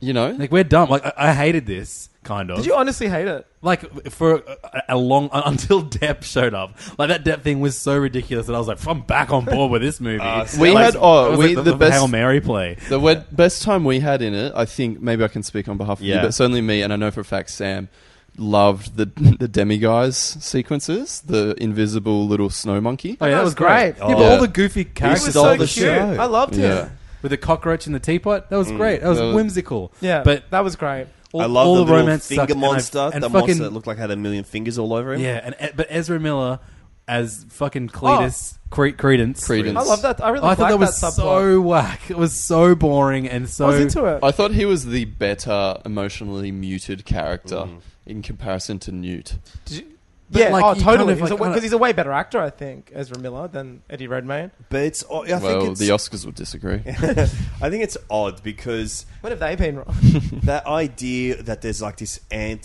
Speaker 5: You know?
Speaker 3: Like we're dumb. Like I, I hated this kind of.
Speaker 4: did you honestly hate it?
Speaker 3: like for a, a long until Depp showed up. Like that Depp thing was so ridiculous that I was like, I'm back on board with this movie.
Speaker 6: Uh,
Speaker 5: We
Speaker 3: Like,
Speaker 5: had oh,
Speaker 3: it was
Speaker 5: we
Speaker 3: like
Speaker 5: the, best
Speaker 3: Hail Mary play.
Speaker 5: The wed- best time we had in it, I think maybe I can speak on behalf of you,
Speaker 6: Yeah.
Speaker 5: but certainly me, and I know for a fact Sam loved the the demi-guys sequences, the invisible little snow monkey.
Speaker 3: Oh, yeah, that was great.
Speaker 6: Oh.
Speaker 3: Yeah, but
Speaker 5: Yeah.
Speaker 3: all the goofy
Speaker 4: It
Speaker 3: characters
Speaker 4: was
Speaker 6: stole
Speaker 4: so
Speaker 6: the
Speaker 4: cute.
Speaker 6: show.
Speaker 4: I loved it.
Speaker 5: Yeah.
Speaker 3: with the cockroach in the teapot. That was great. That was
Speaker 5: That was-
Speaker 3: whimsical.
Speaker 4: Yeah,
Speaker 3: but
Speaker 4: that was great.
Speaker 3: all,
Speaker 6: I love
Speaker 3: all
Speaker 6: the,
Speaker 3: the,
Speaker 6: little
Speaker 3: romance
Speaker 6: finger
Speaker 3: sucked, and I-
Speaker 6: monster.
Speaker 3: And,
Speaker 6: the
Speaker 3: fucking,
Speaker 6: monster that looked like had a million fingers all over him.
Speaker 3: yeah, and E, but Ezra Miller as fucking Cletus Cre- Credence. Oh,
Speaker 5: Credence.
Speaker 4: Oh. I love that. I really
Speaker 3: I
Speaker 4: liked
Speaker 3: thought that was
Speaker 4: subplot.
Speaker 3: so whack. It was so boring and so.
Speaker 4: I was into it.
Speaker 5: I thought he was the better emotionally muted character in comparison to Newt.
Speaker 3: but,
Speaker 4: yeah,
Speaker 3: like,
Speaker 4: oh,
Speaker 3: you
Speaker 4: totally.
Speaker 3: kind
Speaker 4: Because
Speaker 3: of, like,
Speaker 4: he's, a-
Speaker 3: kinda-
Speaker 4: 'cause he's a way better actor, I think, Ezra Miller than Eddie Redmayne.
Speaker 6: But it's. I think
Speaker 5: well,
Speaker 6: it's.
Speaker 5: the Oscars will disagree.
Speaker 6: I think it's odd because
Speaker 4: When have they been wrong?
Speaker 6: that idea that there's like this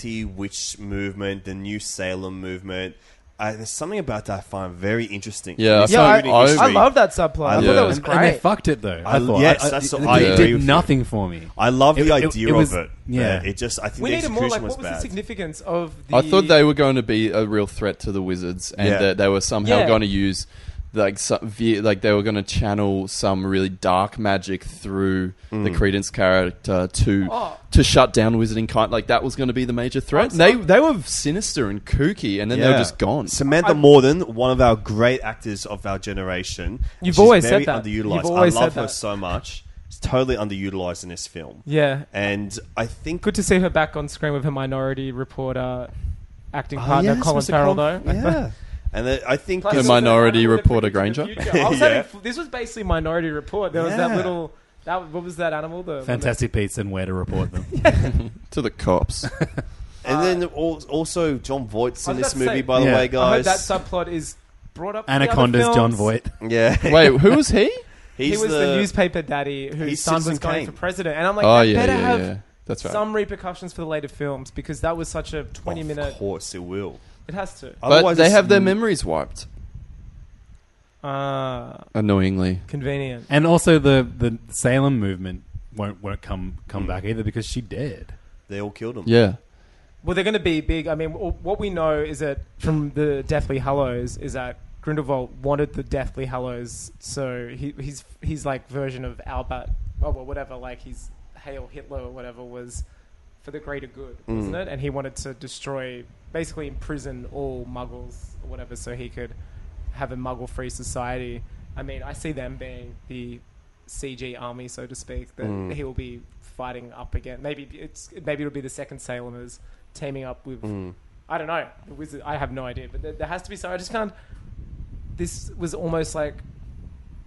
Speaker 6: anti-witch movement, the New Salem movement. I, there's something about that I find very interesting.
Speaker 5: Yeah,
Speaker 6: It's
Speaker 5: Yeah,
Speaker 6: not
Speaker 5: I-
Speaker 6: reading
Speaker 5: I-
Speaker 6: history.
Speaker 4: I love that subplot. I
Speaker 6: Yeah.
Speaker 4: thought that was
Speaker 3: and,
Speaker 4: great.
Speaker 3: and they fucked it though. I,
Speaker 6: I-
Speaker 3: thought.
Speaker 6: yes,
Speaker 3: I, I,
Speaker 6: that's
Speaker 3: it,
Speaker 6: what I
Speaker 3: it
Speaker 6: agree
Speaker 3: did
Speaker 6: with you.
Speaker 3: nothing for me.
Speaker 6: I love
Speaker 3: It-
Speaker 6: the
Speaker 3: it- it
Speaker 6: idea
Speaker 3: was-
Speaker 6: of it.
Speaker 3: yeah.
Speaker 6: Yeah, it just. I think
Speaker 4: we
Speaker 6: the
Speaker 4: needed more.
Speaker 6: execution
Speaker 4: Like,
Speaker 6: was
Speaker 4: what was the
Speaker 6: bad.
Speaker 4: significance of the?
Speaker 5: I thought they were going to be a real threat to the wizards, and
Speaker 6: Yeah.
Speaker 5: that they were somehow
Speaker 4: Yeah.
Speaker 5: going to use like some, ve- like they were going to channel some really dark magic through the Credence character to
Speaker 4: Oh.
Speaker 5: to shut down wizarding kind. Like that was going to be the major threat. And They they were sinister and kooky, and then they were
Speaker 6: Yeah.
Speaker 5: just gone.
Speaker 6: Samantha Morden, one of our great actors of our generation.
Speaker 4: You've
Speaker 6: She's
Speaker 4: always
Speaker 6: very
Speaker 4: said that.
Speaker 6: Underutilized.
Speaker 4: You've always
Speaker 6: I love
Speaker 4: said
Speaker 6: her
Speaker 4: that.
Speaker 6: so much. She's totally underutilized in this film.
Speaker 4: Yeah,
Speaker 6: And I think
Speaker 4: good to see her back on screen with her Minority Reporter acting
Speaker 6: Oh,
Speaker 4: partner
Speaker 6: yes,
Speaker 4: Colin
Speaker 6: Mr.
Speaker 4: Farrell,
Speaker 6: Colin-
Speaker 4: though.
Speaker 6: Yeah. and then I think
Speaker 4: Plus,
Speaker 5: The
Speaker 4: it was
Speaker 6: it's-
Speaker 4: an
Speaker 5: Minority
Speaker 4: animated
Speaker 5: Reporter
Speaker 4: footage of the
Speaker 5: Granger?
Speaker 4: future. I was
Speaker 6: Yeah.
Speaker 4: having- This was basically Minority Report. There was that
Speaker 6: Yeah.
Speaker 4: little. That, what was that animal? The
Speaker 3: Fantastic Beasts and where to report them.
Speaker 5: to the cops.
Speaker 6: and then al- also John Voight's
Speaker 4: I
Speaker 6: in
Speaker 4: was
Speaker 6: this
Speaker 4: about to
Speaker 6: movie,
Speaker 4: say-
Speaker 6: by the
Speaker 3: Yeah.
Speaker 6: way,
Speaker 4: I heard
Speaker 6: guys.
Speaker 4: that subplot is brought up. in the other
Speaker 3: Anacondas, John
Speaker 4: films.
Speaker 3: Voigt.
Speaker 6: yeah,
Speaker 5: Wait, who was he?
Speaker 6: he's
Speaker 4: He was the, newspaper daddy whose
Speaker 6: He's
Speaker 4: son was
Speaker 6: Citizen
Speaker 4: going
Speaker 6: Kane.
Speaker 4: for president, and I'm like,
Speaker 5: oh
Speaker 4: that
Speaker 5: yeah,
Speaker 4: better
Speaker 5: yeah,
Speaker 4: have
Speaker 5: yeah. That's right.
Speaker 4: some repercussions for the later films because that was such a 20
Speaker 6: Of
Speaker 4: minute.
Speaker 6: course, it will.
Speaker 4: It has to.
Speaker 5: but
Speaker 6: Otherwise
Speaker 5: they
Speaker 6: it's- mm.
Speaker 5: have their memories wiped
Speaker 4: Ah,
Speaker 5: annoyingly.
Speaker 4: convenient.
Speaker 3: And also the the Salem movement won't won't come come
Speaker 4: Hmm.
Speaker 3: back either because she dead.
Speaker 6: They all killed him.
Speaker 5: Yeah.
Speaker 4: Well, they're going to be big. I mean, wh- what we know is that from the Deathly Hallows is that Grindelwald wanted the Deathly Hallows, so he, he's he's like version of Albert, oh well, whatever, like he's Hail Hitler or whatever was for the greater good, wasn't it? And he wanted to destroy, basically imprison all Muggles or whatever, so he could have a Muggle-free society. I mean, I see them being the CG army, so to speak, that
Speaker 6: Hmm.
Speaker 4: he will be fighting up again. Maybe it's maybe it'll be the second Salemers teaming up with.
Speaker 6: Hmm.
Speaker 4: I don't know. The wizard, I have no idea, but there, there has to be some. I just can't. This was almost like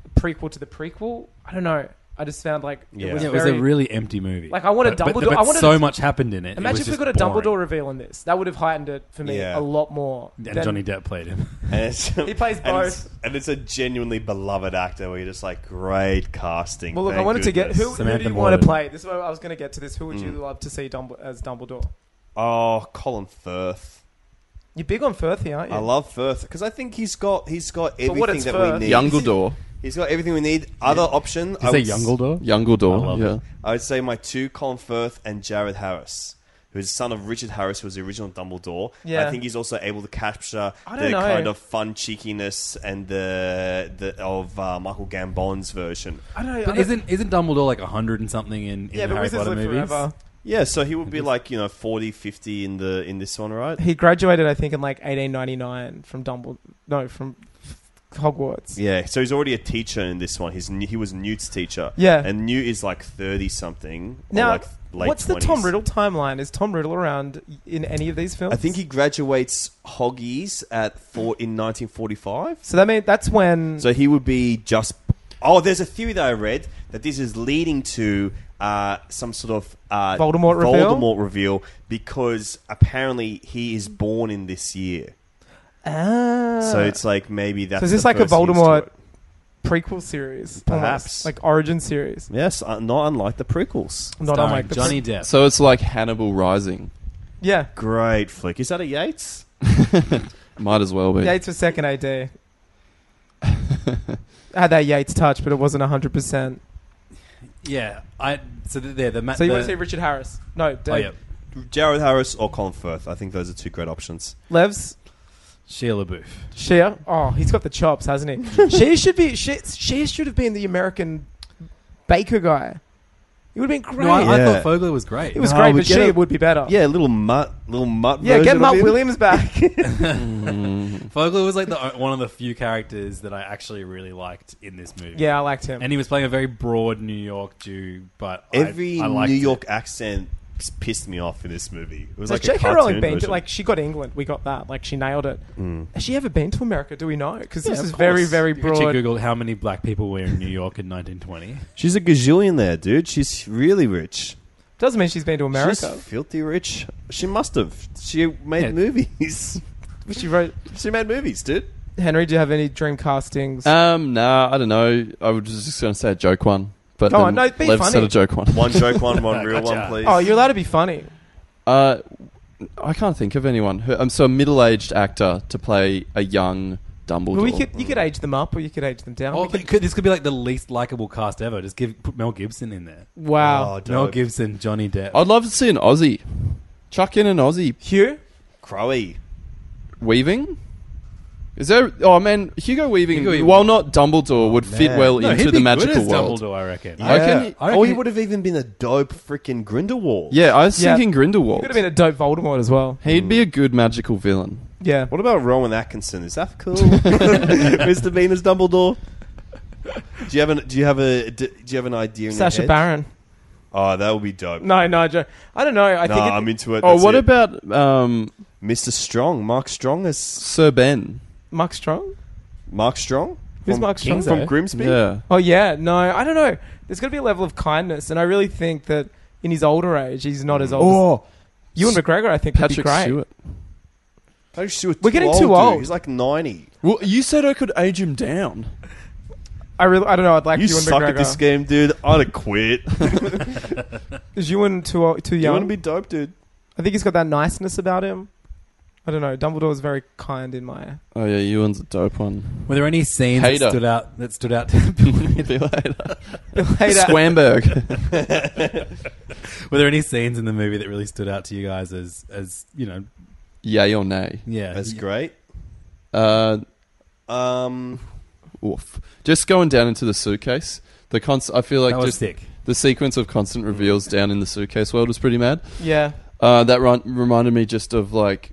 Speaker 4: a prequel to the prequel. I don't know. I just found like
Speaker 6: Yeah.
Speaker 4: it was
Speaker 3: Yeah, it was
Speaker 4: very.
Speaker 3: a really empty movie.
Speaker 4: Like, I wanted
Speaker 3: but, But,
Speaker 4: Dumbledore-
Speaker 3: but
Speaker 4: I wanted
Speaker 3: so
Speaker 4: to-
Speaker 3: much happened in it. It
Speaker 4: imagine
Speaker 3: was
Speaker 4: if we
Speaker 3: just
Speaker 4: got a
Speaker 3: boring.
Speaker 4: Dumbledore reveal in this. That would have heightened it for me
Speaker 6: Yeah.
Speaker 4: a lot more.
Speaker 3: And
Speaker 4: than-
Speaker 3: Johnny Depp played him.
Speaker 6: And it's, he
Speaker 4: plays
Speaker 6: and It's,
Speaker 4: both.
Speaker 6: and it's a genuinely beloved actor where you're just like, great casting.
Speaker 4: Well, look, I
Speaker 6: thank
Speaker 4: wanted to get
Speaker 6: goodness. Mm.
Speaker 4: who, who
Speaker 3: Samantha
Speaker 4: do you want
Speaker 3: Morton.
Speaker 4: to play? This is what I was going to get to. This who would you love to see Dumbl- as Dumbledore?
Speaker 6: Oh, Colin Firth.
Speaker 4: You're big on Firth here, aren't you?
Speaker 6: I love Firth because I think he's got he's got
Speaker 4: For
Speaker 6: everything
Speaker 4: what it's
Speaker 6: that we
Speaker 4: worth.
Speaker 6: need.
Speaker 5: Youngledore.
Speaker 6: He's got everything we need. Other option,
Speaker 3: Did
Speaker 6: I
Speaker 3: you
Speaker 6: would,
Speaker 3: say
Speaker 6: s-
Speaker 3: Youngledore? I
Speaker 5: Youngledore.
Speaker 3: love
Speaker 5: Yeah.
Speaker 3: it.
Speaker 6: I would say my two, Colin Firth and Jared Harris, who's son of Richard Harris, who was the original Dumbledore.
Speaker 4: Yeah.
Speaker 6: I think he's also able to capture
Speaker 4: I
Speaker 6: the
Speaker 4: don't know.
Speaker 6: kind of fun cheekiness and the the of uh, Michael Gambon's version.
Speaker 4: I don't know. I
Speaker 3: But
Speaker 4: don't-
Speaker 3: isn't isn't Dumbledore like hundred and something in, in
Speaker 4: yeah,
Speaker 3: the
Speaker 4: but
Speaker 3: Harry
Speaker 4: Wizards
Speaker 3: Potter
Speaker 4: live
Speaker 3: movies?
Speaker 4: forever.
Speaker 6: Yeah, so he would be like you know 40, 50 in the in this one, right?
Speaker 4: He graduated, I think, in like 1899 from Dumbledore. No, from Hogwarts.
Speaker 6: Yeah, so he's already a teacher in this one. He's he was Newt's teacher.
Speaker 4: Yeah.
Speaker 6: and Newt is like thirty something. or,
Speaker 4: Now,
Speaker 6: like late
Speaker 4: what's the
Speaker 6: 20s.
Speaker 4: Tom Riddle timeline? Is Tom Riddle around in any of these films?
Speaker 6: I think he graduates Hoggies at four in nineteen forty five.
Speaker 4: So that mean that's when.
Speaker 6: So he would be just. Oh, there's a theory that I read that this is leading to uh, some sort of uh,
Speaker 4: Voldemort reveal?
Speaker 6: Voldemort reveal because apparently he is born in this year.
Speaker 4: ah,
Speaker 6: So it's like maybe that's.
Speaker 4: So is this
Speaker 6: the
Speaker 4: like a
Speaker 6: first hints to
Speaker 4: Voldemort-
Speaker 6: it.
Speaker 4: prequel series, almost,
Speaker 6: Perhaps.
Speaker 4: like origin series.
Speaker 6: Yes, uh, not unlike the prequels.
Speaker 4: Not
Speaker 3: Starring
Speaker 4: unlike the
Speaker 3: Johnny Depp.
Speaker 5: So it's like Hannibal Rising.
Speaker 4: Yeah,
Speaker 6: Great flick. Is that a Yates?
Speaker 5: Might as well be.
Speaker 4: Yates was second AD. I had that Yates touch, but it wasn't hundred percent.
Speaker 3: yeah, I so th- there the ma-
Speaker 4: So you
Speaker 3: the,
Speaker 4: want to see Richard Harris? No, Dave.
Speaker 3: oh, yeah,
Speaker 6: Jared Harris or Colin Firth? I think those are two great options.
Speaker 4: Levs
Speaker 3: Sheila Booth.
Speaker 4: Shea. Oh, he's got the chops, hasn't he? Shea should be. Shea, Shea should have been the American Baker guy. He would have been great.
Speaker 3: No, I, I
Speaker 6: Yeah.
Speaker 3: thought Fogler was great.
Speaker 4: it was
Speaker 6: No,
Speaker 4: great,
Speaker 6: we
Speaker 4: but
Speaker 6: get
Speaker 4: Shea
Speaker 6: it.
Speaker 4: would be better.
Speaker 6: Yeah, little mutt, little mutt.
Speaker 4: yeah.
Speaker 6: version
Speaker 4: Get
Speaker 6: of
Speaker 4: Mark
Speaker 6: him.
Speaker 4: Williams back.
Speaker 3: Fogler was like the, uh, one of the few characters that I actually really liked in this movie.
Speaker 4: yeah, I liked him.
Speaker 3: and he was playing a very broad New York Jew, but I-
Speaker 6: Every
Speaker 3: I, liked
Speaker 6: New
Speaker 3: it.
Speaker 6: York accent s- pissed me off in this movie. It was
Speaker 4: Has
Speaker 6: like a
Speaker 4: J.K. Rowling
Speaker 6: cartoon
Speaker 4: been to,
Speaker 6: version. Mm.
Speaker 4: like she got England? We got that. Like she nailed it. Has she ever been to America? Do we know? Because
Speaker 6: Yeah,
Speaker 4: this
Speaker 6: of
Speaker 4: is very,
Speaker 6: course.
Speaker 4: very
Speaker 3: You could check
Speaker 4: broad.
Speaker 3: Google how many black people were in New York in 1920.
Speaker 6: she's a gazillion there, dude. She's really rich.
Speaker 4: Doesn't mean she's been to America.
Speaker 6: She's filthy rich. She must have. She made
Speaker 3: Yeah.
Speaker 6: movies.
Speaker 4: she wrote.
Speaker 6: she made movies, dude.
Speaker 4: Henry, do you have any dream castings?
Speaker 6: Uh,
Speaker 5: Um, nah, I don't know. I was just going to say a joke one, but
Speaker 4: Go
Speaker 5: then
Speaker 4: on, no, be
Speaker 5: Lev said
Speaker 4: funny.
Speaker 5: a joke one.
Speaker 6: One joke, one one real
Speaker 3: Gotcha.
Speaker 6: one, please.
Speaker 4: oh, you're allowed to be funny.
Speaker 5: Uh, I can't think of anyone. Who, um, so a middle-aged actor to play a young Dumbledore.
Speaker 4: Well, we could you could age them up or you could age them down.
Speaker 3: Oh,
Speaker 4: We could-
Speaker 3: it could- this could be like the least likable cast ever. Just give put Mel Gibson in there.
Speaker 4: wow,
Speaker 6: Oh, dope.
Speaker 3: Mel Gibson, Johnny Depp.
Speaker 5: I'd love to see an Aussie. Chuck in an Aussie
Speaker 4: Hugh.
Speaker 6: Crowy.
Speaker 5: weaving. Is there? Oh man, Hugo Weaving,
Speaker 3: Hugo Weaving.
Speaker 5: while not Dumbledore, would fit well
Speaker 3: No, he'd
Speaker 5: into
Speaker 3: be
Speaker 5: the
Speaker 3: good
Speaker 5: magical
Speaker 3: as
Speaker 5: world.
Speaker 3: Dumbledore, I reckon.
Speaker 5: I reckon-
Speaker 6: Yeah.
Speaker 3: I reckon
Speaker 6: or he
Speaker 3: he-
Speaker 6: would have even been a dope freaking Grindelwald.
Speaker 5: Yeah, I was
Speaker 4: Yeah.
Speaker 5: thinking Grindelwald.
Speaker 4: Could have been a dope Voldemort as well.
Speaker 5: He'd be a good magical villain.
Speaker 4: Yeah.
Speaker 6: What about Rowan Atkinson? Is that cool? Mr. Bean as Dumbledore. Do you have an Do you have a Do you have an idea? In
Speaker 4: Sasha
Speaker 6: your head?
Speaker 4: Baron.
Speaker 6: Oh, that would be dope.
Speaker 4: No, no, Joe. I don't know. I
Speaker 6: Nah,
Speaker 4: think it,
Speaker 6: I'm into it.
Speaker 5: Oh,
Speaker 6: That's
Speaker 5: what
Speaker 6: it.
Speaker 5: about um,
Speaker 6: Mr. Strong? Mark Strong is
Speaker 5: Sir Ben?
Speaker 4: Mark Strong.
Speaker 6: Mark Strong.
Speaker 4: Who's
Speaker 6: From-
Speaker 4: Mark Strong?
Speaker 6: from Grimsby?
Speaker 5: Yeah,
Speaker 4: Oh yeah, no, I don't know. There's going to be a level of kindness, and I really think that in his older age, he's not as old.
Speaker 5: Oh.
Speaker 4: as Ewan McGregor, I think, would be
Speaker 5: Patrick
Speaker 4: great.
Speaker 5: Stewart.
Speaker 6: Patrick Stewart's
Speaker 4: We're getting too
Speaker 6: dude.
Speaker 4: old.
Speaker 6: He's like ninety.
Speaker 5: Well, you said I could age him down.
Speaker 4: I really, I don't know. I'd like
Speaker 6: You
Speaker 4: Ewan
Speaker 6: suck
Speaker 4: McGregor.
Speaker 6: at this game, dude. I'd have quit.
Speaker 4: Is Ewan too old, too
Speaker 6: you
Speaker 4: young?
Speaker 6: want to be dope, dude?
Speaker 4: I think he's got that niceness about him. I don't know. Dumbledore's very kind in my.
Speaker 5: Oh yeah, Ewan's a dope one.
Speaker 3: Were there any scenes
Speaker 5: Hater.
Speaker 3: that stood out? That stood out. To
Speaker 5: Be later.
Speaker 4: Later.
Speaker 5: Swamberg.
Speaker 3: Were there any scenes in the movie that really stood out to you guys as as you know?
Speaker 5: Yay or nay?
Speaker 3: Yeah,
Speaker 6: That's
Speaker 3: y-
Speaker 6: great.
Speaker 5: Uh,
Speaker 6: Um,
Speaker 5: oof. Just going down into the suitcase. The const- I feel like
Speaker 3: that was
Speaker 5: just
Speaker 3: sick.
Speaker 5: the sequence of constant reveals down in the suitcase world was pretty mad.
Speaker 4: Yeah.
Speaker 5: Uh, that run- reminded me just of like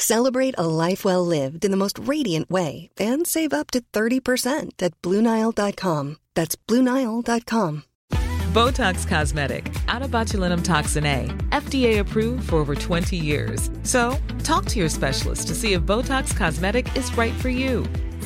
Speaker 7: Celebrate a life well lived in the most radiant way and save up to 30% at BlueNile.com. That's BlueNile.com.
Speaker 8: Botox Cosmetic, out of botulinum toxin A, FDA approved for over 20 years. So, talk to your specialist to see if Botox Cosmetic is right for you.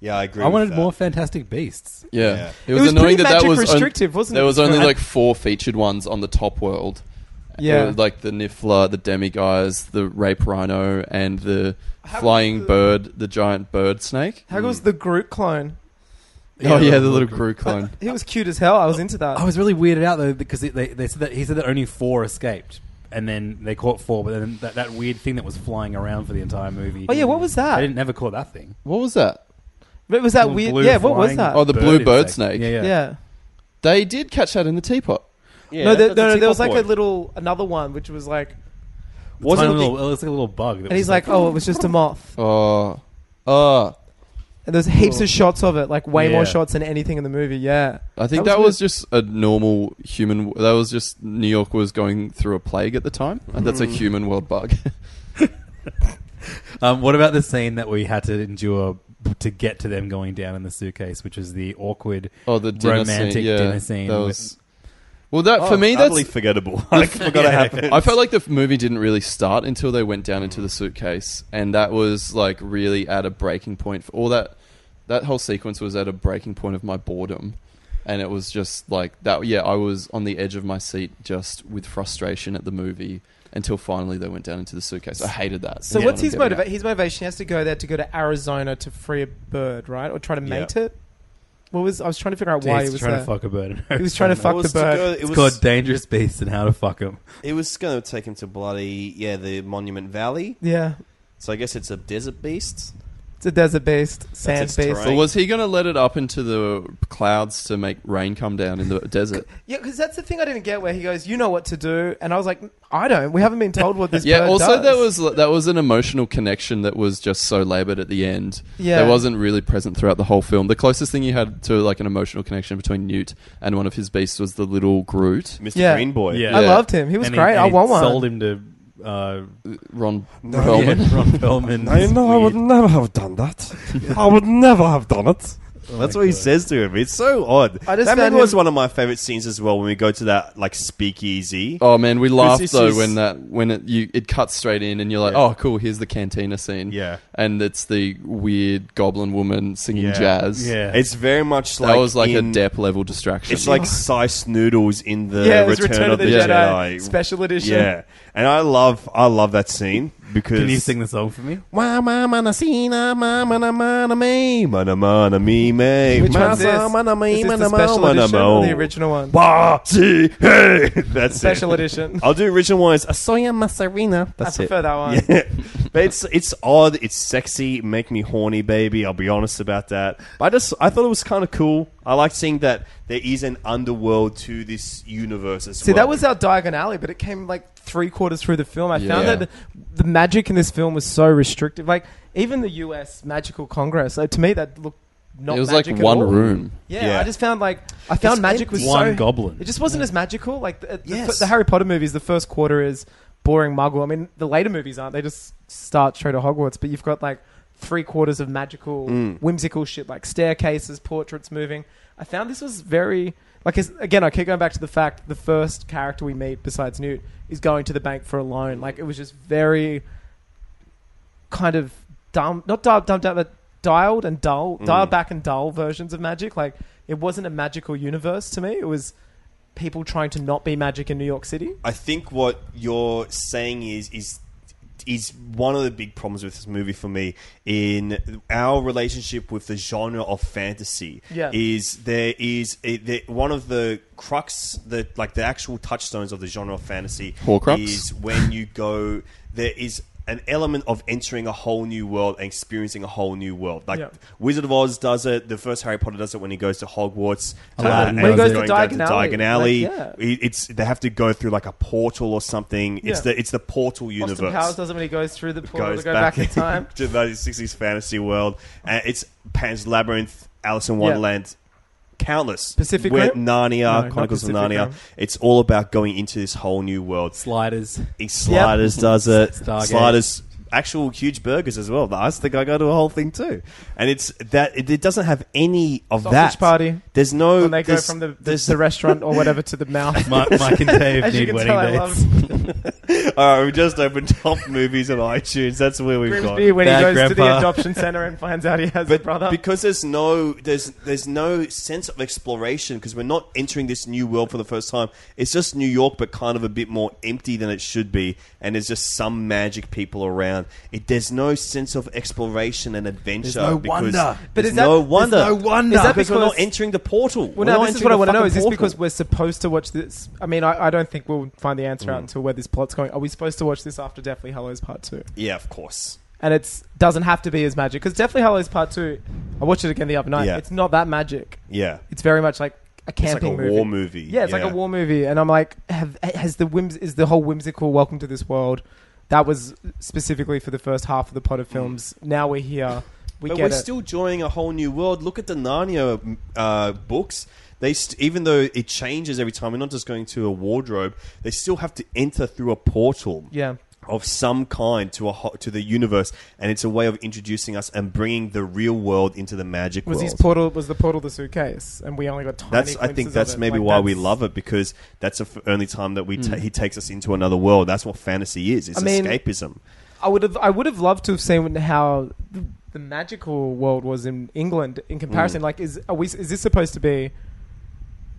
Speaker 6: Yeah, I agree.
Speaker 3: I
Speaker 6: with
Speaker 3: wanted
Speaker 6: that.
Speaker 3: more Fantastic Beasts.
Speaker 5: Yeah,
Speaker 6: Yeah.
Speaker 5: it was, annoying
Speaker 4: pretty
Speaker 5: that that
Speaker 4: magic
Speaker 5: was on-
Speaker 4: restrictive, wasn't
Speaker 5: there
Speaker 4: it?
Speaker 5: was only
Speaker 4: Right.
Speaker 5: like four featured ones on the top world.
Speaker 4: Yeah.
Speaker 5: There was, like the Niffler, the Demiguise, the Rape Rhino, and the Flying Bird, the giant bird snake.
Speaker 4: How goes the Groot clone?
Speaker 5: oh yeah, the little Gru clone.
Speaker 4: He was cute as hell. I was into that.
Speaker 3: I was really weirded out though because it, they, they said that he said that only four escaped, and then they caught four. But then that, that weird thing that was flying around for the entire movie.
Speaker 4: Oh, yeah, what was that?
Speaker 3: I didn't never caught that thing.
Speaker 5: What was that?
Speaker 4: It was that
Speaker 3: Little
Speaker 4: weird.
Speaker 3: blue
Speaker 4: Yeah, what was
Speaker 3: flying
Speaker 4: that?
Speaker 5: Oh, the blue bird snake.
Speaker 3: Yeah, yeah.
Speaker 4: yeah.
Speaker 5: They did catch that in the teapot.
Speaker 6: Yeah,
Speaker 4: no, there,
Speaker 6: that's
Speaker 4: no, no,
Speaker 6: teapot
Speaker 4: there was like
Speaker 6: boy.
Speaker 4: a little another one which was like,
Speaker 3: It's,
Speaker 6: Wasn't
Speaker 3: like a
Speaker 6: it the-
Speaker 3: little, it's like a little bug. that
Speaker 4: and
Speaker 3: was
Speaker 4: he's like, oh, it was just a moth.
Speaker 5: Oh, oh.
Speaker 4: And there's heaps of shots of it, like way
Speaker 3: Yeah.
Speaker 4: more shots than anything in the movie. Yeah,
Speaker 5: I think
Speaker 4: That
Speaker 5: that
Speaker 4: was
Speaker 5: was, just a normal human. That was just New York was going through a plague at the time. And
Speaker 4: Hmm.
Speaker 5: that's a human world bug.
Speaker 3: Um, what about the scene that we had to endure to get to them going down in the suitcase, which is the awkward
Speaker 5: oh, the dinner
Speaker 3: romantic
Speaker 5: scene. Yeah,
Speaker 3: dinner scene?
Speaker 5: That
Speaker 3: with-
Speaker 5: was. Well, that
Speaker 6: Oh,
Speaker 5: for me, that's
Speaker 6: utterly forgettable. I forgot it happened.
Speaker 5: I felt like the f- movie didn't really start until they went down into the suitcase, and that was like really at a breaking point for all that. That whole sequence was at a breaking point of my boredom, and it was just like that. Yeah, I was on the edge of my seat just with frustration at the movie until finally they went down into the suitcase. I hated that.
Speaker 4: So
Speaker 5: Yeah.
Speaker 4: what's his
Speaker 5: Getting
Speaker 4: motivation? His motivation he has to go there to go to Arizona to free a bird, right? Or try to
Speaker 6: Yeah.
Speaker 4: mate it. What was I was trying to figure out
Speaker 3: Yeah,
Speaker 4: why
Speaker 3: he's
Speaker 4: he was
Speaker 3: trying
Speaker 4: there.
Speaker 3: to fuck a bird.
Speaker 4: He was trying to fuck
Speaker 6: It
Speaker 4: the
Speaker 6: was to
Speaker 4: bird.
Speaker 6: go-
Speaker 3: It's
Speaker 6: it was
Speaker 3: called Dangerous Beasts and How to Fuck 'Em.
Speaker 6: it was going to take him to bloody yeah the Monument Valley.
Speaker 4: yeah,
Speaker 6: So I guess it's a desert beast.
Speaker 4: it's a desert beast, sand
Speaker 6: its
Speaker 4: beast.
Speaker 6: terrain.
Speaker 5: But was he going to let it up into the clouds to make rain come down in the desert?
Speaker 4: Yeah, because that's the thing I didn't get where he goes, you know what to do, and I was like, I don't. We haven't been told what this.
Speaker 5: Yeah.
Speaker 4: bird
Speaker 5: Also,
Speaker 4: does.
Speaker 5: that was that was an emotional connection that was just so laboured at the end.
Speaker 4: Yeah.
Speaker 5: that wasn't really present throughout the whole film. The closest thing you had to like an emotional connection between Newt and one of his beasts was the little Groot,
Speaker 6: Mr.
Speaker 4: Yeah.
Speaker 6: Green Boy.
Speaker 3: Yeah.
Speaker 4: I
Speaker 5: yeah.
Speaker 4: loved him. He was great. I want one.
Speaker 3: Sold him to uh,
Speaker 5: Ron
Speaker 2: No,
Speaker 5: Perlman.
Speaker 3: yeah, Ron Perlman.
Speaker 2: I know I would never have done that. I would never have done it.
Speaker 6: That's what he says to him. It's so odd.
Speaker 4: I just
Speaker 6: that
Speaker 4: found
Speaker 6: maybe was
Speaker 4: him-
Speaker 6: one of my favorite scenes as well when we go to that like speakeasy.
Speaker 5: Oh man, we laughed
Speaker 6: it's
Speaker 5: though
Speaker 6: just-
Speaker 5: when that when it you it cuts straight in and you're like,
Speaker 6: Yeah.
Speaker 5: oh cool, here's the cantina scene.
Speaker 6: Yeah.
Speaker 5: and it's the weird goblin woman singing
Speaker 6: Yeah.
Speaker 5: jazz.
Speaker 3: Yeah.
Speaker 6: It's very much
Speaker 5: that
Speaker 6: like
Speaker 5: was like
Speaker 6: in-
Speaker 5: a dep level distraction.
Speaker 6: It's like Sice noodles in the
Speaker 4: yeah, it was
Speaker 6: Return, of the,
Speaker 5: Jedi
Speaker 6: Jedi,
Speaker 4: special edition.
Speaker 6: Yeah, and I love I love that scene because
Speaker 3: Can you sing the song for me?
Speaker 6: Wah, wah, mana, sina, ma, mana, mana, me, mana, mana, me, me.
Speaker 4: Which
Speaker 6: Ma,
Speaker 4: one's
Speaker 6: sa,
Speaker 4: this?
Speaker 6: mana, me,
Speaker 4: Is this
Speaker 6: mana,
Speaker 4: the
Speaker 6: ma,
Speaker 4: special
Speaker 6: mana,
Speaker 4: edition or
Speaker 6: mo.
Speaker 4: the original one?
Speaker 6: Ba, si, hey. That's
Speaker 4: Special
Speaker 6: it.
Speaker 4: edition.
Speaker 6: I'll do original one. It's Asoya Masarina.
Speaker 4: I
Speaker 6: Oh, That's it.
Speaker 4: prefer that one.
Speaker 6: Yeah. but it's it's odd. It's sexy. Make me horny, baby. I'll be honest about that. But I just I thought it was kind of cool. I like seeing that there is an underworld to this universe as
Speaker 4: See,
Speaker 6: well.
Speaker 4: that was our Diagon Alley, but it came like three quarters through the film. I found
Speaker 5: Yeah.
Speaker 4: that the, the magic in this film was so restrictive. Like even the U.S. Magical Congress, like, to me, that looked not.
Speaker 5: it was like
Speaker 4: magic at
Speaker 5: one
Speaker 4: all.
Speaker 5: room.
Speaker 4: Yeah,
Speaker 6: Yeah.
Speaker 4: I just found like I found magic was
Speaker 3: One
Speaker 4: so,
Speaker 3: goblin.
Speaker 4: It just wasn't as magical. Like the, the,
Speaker 6: Yes.
Speaker 4: the Harry Potter movies, the first quarter is boring muggle. I mean, the later movies aren't. They just start straight at Hogwarts, but you've got like three quarters of magical, whimsical shit like staircases, portraits moving. I found this was very like it's, again. I keep going back to the fact the first character we meet besides Newt is going to the bank for a loan. Like it was just very kind of dumb, not dull, dumb, dumb, but dialed and dull, dialed back and dull versions of magic. Like it wasn't a magical universe to me. It was people trying to not be magic in New York City.
Speaker 6: I think what you're saying is is is one of the big problems with this movie for me in our relationship with the genre of fantasy
Speaker 4: Yeah.
Speaker 6: is there is a, the, one of the crux the like the actual touchstones of the genre of fantasy
Speaker 5: Horcrux?
Speaker 6: is when you go there is an element of entering a whole new world and experiencing a whole new world. Like
Speaker 4: Yeah.
Speaker 6: Wizard of Oz does it. The first Harry Potter does it when he goes to Hogwarts. uh,
Speaker 3: Aladdin
Speaker 6: and
Speaker 3: When he goes
Speaker 6: going
Speaker 4: to
Speaker 6: down
Speaker 4: Diagon Alley.
Speaker 6: Diagon Alley.
Speaker 4: Like, yeah.
Speaker 6: It- It's they have to go through like a portal or something. It's
Speaker 4: Yeah.
Speaker 6: the it's the portal universe
Speaker 4: Austin Powers doesn't when he goes through the portal to go back, in time.
Speaker 6: to the 1960s fantasy world. And it's Pan's Labyrinth, Alice in Wonderland, countless.
Speaker 4: Pacific
Speaker 6: Where-
Speaker 4: Rim? No,
Speaker 6: Narnia,
Speaker 4: not
Speaker 6: Chronicles of
Speaker 4: Pacific
Speaker 6: Narnia.
Speaker 4: Rim.
Speaker 6: It's all about going into this whole new world.
Speaker 3: Sliders.
Speaker 6: It's Sliders does it.
Speaker 3: Stargate.
Speaker 6: Sliders. Actual huge burgers as well. I think I go to a whole thing too, and it's that it, it doesn't have any of
Speaker 4: Sausage
Speaker 6: that.
Speaker 4: party.
Speaker 6: There's no.
Speaker 4: When they go
Speaker 6: there's-
Speaker 4: from the, the,
Speaker 6: there's-
Speaker 4: the restaurant or whatever to the mouth.
Speaker 3: Mike, Mike and Dave
Speaker 4: As you
Speaker 3: need
Speaker 4: can
Speaker 3: wedding
Speaker 4: tell, I
Speaker 3: dates.
Speaker 4: love
Speaker 6: All right, Uh, we just opened top movies on iTunes. That's where we've gone.
Speaker 4: Grimsby when he
Speaker 3: Bad
Speaker 4: goes to the
Speaker 3: grandpa.
Speaker 4: adoption center and finds out he has a
Speaker 6: but
Speaker 4: brother.
Speaker 6: because there's no there's there's no sense of exploration because we're not entering this new world for the first time. It's just New York, but kind of a bit more empty than it should be, and there's just some magic people around. It there's no sense of exploration and adventure. There's
Speaker 3: no wonder.
Speaker 6: But
Speaker 4: But
Speaker 6: there's
Speaker 4: is that-
Speaker 6: no
Speaker 4: there's
Speaker 6: wonder.
Speaker 4: no wonder.
Speaker 6: Is that because,
Speaker 4: Because-
Speaker 6: we're not entering the portal?
Speaker 4: Well,
Speaker 6: We're
Speaker 4: now
Speaker 6: not
Speaker 4: this is
Speaker 6: entering
Speaker 4: what I want to know.
Speaker 6: the fucking
Speaker 4: Is this
Speaker 6: portal.
Speaker 4: because we're supposed to watch this? I mean, I, I don't think we'll find the
Speaker 6: Mm.
Speaker 4: answer out until where this plot's going. Are we supposed to watch this after Deathly Hallows Part 2?
Speaker 6: Yeah, of course.
Speaker 4: And it's doesn't have to be as magic. Because Deathly Hallows Part 2, I watched it again the other night.
Speaker 6: Yeah.
Speaker 4: It's not that magic.
Speaker 6: Yeah,
Speaker 4: It's very much like a
Speaker 6: it's like
Speaker 4: camping
Speaker 6: a
Speaker 4: movie.
Speaker 6: war movie.
Speaker 4: Yeah, it's like a war movie. And I'm like, have, has the whims, is the whole whimsical Welcome to This World, that was specifically for the first half of the pot of films. Now we're here. We
Speaker 6: Mm. but
Speaker 4: get
Speaker 6: we're
Speaker 4: it.
Speaker 6: still joining a whole new world. Look at the Narnia uh, books. They st- even though it changes every time, we're not just going to a wardrobe. They still have to enter through a portal
Speaker 4: yeah.
Speaker 6: of some kind to a ho- to the universe, and it's a way of introducing us and bringing the real world into the magic
Speaker 4: Was
Speaker 6: world.
Speaker 4: his portal? Was the portal the suitcase? And we only got tiny.
Speaker 6: that's I think
Speaker 4: glimpses of
Speaker 6: that's
Speaker 4: it.
Speaker 6: maybe
Speaker 4: Like,
Speaker 6: why we
Speaker 4: that's- Hmm.
Speaker 6: love it because that's the f- only time that we ta- he takes us into another world. That's what fantasy is. It's
Speaker 4: I mean-
Speaker 6: escapism.
Speaker 4: I would have. I would have loved to have seen how the, the magical world was in England in
Speaker 6: Mm.
Speaker 4: comparison. Like, is are we? Is this supposed to be?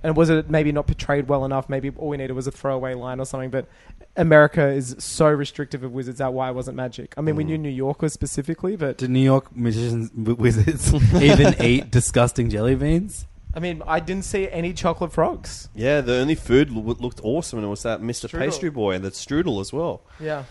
Speaker 4: And was it maybe not portrayed well enough? Maybe all we needed was a throwaway line or something. But America is so restrictive of wizards. That why it wasn't magic. I mean,
Speaker 6: Mm.
Speaker 4: we knew New Yorkers specifically, but
Speaker 3: Do New York magicians w- wizards even eat disgusting jelly beans?
Speaker 4: I mean, I didn't see any chocolate frogs.
Speaker 6: Yeah, the only food lo- looked awesome, and it was that Mr.
Speaker 4: Strudel.
Speaker 6: Pastry Boy and the strudel as well.
Speaker 4: Yeah,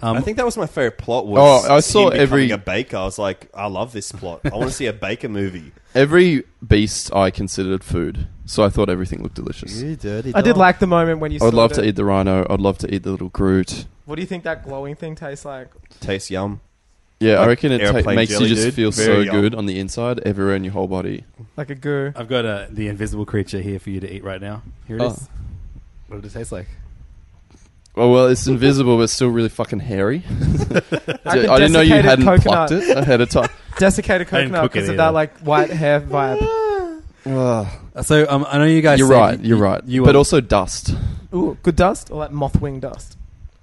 Speaker 3: Um,
Speaker 6: I think that was my favorite plot. Was
Speaker 5: Oh, I saw
Speaker 6: him becoming
Speaker 5: every-
Speaker 6: a baker. I was like, I love this plot. I want to see a baker movie.
Speaker 5: Every beast I considered food, so I thought everything looked delicious.
Speaker 6: dirty.
Speaker 4: I did like the moment when you.
Speaker 5: I would
Speaker 4: saw
Speaker 5: love
Speaker 4: the-
Speaker 5: to eat the rhino. I'd love to eat the little Groot.
Speaker 4: What do you think that glowing thing tastes like?
Speaker 6: Tastes yum.
Speaker 5: Yeah, I
Speaker 6: Like
Speaker 5: reckon it ta-
Speaker 6: airplane
Speaker 5: makes
Speaker 6: jelly,
Speaker 5: you just
Speaker 6: dude.
Speaker 5: feel
Speaker 6: Very
Speaker 5: so
Speaker 6: yum.
Speaker 5: good on the inside, everywhere in your whole body.
Speaker 4: Like a goo.
Speaker 3: I've got uh the invisible creature here for you to eat right now. Here it is.
Speaker 5: Oh.
Speaker 3: What did it taste like?
Speaker 5: Oh well, it's invisible, but it's still really fucking hairy.
Speaker 6: Hmm.
Speaker 5: I,
Speaker 4: Like a
Speaker 5: didn't know you
Speaker 4: desiccated
Speaker 5: hadn't
Speaker 4: coconut.
Speaker 5: plucked it ahead of time.
Speaker 4: Desiccated
Speaker 3: I didn't
Speaker 4: coconut
Speaker 3: cook it
Speaker 4: because of
Speaker 3: either.
Speaker 4: that like white hair vibe.
Speaker 3: So um, I know you guys.
Speaker 5: you're
Speaker 3: said
Speaker 5: right.
Speaker 3: you-
Speaker 5: You're right.
Speaker 3: You
Speaker 5: but
Speaker 3: are-
Speaker 5: also dust.
Speaker 4: Ooh, good dust or like moth wing dust.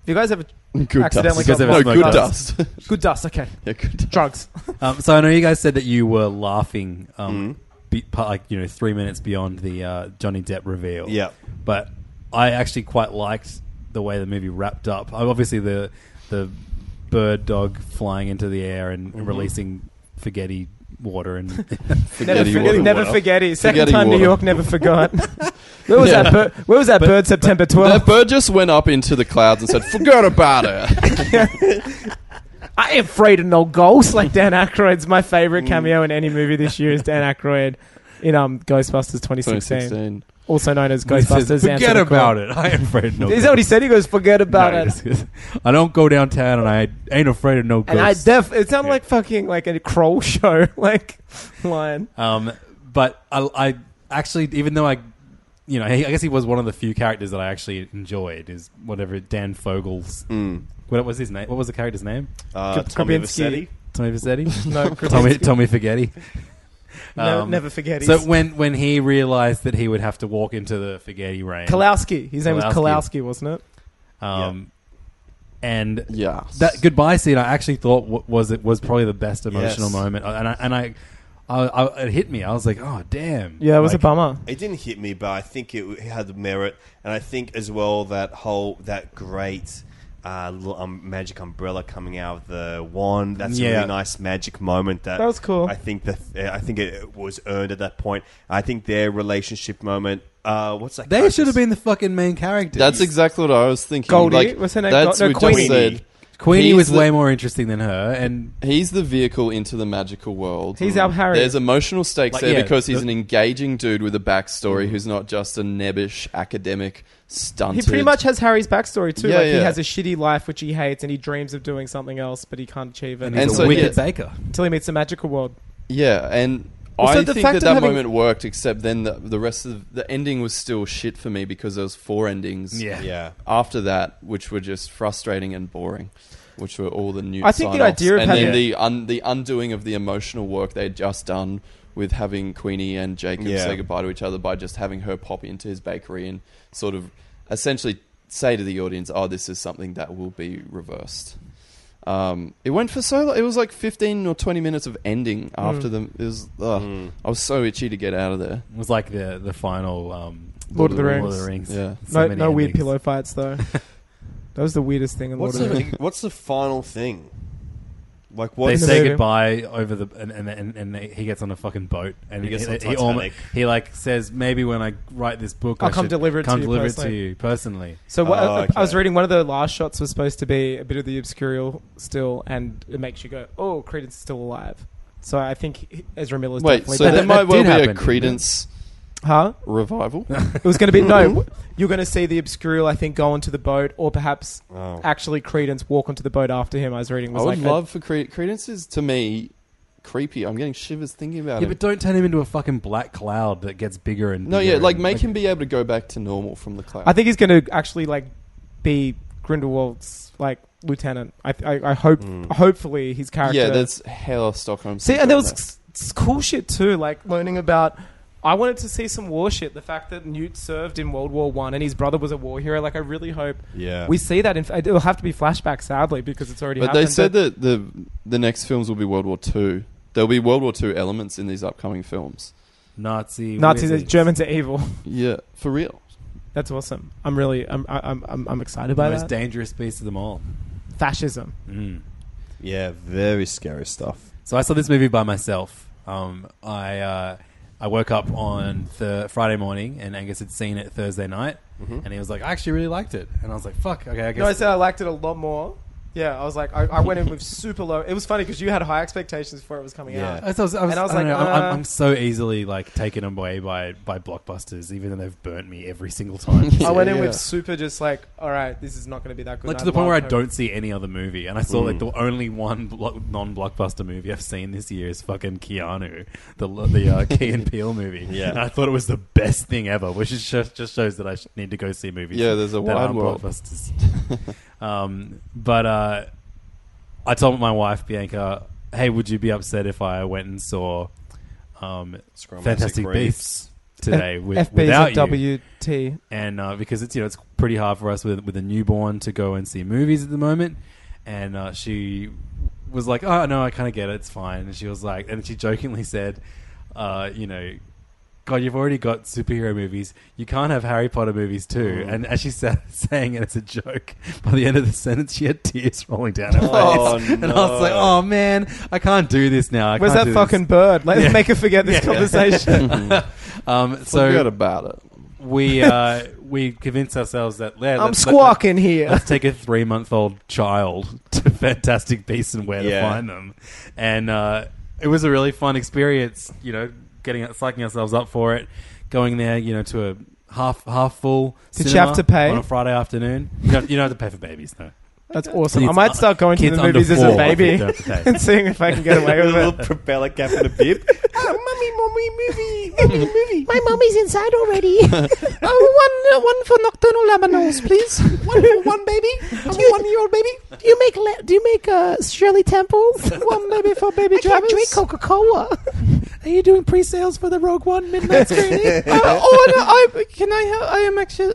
Speaker 4: Have you guys ever
Speaker 5: Good
Speaker 4: Accidentally
Speaker 5: dust.
Speaker 3: got
Speaker 5: No,
Speaker 3: smoked
Speaker 5: good
Speaker 3: dust.
Speaker 5: dust.
Speaker 4: good dust? Okay,
Speaker 5: yeah, good dust.
Speaker 4: drugs.
Speaker 3: Um, so I know you guys said that you were laughing, um, be, pa- like you know, three minutes beyond the uh, Johnny Depp reveal.
Speaker 6: Yeah.
Speaker 3: but I actually quite liked the way the movie wrapped up. Uh, Obviously, the the bird dog flying into the air and, and releasing spaghetti water and
Speaker 4: never
Speaker 5: Spaghetti
Speaker 4: forget.
Speaker 5: water.
Speaker 4: Never forgetty. Second
Speaker 5: Spaghetti
Speaker 4: time New
Speaker 5: water.
Speaker 4: York never forgot. where was
Speaker 5: Yeah.
Speaker 4: that? Bird, where was that bird? September
Speaker 5: That
Speaker 4: twelfth.
Speaker 5: bird just went up into the clouds and said, "Forget about it."
Speaker 4: I ain't afraid of no ghosts. Like Dan Aykroyd's my favorite cameo in any movie this year is Dan Aykroyd in um Ghostbusters 2016,
Speaker 5: 2016.
Speaker 4: also known as
Speaker 3: He says,
Speaker 4: Ghostbusters.
Speaker 3: Forget about it. I ain't afraid of no.
Speaker 4: Is that what he
Speaker 3: ghosts."
Speaker 4: said? He goes, "Forget about
Speaker 3: No,
Speaker 4: it."
Speaker 3: he just goes, I don't go downtown and I ain't afraid of no ghosts.
Speaker 4: And I def it sounded like fucking like a crow show like line.
Speaker 3: Um, but I, I actually, even though I, you know, he, I guess he was one of the few characters that I actually enjoyed. Is whatever Dan Fogel's. What was his name? What was the character's name?
Speaker 6: Uh,
Speaker 4: Kra-
Speaker 6: Tommy
Speaker 4: Krasinski.
Speaker 6: Vassetti.
Speaker 3: Tommy Vassetti.
Speaker 4: No,
Speaker 3: Tommy Tommy Forgetti.
Speaker 4: no,
Speaker 3: Um,
Speaker 4: never forget.
Speaker 3: So
Speaker 4: his-
Speaker 3: when when he realized that he would have to walk into the Forgetti rain,
Speaker 4: Kalowski, his name was
Speaker 3: Kalowski.
Speaker 4: Kalowski, wasn't it?
Speaker 3: um, and
Speaker 5: Yeah.
Speaker 3: that goodbye scene I actually thought w- was it was probably the best emotional
Speaker 6: Yes.
Speaker 3: moment, and I and I, I, I it hit me. I was like, oh damn,
Speaker 4: Yeah, it was a
Speaker 3: Like,
Speaker 4: bummer.
Speaker 6: It didn't hit me, but I think it, it had merit, and I think as well that whole that great. Uh, little, um, magic umbrella coming out of the wand. That's a
Speaker 3: Yeah.
Speaker 6: really nice magic moment. That,
Speaker 4: That was cool.
Speaker 6: I think that I think it was earned at that point. I think their relationship moment. Uh, what's that?
Speaker 3: They
Speaker 6: character's-
Speaker 3: should have been the fucking main characters.
Speaker 5: That's exactly what I was thinking.
Speaker 4: Goldie?
Speaker 5: Like,
Speaker 4: What's her name?
Speaker 5: That's
Speaker 4: Go- no,
Speaker 5: we
Speaker 4: Queenie.
Speaker 5: just said.
Speaker 3: Queenie
Speaker 5: He's
Speaker 3: was
Speaker 5: the-
Speaker 3: way more interesting than her, and
Speaker 5: He's the vehicle into the magical world.
Speaker 4: He's our Harry.
Speaker 5: There's emotional stakes
Speaker 3: Like,
Speaker 5: there
Speaker 3: yeah,
Speaker 5: because he's
Speaker 3: the-
Speaker 5: an engaging dude with a backstory who's not just a nebbish academic
Speaker 4: He
Speaker 5: stunted.
Speaker 4: pretty much has Harry's backstory too.
Speaker 5: Yeah,
Speaker 4: like he
Speaker 5: yeah.
Speaker 4: has a shitty life which he hates, and he dreams of doing something else, but he can't achieve it
Speaker 3: he's
Speaker 5: And
Speaker 3: a
Speaker 5: so,
Speaker 3: wicked
Speaker 5: yeah.
Speaker 3: baker.
Speaker 4: until he meets the magical world.
Speaker 5: yeah, and
Speaker 3: Also,
Speaker 5: I
Speaker 3: the
Speaker 5: think
Speaker 3: fact
Speaker 5: that
Speaker 3: of
Speaker 5: that
Speaker 3: having-
Speaker 5: moment worked, except then the, the rest of the ending was still shit for me because there was four endings.
Speaker 3: Yeah.
Speaker 6: Yeah.
Speaker 5: after that, which were just frustrating and boring, which were all the new.
Speaker 4: I think the
Speaker 5: sign-offs.
Speaker 4: idea of
Speaker 5: and
Speaker 4: having-
Speaker 5: then the un- the undoing of the emotional work they'd just done with having Queenie and Jacob
Speaker 6: Yeah.
Speaker 5: say goodbye to each other by just having her pop into his bakery and sort of essentially say to the audience, "Oh, this is something that will be reversed." Um, it went for so long. It was like fifteen or twenty minutes of
Speaker 4: Hmm.
Speaker 5: ending after them. It was. ugh, I was so itchy to get out of there.
Speaker 3: It was like the the final um,
Speaker 4: Lord of the
Speaker 3: Lord of
Speaker 4: Rings.
Speaker 3: the Rings.
Speaker 5: Yeah.
Speaker 3: So
Speaker 4: no,
Speaker 3: many
Speaker 4: no weird
Speaker 3: endings.
Speaker 4: pillow fights though. that was the weirdest thing in
Speaker 6: What's
Speaker 4: Lord of the Rings.
Speaker 6: the What's the final thing? Like
Speaker 3: They
Speaker 6: what?
Speaker 4: the
Speaker 3: say
Speaker 4: movie.
Speaker 3: goodbye over the and and, and, and they, he gets on a fucking boat and
Speaker 6: He gets on
Speaker 3: he, almo-
Speaker 6: Titanic.
Speaker 3: he like says maybe when I write this book
Speaker 4: I'll
Speaker 3: I
Speaker 4: come
Speaker 3: should
Speaker 4: deliver it to
Speaker 3: come
Speaker 4: you
Speaker 3: deliver it to
Speaker 4: personally."
Speaker 3: you personally.
Speaker 4: So what,
Speaker 6: Oh,
Speaker 4: I- I was
Speaker 6: okay.
Speaker 4: reading one of the last shots was supposed to be a bit of the obscurial still, and it makes you go, "Oh, Credence is still alive." So I think he- Ezra Miller's
Speaker 5: Wait,
Speaker 4: definitely.
Speaker 5: so
Speaker 3: But
Speaker 5: there
Speaker 3: that-
Speaker 5: might
Speaker 3: that did
Speaker 5: well be
Speaker 3: happen,
Speaker 5: a
Speaker 3: didn't it?
Speaker 5: credence
Speaker 4: huh?
Speaker 5: revival.
Speaker 4: It was going to be no. You're going to see the obscurial, I think, go onto the boat, or perhaps
Speaker 6: Oh.
Speaker 4: actually Credence walk onto the boat after him. I was reading. It
Speaker 5: I
Speaker 4: Was
Speaker 5: would
Speaker 4: like a-
Speaker 5: love for Cre- Credence is to me creepy. I'm getting shivers thinking about
Speaker 3: Yeah,
Speaker 5: it.
Speaker 3: but don't turn him into a fucking black cloud that gets bigger and
Speaker 5: no, yeah,
Speaker 3: bigger
Speaker 5: like
Speaker 3: and-
Speaker 5: make him be able to go back to normal from the cloud.
Speaker 4: I think he's going to actually like be Grindelwald's like lieutenant. I, I, I hope, hopefully, his character.
Speaker 5: Hmm. yeah, that's hella Stockholm.
Speaker 4: See,
Speaker 5: syndrome
Speaker 4: and there was
Speaker 5: there.
Speaker 4: s- s- cool shit too, like learning about. I wanted to see some war shit. The fact that Newt served in World War One and his brother was a war hero. Like, I really hope
Speaker 6: Yeah.
Speaker 4: we see that. In f- it'll have to be flashback, sadly, because it's already.
Speaker 5: but
Speaker 4: happened,
Speaker 5: they said that the the next films will be World War Two. There'll be World War Two elements in these upcoming films.
Speaker 3: Nazi what
Speaker 4: Nazis,
Speaker 3: is
Speaker 4: the
Speaker 3: it?
Speaker 4: Germans are evil.
Speaker 5: Yeah, for real.
Speaker 4: That's awesome. I'm really, I'm, I- I'm, I'm, I'm excited
Speaker 3: the
Speaker 4: by
Speaker 3: most
Speaker 4: that.
Speaker 3: dangerous beast of them all.
Speaker 4: Fascism.
Speaker 3: Mm.
Speaker 6: Yeah, very scary stuff.
Speaker 3: So I saw this movie by myself. Um, I uh, I woke up on the Friday morning and Angus had seen it Thursday night, and he was like, "I actually really liked it," and I was like, "Fuck, okay, I guess."
Speaker 4: Mm-hmm. No, I said I liked it a lot more. Yeah, I was like, I, I went in with super low. It was funny because you had high expectations before it was coming
Speaker 6: Yeah.
Speaker 4: out.
Speaker 3: I was, I was,
Speaker 4: And I was
Speaker 3: I
Speaker 4: like,
Speaker 3: don't know, I'm-
Speaker 4: uh,
Speaker 3: I'm, I'm so easily like taken away by by blockbusters, even though they've burnt me every single time.
Speaker 4: I went in
Speaker 5: Yeah.
Speaker 4: with super just like, all right, this is not going to be that good.
Speaker 3: like to
Speaker 4: And
Speaker 3: the point where I
Speaker 4: loved Hope.
Speaker 3: don't see any other movie, and I saw like
Speaker 5: Mm.
Speaker 3: the only one blo- non-blockbuster movie I've seen this year is fucking Keanu, the lo- the uh, Key and Peele movie.
Speaker 6: Yeah.
Speaker 3: and I thought it was the best thing ever, which is just just shows that I sh- need to go see movies.
Speaker 5: Yeah, there's a
Speaker 3: that
Speaker 5: wide
Speaker 3: aren't
Speaker 5: world.
Speaker 3: blockbusters. um, but uh, I told my wife Bianca, "Hey, would you be upset if I went and saw um,
Speaker 6: Scrum
Speaker 3: Fantastic
Speaker 6: Master Creed.
Speaker 3: Beasts today with,
Speaker 4: FB's
Speaker 3: without
Speaker 4: a
Speaker 3: you?"
Speaker 4: WT.
Speaker 3: and uh, because it's you know it's pretty hard for us with with a newborn to go and see movies at the moment, and uh, she was like, "Oh no, I kind of get it. It's fine." And she was like, and she jokingly said, uh, "You know." God, you've already got superhero movies. You can't have Harry Potter movies too.
Speaker 4: Mm.
Speaker 3: And as she sat saying it, it's a joke. By the end of the sentence, she had tears rolling down her face,
Speaker 6: Oh,
Speaker 3: and I was like,
Speaker 6: no.
Speaker 3: "Oh man, I can't do this now." I
Speaker 4: Where's
Speaker 3: can't
Speaker 4: that
Speaker 3: do this."
Speaker 4: fucking bird? Let's
Speaker 3: Yeah.
Speaker 4: make her forget this
Speaker 3: Yeah.
Speaker 4: conversation.
Speaker 3: Um,
Speaker 5: Forget
Speaker 3: so
Speaker 5: about it.
Speaker 3: we uh, we convinced ourselves that yeah,
Speaker 4: I'm
Speaker 3: let's- let- let-
Speaker 4: squawking here.
Speaker 3: Let's take a three month old child to Fantastic Beasts and where to
Speaker 6: Yeah.
Speaker 3: find them. And uh, it was a really fun experience, you know, getting psyching ourselves up for it, going there, you know, to a half half full.
Speaker 4: Did you
Speaker 3: cinema
Speaker 4: have to pay?
Speaker 3: on a Friday afternoon? You don't, you don't have to pay for babies, no.
Speaker 4: That's awesome. I
Speaker 3: Kids
Speaker 4: might
Speaker 3: un-
Speaker 4: start going to
Speaker 3: kids
Speaker 4: the
Speaker 3: under
Speaker 4: movies as a
Speaker 3: four, I think,
Speaker 4: baby
Speaker 3: don't have to pay.
Speaker 4: and seeing if I can get away
Speaker 6: a
Speaker 4: with
Speaker 6: little
Speaker 4: it.
Speaker 6: propeller cap and a bib.
Speaker 4: oh, mummy, mummy, movie, mummy, movie. My mummy's inside already. oh, one, one for nocturnal labanos, please. One for one baby. one year old baby. Do you make le- do you make uh, Shirley Temples? one baby for baby I Can't drink Coca Cola. Are you doing pre sales for the Rogue One midnight screening? uh, oh no, I can I have, I am actually.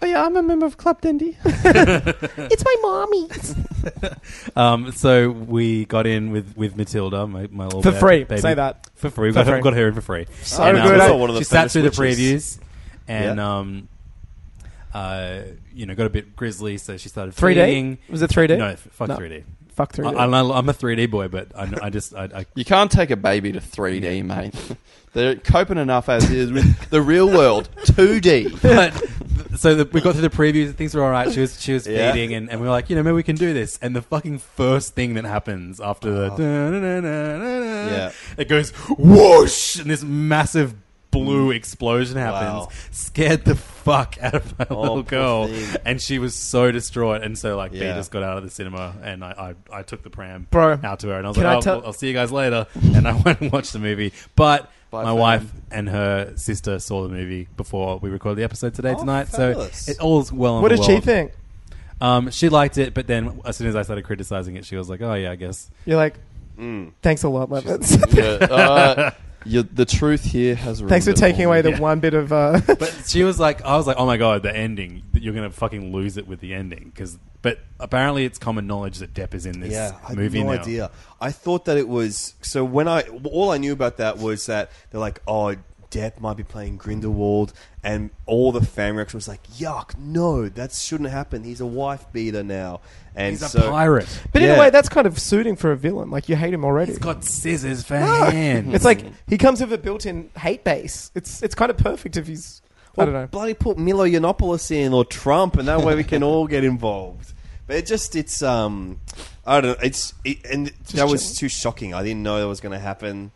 Speaker 4: Oh yeah, I'm a member of Club Dundee. it's my mommy.
Speaker 3: Um, so we got in with, with Matilda, my, my little
Speaker 4: For
Speaker 3: ba-
Speaker 4: free,
Speaker 3: baby.
Speaker 4: say that.
Speaker 3: for free. We
Speaker 4: For
Speaker 3: got,
Speaker 4: free.
Speaker 3: got her in for free.
Speaker 6: So
Speaker 3: And, uh,
Speaker 4: good.
Speaker 3: so
Speaker 6: One of the
Speaker 3: she sat
Speaker 6: famous
Speaker 3: through the
Speaker 6: witches.
Speaker 3: previews and
Speaker 6: Yeah.
Speaker 3: um, uh, you know, got a bit grizzly, so she started
Speaker 4: 3D?
Speaker 3: feeding.
Speaker 4: Was it 3D?
Speaker 3: No, f- fuck
Speaker 4: No.
Speaker 3: 3D.
Speaker 4: Fuck
Speaker 3: I,
Speaker 4: through.
Speaker 3: I, I'm a 3D boy, but I, I just I, I
Speaker 5: You can't take a baby to 3D, mate. They're coping enough as is with the real world. 2D.
Speaker 3: but so the, we got through the previews. Things were all right. She was she was
Speaker 6: Yeah.
Speaker 3: feeding, and, and we were like, you know, maybe we can do this. And the fucking first thing that happens after the da-na-na-na-na-na,
Speaker 5: Oh. Yeah.
Speaker 3: it goes whoosh, and this massive blue explosion happens.
Speaker 5: Wow. Oh,
Speaker 3: Scared the fuck out of my little
Speaker 5: poor
Speaker 3: girl,
Speaker 5: thing.
Speaker 3: and she was so distraught. And so like,
Speaker 5: Yeah.
Speaker 3: B just got out of the cinema, and I I, I took the pram
Speaker 4: Bro,
Speaker 3: out to her, and I was
Speaker 4: can
Speaker 3: like,
Speaker 4: I
Speaker 3: oh,
Speaker 4: tell-
Speaker 3: well, I'll see you guys later. And I went and watched the movie, but.
Speaker 5: Bye,
Speaker 3: my
Speaker 5: fam.
Speaker 3: wife and her sister saw the movie before we recorded the episode today
Speaker 5: Oh,
Speaker 3: tonight.
Speaker 5: fabulous.
Speaker 3: So it all's well. in
Speaker 4: What
Speaker 3: the
Speaker 4: did she
Speaker 3: world.
Speaker 4: think?
Speaker 3: Um, she liked it, but then as soon as I started criticizing it, she was like, "Oh yeah, I guess."
Speaker 4: You're like,
Speaker 3: Mm.
Speaker 4: thanks a lot, Levis.
Speaker 5: Yeah, uh, you- the truth here has.
Speaker 4: thanks for
Speaker 5: ruined it
Speaker 4: taking
Speaker 5: all.
Speaker 4: away the
Speaker 3: Yeah.
Speaker 4: one bit of. Uh,
Speaker 3: But she was like, "I was like, oh my god, the ending! You're gonna fucking lose it with the ending." Because, but apparently, it's common knowledge that Depp is in this
Speaker 6: yeah, I
Speaker 3: movie
Speaker 6: had no
Speaker 3: now.
Speaker 6: idea. I thought that it was so when I all I knew about that was that they're like, oh, Depp might be playing Grindelwald, and all the fan reaction was like, yuck, no, that shouldn't happen. He's a wife beater now, and
Speaker 3: He's a
Speaker 6: so
Speaker 3: pirate.
Speaker 4: but in
Speaker 6: Yeah.
Speaker 4: a way, that's kind of suiting for a villain. Like you hate him already.
Speaker 3: He's got scissors for
Speaker 4: No.
Speaker 3: hands.
Speaker 4: It's like he comes with a built-in hate base. It's it's kind of perfect if he's. I don't
Speaker 6: Well,
Speaker 4: know.
Speaker 6: Bloody put Milo Yiannopoulos in or Trump, and that way we can all get involved. But it just it's um, I don't know. It's it, and that was too shocking. I didn't know that was going to happen,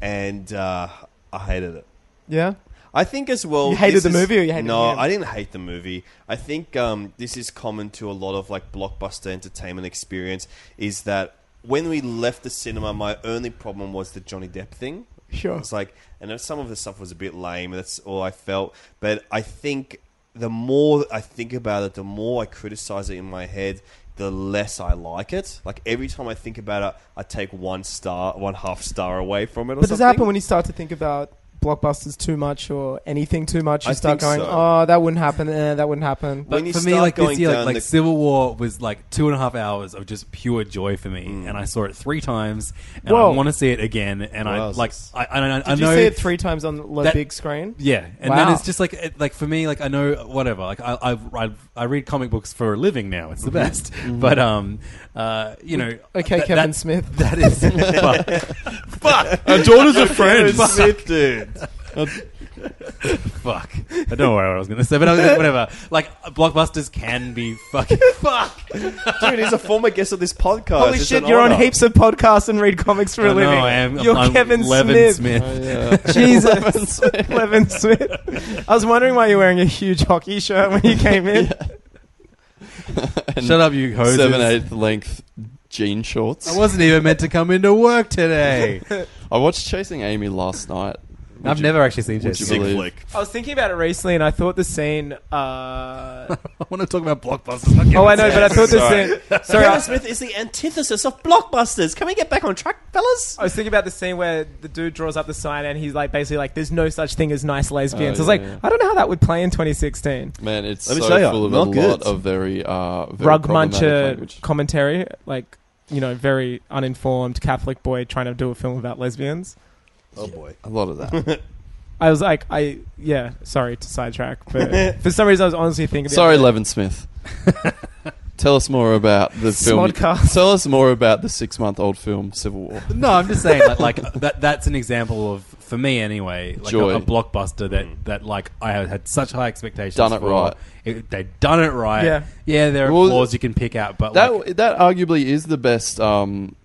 Speaker 6: and uh, I hated it.
Speaker 4: Yeah.
Speaker 6: I think as well.
Speaker 4: You hated
Speaker 6: this
Speaker 4: the
Speaker 6: is-
Speaker 4: movie or you hated
Speaker 6: no?
Speaker 4: him?
Speaker 6: I didn't hate the movie. I think um, this is common to a lot of like blockbuster entertainment experience. Is that when we left the cinema, my only problem was the Johnny Depp thing.
Speaker 4: Sure.
Speaker 6: it's like, and then some of the stuff was a bit lame. That's all I felt. But I think the more I think about it, the more I criticize it in my head. The less I like it. Like every time I think about it, I take one star, one half star away from it. Or
Speaker 4: But does
Speaker 6: something.
Speaker 4: that happen when you start to think about blockbusters too much or anything too much? You
Speaker 6: I
Speaker 4: start
Speaker 6: think
Speaker 4: going,
Speaker 6: so.
Speaker 4: oh, that wouldn't happen. Eh, that wouldn't happen.
Speaker 6: But-
Speaker 4: But
Speaker 6: when you
Speaker 3: for me,
Speaker 6: start
Speaker 3: like
Speaker 6: going
Speaker 3: this year,
Speaker 6: down
Speaker 3: like, like
Speaker 6: the-
Speaker 3: Civil War was like two and a half hours of just pure joy for me, and I saw it three times, and
Speaker 4: Whoa.
Speaker 3: I want to see it again. And I
Speaker 5: Wowzers.
Speaker 3: like, I, I, I, I
Speaker 4: did
Speaker 3: know
Speaker 4: you see it three times on the
Speaker 3: that-
Speaker 4: big screen?
Speaker 3: Yeah, and
Speaker 4: Wow.
Speaker 3: then it's just like, it, like for me, like I know whatever. Like I, I, I, I read comic books for a living now. It's the best. But um, uh, you know,
Speaker 4: Okay,
Speaker 3: that-
Speaker 4: Kevin
Speaker 3: that-
Speaker 4: Smith.
Speaker 3: That is fuck,
Speaker 5: Our daughters are friends.
Speaker 6: Kevin Smith, dude.
Speaker 3: fuck. I don't know what I was going to say, but I was, whatever. Like blockbusters can be fucking fuck.
Speaker 6: Dude, he's a former guest of this podcast.
Speaker 4: Holy
Speaker 6: It's
Speaker 4: shit,
Speaker 6: an
Speaker 4: you're on
Speaker 6: honor.
Speaker 4: heaps of podcasts and read comics for a living.
Speaker 3: No, I am.
Speaker 4: you're
Speaker 3: I'm
Speaker 4: Kevin
Speaker 3: Levin
Speaker 4: Smith.
Speaker 3: Smith.
Speaker 5: Oh,
Speaker 4: Jesus. Levin Smith. I was wondering why you're wearing a huge hockey shirt when you came in.
Speaker 3: Shut up, you hoses.
Speaker 5: Seven eighth length jean shorts.
Speaker 3: I wasn't even meant to come into work today.
Speaker 5: I watched Chasing Amy last night. Would
Speaker 3: I've
Speaker 5: you-
Speaker 3: never actually seen
Speaker 5: would you
Speaker 3: Jason.
Speaker 6: Sick
Speaker 5: believe-
Speaker 6: flick.
Speaker 4: I was thinking about it recently and I thought the scene. Uh...
Speaker 3: I want to talk about blockbusters. not
Speaker 4: Oh, I
Speaker 3: Kevin
Speaker 4: know, but I thought the
Speaker 6: Sorry.
Speaker 4: scene. Sorry, I-
Speaker 6: Kevin Smith is the antithesis of blockbusters. Can we get back on track, fellas?
Speaker 4: I was thinking about the scene where the dude draws up the sign and he's like basically like, "There's no such thing as nice lesbians." I
Speaker 5: Oh,
Speaker 4: was like,
Speaker 5: yeah, yeah.
Speaker 4: I don't know how that would play in 2016.
Speaker 5: Man, it's
Speaker 6: Let me
Speaker 5: so
Speaker 6: tell ya,
Speaker 5: full of a
Speaker 6: not good.
Speaker 5: lot of very, uh, very
Speaker 4: Rug
Speaker 5: problematic
Speaker 4: muncher
Speaker 5: language.
Speaker 4: commentary, like you know, very uninformed Catholic boy trying to do a film about lesbians.
Speaker 6: Oh boy.
Speaker 5: A lot of that.
Speaker 4: I was like, I yeah, sorry to sidetrack, but for some reason I was honestly thinking. the
Speaker 5: Sorry,
Speaker 4: other day-
Speaker 5: Levin Smith. Tell us more about the film.
Speaker 4: Smodcast.
Speaker 5: Tell us more about the six-month-old film Civil War.
Speaker 3: No, I'm just saying like, like that. That's an example of for me anyway, like a,
Speaker 5: Joy. Mm.
Speaker 3: a blockbuster that that like I had- had such high expectations.
Speaker 5: Done it
Speaker 3: for.
Speaker 5: right.
Speaker 3: It- they've done it right.
Speaker 4: Yeah.
Speaker 3: yeah. There are
Speaker 5: Well,
Speaker 3: flaws you can pick out, but
Speaker 5: That
Speaker 3: like,
Speaker 5: that arguably is the best um,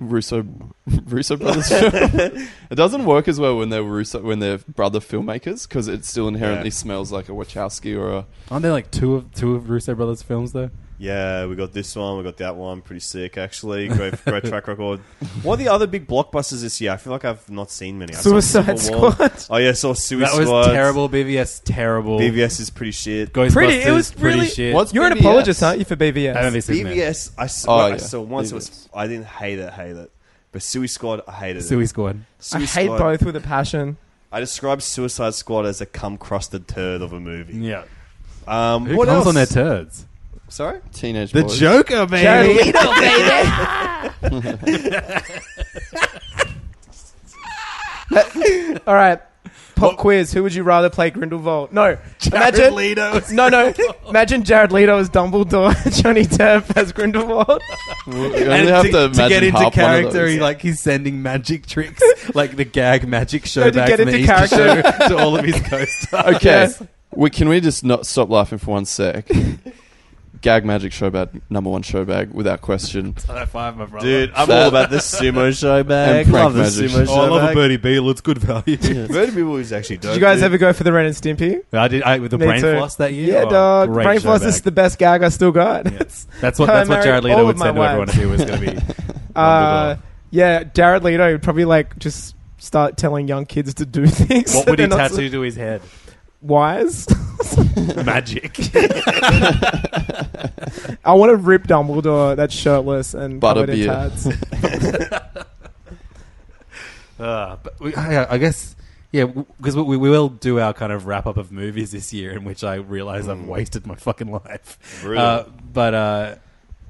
Speaker 5: Russo Russo brothers film. it doesn't work as well when they're Russo when they're brother filmmakers because it still inherently
Speaker 6: Yeah.
Speaker 5: smells like a Wachowski or a
Speaker 3: aren't there like two of two of Russo brothers films though?
Speaker 6: Yeah, we got this one, we got that one. Pretty sick, actually. Great, great track record. What are the other big blockbusters this year? I feel like I've not seen many. I saw
Speaker 4: Suicide
Speaker 6: Civil War.
Speaker 4: Squad.
Speaker 6: Oh yeah, I saw Suicide
Speaker 3: that was
Speaker 6: Squad.
Speaker 3: terrible. BVS terrible.
Speaker 6: BVS is pretty shit.
Speaker 3: Ghostbusters
Speaker 4: Pretty- it was
Speaker 3: pretty
Speaker 4: really-
Speaker 3: shit.
Speaker 5: What's
Speaker 4: You're an
Speaker 5: BBS?
Speaker 4: apologist, aren't you, for BVS?
Speaker 3: I haven't seen it.
Speaker 6: BVS, I saw,
Speaker 5: Oh,
Speaker 6: I
Speaker 5: yeah.
Speaker 6: saw once. It was
Speaker 5: BVS.
Speaker 6: I didn't hate it, hate it. But Suicide Squad, I hated it.
Speaker 3: Suicide Squad.
Speaker 4: I
Speaker 6: Suicide
Speaker 4: hate
Speaker 6: Squad-
Speaker 4: both with a passion.
Speaker 6: I describe Suicide Squad as a cum-crusted turd of a movie.
Speaker 3: Yeah.
Speaker 6: Um,
Speaker 3: Who
Speaker 6: what
Speaker 3: comes
Speaker 6: else?
Speaker 3: on their turds?
Speaker 6: Sorry.
Speaker 5: teenage
Speaker 3: The
Speaker 5: boys.
Speaker 3: Joker, baby.
Speaker 4: All right. Pop quiz. Who would you rather play Grindelwald? No. imagine. No, no. Imagine Jared Leto as Dumbledore, Johnny Depp as Grindelwald.
Speaker 5: You only have to, imagine
Speaker 3: get into
Speaker 5: half one of
Speaker 3: character,
Speaker 5: those.
Speaker 3: he, like he's sending magic tricks, like the gag magic show
Speaker 4: No, to
Speaker 3: back
Speaker 4: get
Speaker 3: from the
Speaker 4: into
Speaker 3: Easter
Speaker 4: character.
Speaker 3: show to all of his co-stars.
Speaker 5: Okay, We, can we just not stop laughing for one sec? Gag Magic Show Bag, number one show bag, without question.
Speaker 3: High five, my brother.
Speaker 6: Dude, I'm
Speaker 5: That-
Speaker 6: all about this sumo show bag.
Speaker 5: And
Speaker 6: Love the
Speaker 5: Prank Magic.
Speaker 6: sumo show
Speaker 3: Oh, I love
Speaker 6: bag.
Speaker 3: a birdie beetle. It's good value.
Speaker 6: Birdie People is actually
Speaker 4: Did
Speaker 6: dope.
Speaker 4: you guys
Speaker 6: dude.
Speaker 4: ever go for the Ren and Stimpy?
Speaker 3: I did I, with the
Speaker 4: Me
Speaker 3: brain
Speaker 4: too.
Speaker 3: floss that year.
Speaker 4: Yeah,
Speaker 3: Oh,
Speaker 4: dog.
Speaker 3: great
Speaker 4: Brain
Speaker 3: show
Speaker 4: Floss
Speaker 3: bag.
Speaker 4: is the best gag I still got. It's-
Speaker 3: That's what
Speaker 4: I
Speaker 3: that's what
Speaker 4: married
Speaker 3: Jared Leto
Speaker 4: all
Speaker 3: would
Speaker 4: of my
Speaker 3: say to everyone if
Speaker 4: wives.
Speaker 3: he was going to be.
Speaker 4: uh, yeah, Jared Leto would probably like just start telling young kids to do things.
Speaker 3: what
Speaker 4: that
Speaker 3: would he
Speaker 4: they're not-
Speaker 3: tattoo to his head?
Speaker 4: Wires.
Speaker 3: Magic.
Speaker 4: I want to rip Dumbledore that's shirtless and covered in
Speaker 5: Butterbeer.
Speaker 4: tats.
Speaker 3: Uh, but we, I, I guess, yeah, because we, we will do our kind of wrap up of movies this year, in which I realize
Speaker 5: Hmm.
Speaker 3: I've wasted my fucking life. Uh, but uh,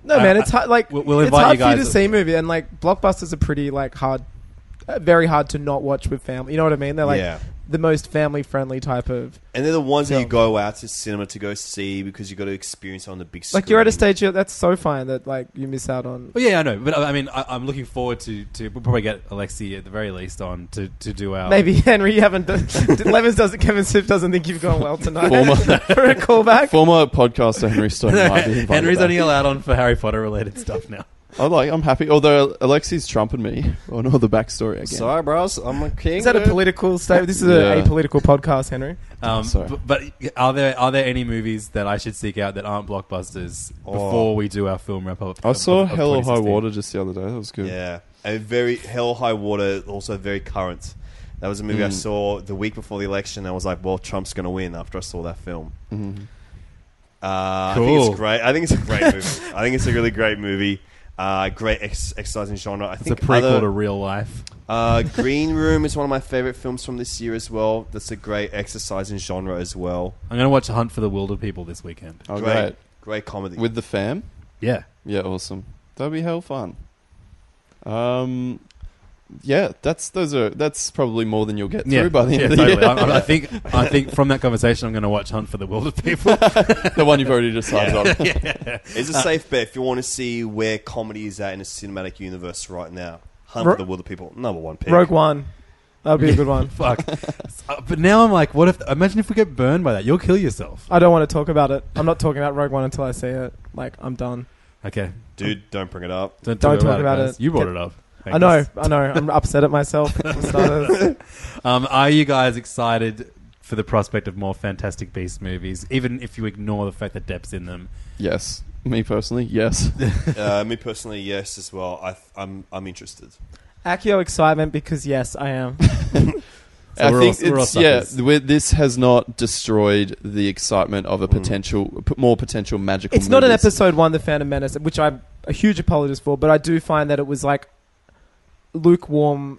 Speaker 4: No,
Speaker 3: I-
Speaker 4: man,
Speaker 3: I-
Speaker 4: it's hard. Like,
Speaker 3: we'll- we'll
Speaker 4: it's
Speaker 3: invite
Speaker 4: hard
Speaker 3: you
Speaker 4: for you
Speaker 3: guys-
Speaker 4: to see a movie, and like blockbusters are pretty like hard, uh, very hard to not watch with family. You know what I mean? They're like
Speaker 6: Yeah.
Speaker 4: the most family friendly type of.
Speaker 6: And they're the ones that you
Speaker 4: Film.
Speaker 6: go out to cinema to go see because you got to experience it on the big screen.
Speaker 4: Like you're at a stage here- that's so fine that like you miss out on.
Speaker 3: well, yeah, I know. But I, I mean, I, I'm looking forward to, to we'll probably get Alexi at the very least on to, to do
Speaker 5: Oh.
Speaker 3: our
Speaker 4: Maybe Henry, you haven't. Done, Levins doesn't. Kevin Smith doesn't think you've gone well tonight
Speaker 5: Former-
Speaker 4: for a callback.
Speaker 5: Former podcaster Henry Stone might be invited
Speaker 3: Henry's
Speaker 5: back.
Speaker 3: only allowed on for Harry Potter related stuff now.
Speaker 5: I like. I'm happy. Although Alexi's trumping me on all the backstory again.
Speaker 6: Sorry, bros. I'm a king.
Speaker 4: Is that a political statement? This is
Speaker 5: Yeah.
Speaker 4: a apolitical podcast, Henry.
Speaker 3: Um,
Speaker 5: Sorry.
Speaker 3: b- but are there are there any movies that I should seek out that aren't blockbusters before we do our film wrap up?
Speaker 5: Oh. I
Speaker 3: of-
Speaker 5: saw
Speaker 3: of- of
Speaker 5: Hell or High
Speaker 3: 2016?
Speaker 5: Water just the other day. That was good.
Speaker 6: Yeah, a very hell high water. Also very current. That was a movie I
Speaker 5: Mm.
Speaker 6: saw the week before the election. I was like, well, Trump's going to win after I saw that film. Uh, I think
Speaker 3: Cool.
Speaker 6: it's great. I think it's a great movie. I think it's a really great movie. Uh, great ex- exercising genre. I
Speaker 3: It's a
Speaker 6: think
Speaker 3: prequel
Speaker 6: other-
Speaker 3: to real life.
Speaker 6: Uh, Green Room is one of my favorite films from this year as well. That's a great exercise in genre as well.
Speaker 3: I'm going to watch Hunt for the Wilder People this weekend.
Speaker 5: Oh,
Speaker 6: great,
Speaker 5: great.
Speaker 6: great comedy.
Speaker 5: With the fam.
Speaker 3: Yeah.
Speaker 5: Yeah, awesome. That'd be hell fun. Um, yeah, that's those are that's probably more than you'll get through
Speaker 3: Yeah,
Speaker 5: by the end
Speaker 3: yeah,
Speaker 5: of the
Speaker 3: totally.
Speaker 5: year.
Speaker 3: I, I- I think I think from that conversation, I'm going to watch Hunt for the Wilder People.
Speaker 5: the one you've already decided on.
Speaker 6: it's a safe bet if you want to see where comedy is at in a cinematic universe right now. Hunt
Speaker 4: Ro-
Speaker 6: for the Will of People, number one pick.
Speaker 4: Rogue One. That would be a good one.
Speaker 3: Fuck. Uh, But now I'm like, what if? Imagine if we get burned by that. You'll kill yourself.
Speaker 4: I don't want to talk about it. I'm not talking about Rogue One until I see it. Like I'm done.
Speaker 3: Okay.
Speaker 6: Dude, don't bring it up.
Speaker 3: Don't,
Speaker 4: Don't talk about
Speaker 3: guys.
Speaker 4: it.
Speaker 3: You brought
Speaker 4: Get-
Speaker 3: it up.
Speaker 4: I know, I know. I'm upset at myself. for starters.
Speaker 3: Um, are you guys excited for the prospect of more Fantastic Beast movies? Even if you ignore the fact that Depp's in them.
Speaker 5: Yes, me personally, yes.
Speaker 6: Uh, me personally, yes, as well. I, I'm, I'm interested.
Speaker 4: Accio excitement because yes, I am.
Speaker 3: So
Speaker 5: I
Speaker 3: we're
Speaker 5: think
Speaker 3: all- we're all
Speaker 5: it's yeah.
Speaker 3: suckers.
Speaker 5: th- This has not destroyed the excitement of a potential, p- more potential magical.
Speaker 4: It's not an
Speaker 5: movies.
Speaker 4: episode one, The Phantom Menace, which I'm a huge apologist for, but I do find that it was like lukewarm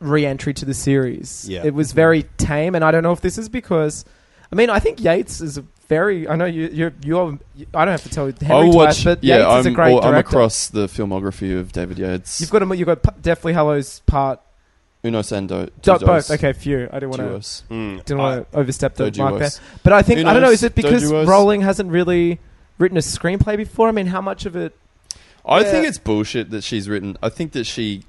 Speaker 4: re-entry to the series.
Speaker 6: Yeah.
Speaker 4: It was very tame, and I don't know if this is because, I mean, I think Yates is a very. I know you, you're, you're. I don't have to tell you Henry
Speaker 5: I'll
Speaker 4: Twice,
Speaker 5: watch.
Speaker 4: but
Speaker 5: yeah,
Speaker 4: Yates
Speaker 5: I'm,
Speaker 4: is a great
Speaker 5: well, I'm
Speaker 4: director.
Speaker 5: across the filmography of David Yates.
Speaker 4: You've got a, you've got P- Deathly Hallows Part
Speaker 5: Unos and Do-
Speaker 4: Do-
Speaker 5: Dos.
Speaker 4: both. Okay, few. I didn't want to.
Speaker 5: Duos.
Speaker 6: Mm,
Speaker 4: Didn't
Speaker 6: I-
Speaker 4: want to overstep the
Speaker 5: Doduos.
Speaker 4: mark there. But I think
Speaker 5: Who
Speaker 4: I don't know.
Speaker 5: knows?
Speaker 4: Is it because
Speaker 5: Doduos.
Speaker 4: Rowling hasn't really written a screenplay before? I mean, how much of it?
Speaker 5: I
Speaker 4: Yeah.
Speaker 5: think it's bullshit that she's written. I think that she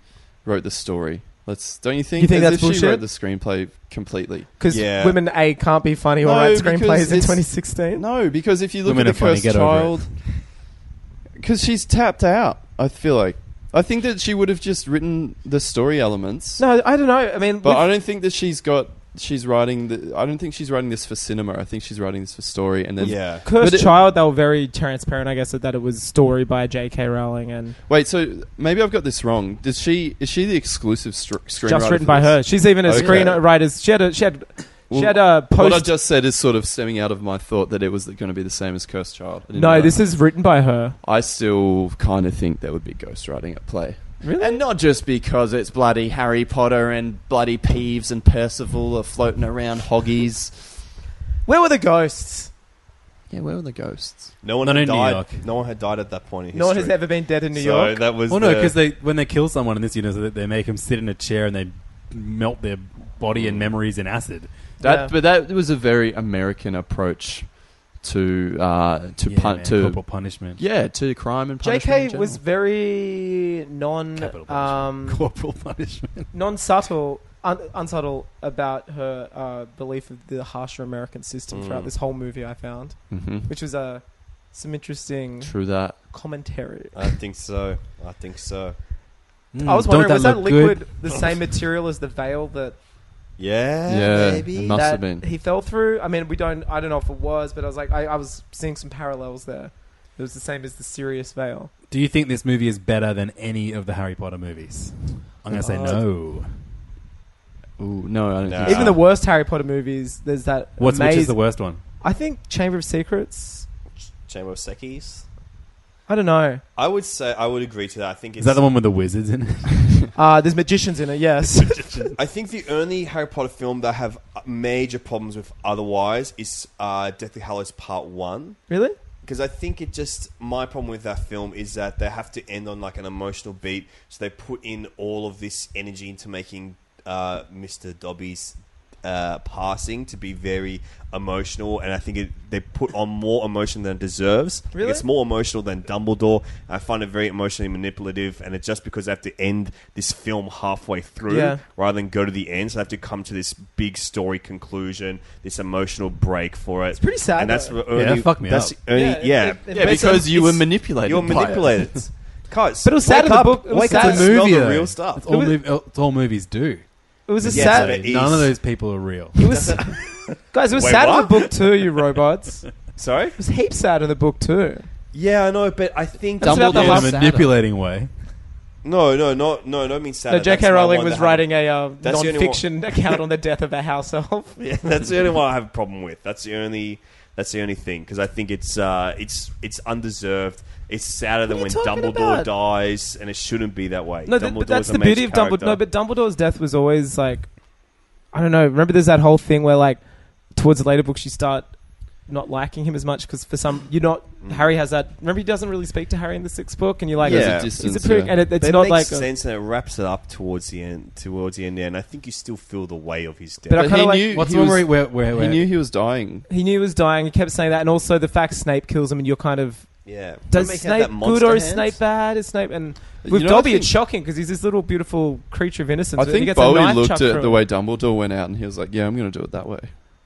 Speaker 5: wrote the story. Let's don't you think?
Speaker 4: You think
Speaker 5: As
Speaker 4: that's
Speaker 5: if She
Speaker 4: bullshit?
Speaker 5: wrote the screenplay completely.
Speaker 4: Because
Speaker 6: Yeah.
Speaker 4: women a can't be funny or
Speaker 5: No,
Speaker 4: write
Speaker 5: because
Speaker 4: screenplays in
Speaker 5: it's-
Speaker 4: 2016.
Speaker 5: No, because if you look
Speaker 3: Women
Speaker 5: at
Speaker 3: are
Speaker 5: the
Speaker 3: funny,
Speaker 5: cursed
Speaker 3: get over it.
Speaker 5: child, because she's tapped out. I feel like I think that she would have just written the story elements.
Speaker 4: No, I don't know. I mean,
Speaker 5: But I
Speaker 4: with-
Speaker 5: don't think that she's got. She's writing. The, I don't think she's writing this for cinema. I think she's writing this for story. And then
Speaker 6: yeah.
Speaker 4: Cursed
Speaker 5: but it-
Speaker 4: Child, they were very transparent, I guess, that it was story by J.K. Rowling and
Speaker 5: wait. So maybe I've got this wrong. Does she? Is she the exclusive str- screenwriter?
Speaker 4: just written
Speaker 5: for
Speaker 4: by
Speaker 5: this?
Speaker 4: her. She's even a
Speaker 5: Okay.
Speaker 4: screenwriter's. She had a she had
Speaker 5: Well,
Speaker 4: she had a
Speaker 5: What I
Speaker 4: post.
Speaker 5: just said is sort of stemming out of my thought that it was going to be the same as Cursed Child. I didn't
Speaker 4: no,
Speaker 5: know
Speaker 4: this
Speaker 5: that.
Speaker 4: is written by her.
Speaker 5: I still kind of think there would be ghostwriting at play.
Speaker 4: Really?
Speaker 5: And not just because it's bloody Harry Potter and bloody Peeves and Percival are floating around hoggies.
Speaker 4: Where were the ghosts?
Speaker 5: Yeah, where were the ghosts?
Speaker 6: No one
Speaker 3: Not
Speaker 6: had
Speaker 3: in New
Speaker 6: died.
Speaker 3: York.
Speaker 6: No one had died at that point. In
Speaker 4: No one has
Speaker 6: history.
Speaker 4: ever been dead in New
Speaker 6: so
Speaker 4: York.
Speaker 6: that was.
Speaker 3: Well, no,
Speaker 5: uh,
Speaker 6: the-
Speaker 3: because they when they kill someone in this universe, they, they make them sit in a chair and they melt their
Speaker 5: Mm.
Speaker 3: body and memories in acid.
Speaker 5: That,
Speaker 4: Yeah.
Speaker 5: But that was a very American approach to uh, to
Speaker 3: yeah,
Speaker 5: pun-
Speaker 3: man,
Speaker 5: to
Speaker 3: corporal punishment.
Speaker 5: yeah to crime and punishment. in
Speaker 4: JK was
Speaker 5: general.
Speaker 4: very non
Speaker 3: Capital punishment.
Speaker 4: um,
Speaker 3: corporal punishment.
Speaker 4: non subtle, un- unsubtle about her uh, belief of the harsher American system throughout this whole movie. I found,
Speaker 5: Mhm.
Speaker 4: which was uh, some interesting
Speaker 5: True that.
Speaker 4: commentary.
Speaker 6: I think so. I think so.
Speaker 4: I was
Speaker 3: Mm, don't
Speaker 4: wondering, was that
Speaker 3: look good?
Speaker 4: liquid the same material as the veil that
Speaker 6: Yeah.
Speaker 5: Yeah,
Speaker 6: Maybe.
Speaker 5: it must
Speaker 4: that
Speaker 5: have been.
Speaker 4: he fell through? I mean, we don't. I don't know if it was, but I was like, I, I was seeing some parallels there. It was the same as the Sirius veil.
Speaker 3: Do you think this movie is better than any of the Harry Potter movies? I'm gonna say
Speaker 4: Uh,
Speaker 3: no.
Speaker 5: Ooh, no, I don't
Speaker 6: Nah.
Speaker 5: think
Speaker 4: Even the worst Harry Potter movies, there's that.
Speaker 3: What's which is
Speaker 4: amazing-
Speaker 3: the worst one?
Speaker 4: I think Chamber of Secrets.
Speaker 6: Chamber of Secchies.
Speaker 4: I don't know.
Speaker 6: I would say I would agree to that. I think it's,
Speaker 3: Is that the one with the wizards in it?
Speaker 4: Uh, there's magicians in it. Yes.
Speaker 6: I think the only Harry Potter film that I have major problems with otherwise is uh, Deathly Hallows Part One.
Speaker 4: really?
Speaker 6: Because I think it just my problem with that film is that they have to end on like an emotional beat, so they put in all of this energy into making uh, Mr. Dobby's uh, passing to be very emotional, and I think it, they put on more emotion than it deserves. Like,
Speaker 4: Really?
Speaker 6: it's more emotional than Dumbledore. I find it very emotionally manipulative, and it's just because they have to end this film halfway through
Speaker 4: Yeah.
Speaker 6: rather than go to the end. So they have to come to this big story conclusion, this emotional break for it. It's
Speaker 4: pretty sad,
Speaker 6: and that's
Speaker 4: though.
Speaker 6: the only-
Speaker 3: Yeah, fuck me
Speaker 6: that's
Speaker 3: up.
Speaker 6: the only- yeah,
Speaker 4: it- it- it
Speaker 5: Yeah,
Speaker 4: makes
Speaker 5: because
Speaker 4: sense.
Speaker 5: you were
Speaker 4: It's-
Speaker 5: manipulated.
Speaker 6: you're
Speaker 5: by it.
Speaker 6: manipulated. Guys,
Speaker 4: But it was sad
Speaker 6: wake
Speaker 4: in the
Speaker 6: up,
Speaker 4: book- it was
Speaker 6: wake
Speaker 4: sad
Speaker 6: up
Speaker 4: in
Speaker 6: and
Speaker 4: the
Speaker 6: smell
Speaker 3: movie,
Speaker 6: the
Speaker 3: though.
Speaker 6: real stuff. Oh,
Speaker 3: It's all, mov- it's all movies do.
Speaker 4: It was a
Speaker 6: Yeah,
Speaker 4: sad.
Speaker 6: but-
Speaker 3: None of those people are real.
Speaker 4: It was, guys, it was
Speaker 6: Wait,
Speaker 4: sad in
Speaker 6: what?
Speaker 4: the book too. You robots. It
Speaker 6: Sorry.
Speaker 4: was heaps sad in the book too.
Speaker 6: Yeah, I know, but I think
Speaker 4: That's about the
Speaker 3: in a
Speaker 4: last-
Speaker 3: manipulating way.
Speaker 6: no, no, no, no, no. I mean sad.
Speaker 4: No,
Speaker 6: That's why
Speaker 4: J.K.
Speaker 6: I
Speaker 4: Rowling
Speaker 6: wanted
Speaker 4: was
Speaker 6: to have-
Speaker 4: writing a uh,
Speaker 6: That's the only
Speaker 4: non-fiction account on the death of a house elf.
Speaker 6: Yeah, that's the only one I have a problem with. That's the only. That's the only thing because I think it's uh, it's it's undeserved. It's sadder than
Speaker 4: are
Speaker 6: when
Speaker 4: you talking
Speaker 6: Dumbledore
Speaker 4: about?
Speaker 6: dies, and it shouldn't be that way.
Speaker 4: No, th-
Speaker 6: Dumbledore's
Speaker 4: but that's
Speaker 6: a
Speaker 4: the
Speaker 6: major
Speaker 4: beauty of Dumbledore.
Speaker 6: character.
Speaker 4: No, but Dumbledore's death was always like, I don't know. Remember, there's that whole thing where like towards the later books you start not liking him as much because for some you're not Harry has that. Remember, he doesn't really speak to Harry in the sixth book, and you're like,
Speaker 6: Mm. Yeah.
Speaker 5: There's a
Speaker 6: He's
Speaker 4: he's a
Speaker 5: distance.
Speaker 4: prick,
Speaker 5: yeah.
Speaker 4: and it, it's
Speaker 6: But it
Speaker 4: not
Speaker 6: makes
Speaker 4: like. a-
Speaker 6: sense, and it wraps it up towards the end. Towards the end, there, and I think you still feel the way of his death.
Speaker 4: But I
Speaker 5: But
Speaker 4: kinda
Speaker 5: he
Speaker 4: like-
Speaker 5: knew
Speaker 3: What's
Speaker 5: he
Speaker 3: the one where,
Speaker 5: was-
Speaker 3: where, where,
Speaker 5: He
Speaker 3: where-
Speaker 5: knew he was dying.
Speaker 4: he knew he was dying. He kept saying that, and also the fact Snape kills him, and you're kind of
Speaker 6: yeah,
Speaker 4: does
Speaker 6: Remember he had
Speaker 4: Snape
Speaker 6: that
Speaker 4: good
Speaker 6: monster
Speaker 4: or is
Speaker 6: hand?
Speaker 4: Snape bad? Is Snape and
Speaker 5: You
Speaker 4: with
Speaker 5: know, I
Speaker 4: Dobby,
Speaker 5: think-
Speaker 4: it's shocking because he's this little beautiful creature of innocence.
Speaker 5: I
Speaker 4: and he
Speaker 5: think
Speaker 4: gets a
Speaker 5: Bowie
Speaker 4: knife
Speaker 5: looked
Speaker 4: chucked through
Speaker 5: at the
Speaker 4: him.
Speaker 5: way Dumbledore went out, and he was like, "Yeah, I'm going to do it that way."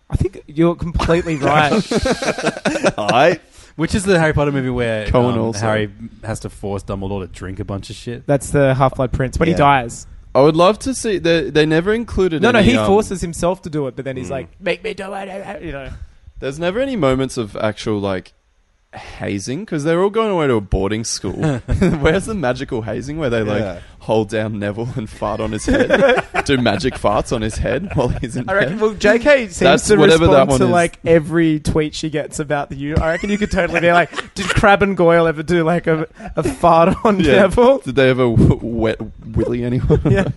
Speaker 4: I think you're completely right.
Speaker 6: All right,
Speaker 3: Which is the Harry Potter movie where
Speaker 5: Cohen
Speaker 3: um,
Speaker 5: also.
Speaker 3: Harry has to force Dumbledore to drink a bunch of shit?
Speaker 4: That's the Half Blood Prince when he
Speaker 6: Yeah.
Speaker 4: dies.
Speaker 5: I would love to see. They, they never included.
Speaker 4: No, no,
Speaker 5: any,
Speaker 4: he Mm.
Speaker 5: um,
Speaker 4: forces himself to do it, but then he's like, "Make me do it," you know.
Speaker 5: There's never any moments of actual like hazing because they're all going away to a boarding school. Where's the magical hazing where they like
Speaker 6: Yeah.
Speaker 5: hold down Neville and fart on his head, do magic farts on his head while he's in
Speaker 4: I reckon.
Speaker 5: bed?
Speaker 4: Well, J.K. seems
Speaker 5: That's
Speaker 4: to
Speaker 5: whatever that
Speaker 4: respond
Speaker 5: one
Speaker 4: to
Speaker 5: is.
Speaker 4: like every tweet she gets about the U. I reckon you could totally be like, "Did Crab and Goyle ever do like a, a fart on
Speaker 5: Yeah.
Speaker 4: Neville?"
Speaker 5: Did they ever w- wet willy anyone?
Speaker 4: Yeah.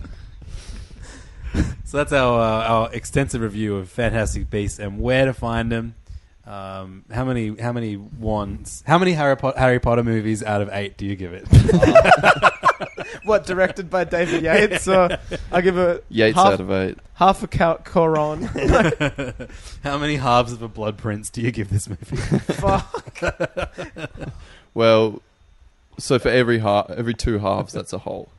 Speaker 3: So that's our uh, our extensive review of Fantastic Beasts and where to find them. Um, how many how many ones? How many Harry, po- Harry Potter movies out of eight do you give it?
Speaker 4: What directed by David Yates? So I give a
Speaker 5: Yates
Speaker 4: half,
Speaker 5: out of eight.
Speaker 4: half a cow- coron.
Speaker 3: how many halves of a blood prince do you give this movie?
Speaker 4: Fuck.
Speaker 5: Well, so for every half, every two halves, that's a whole.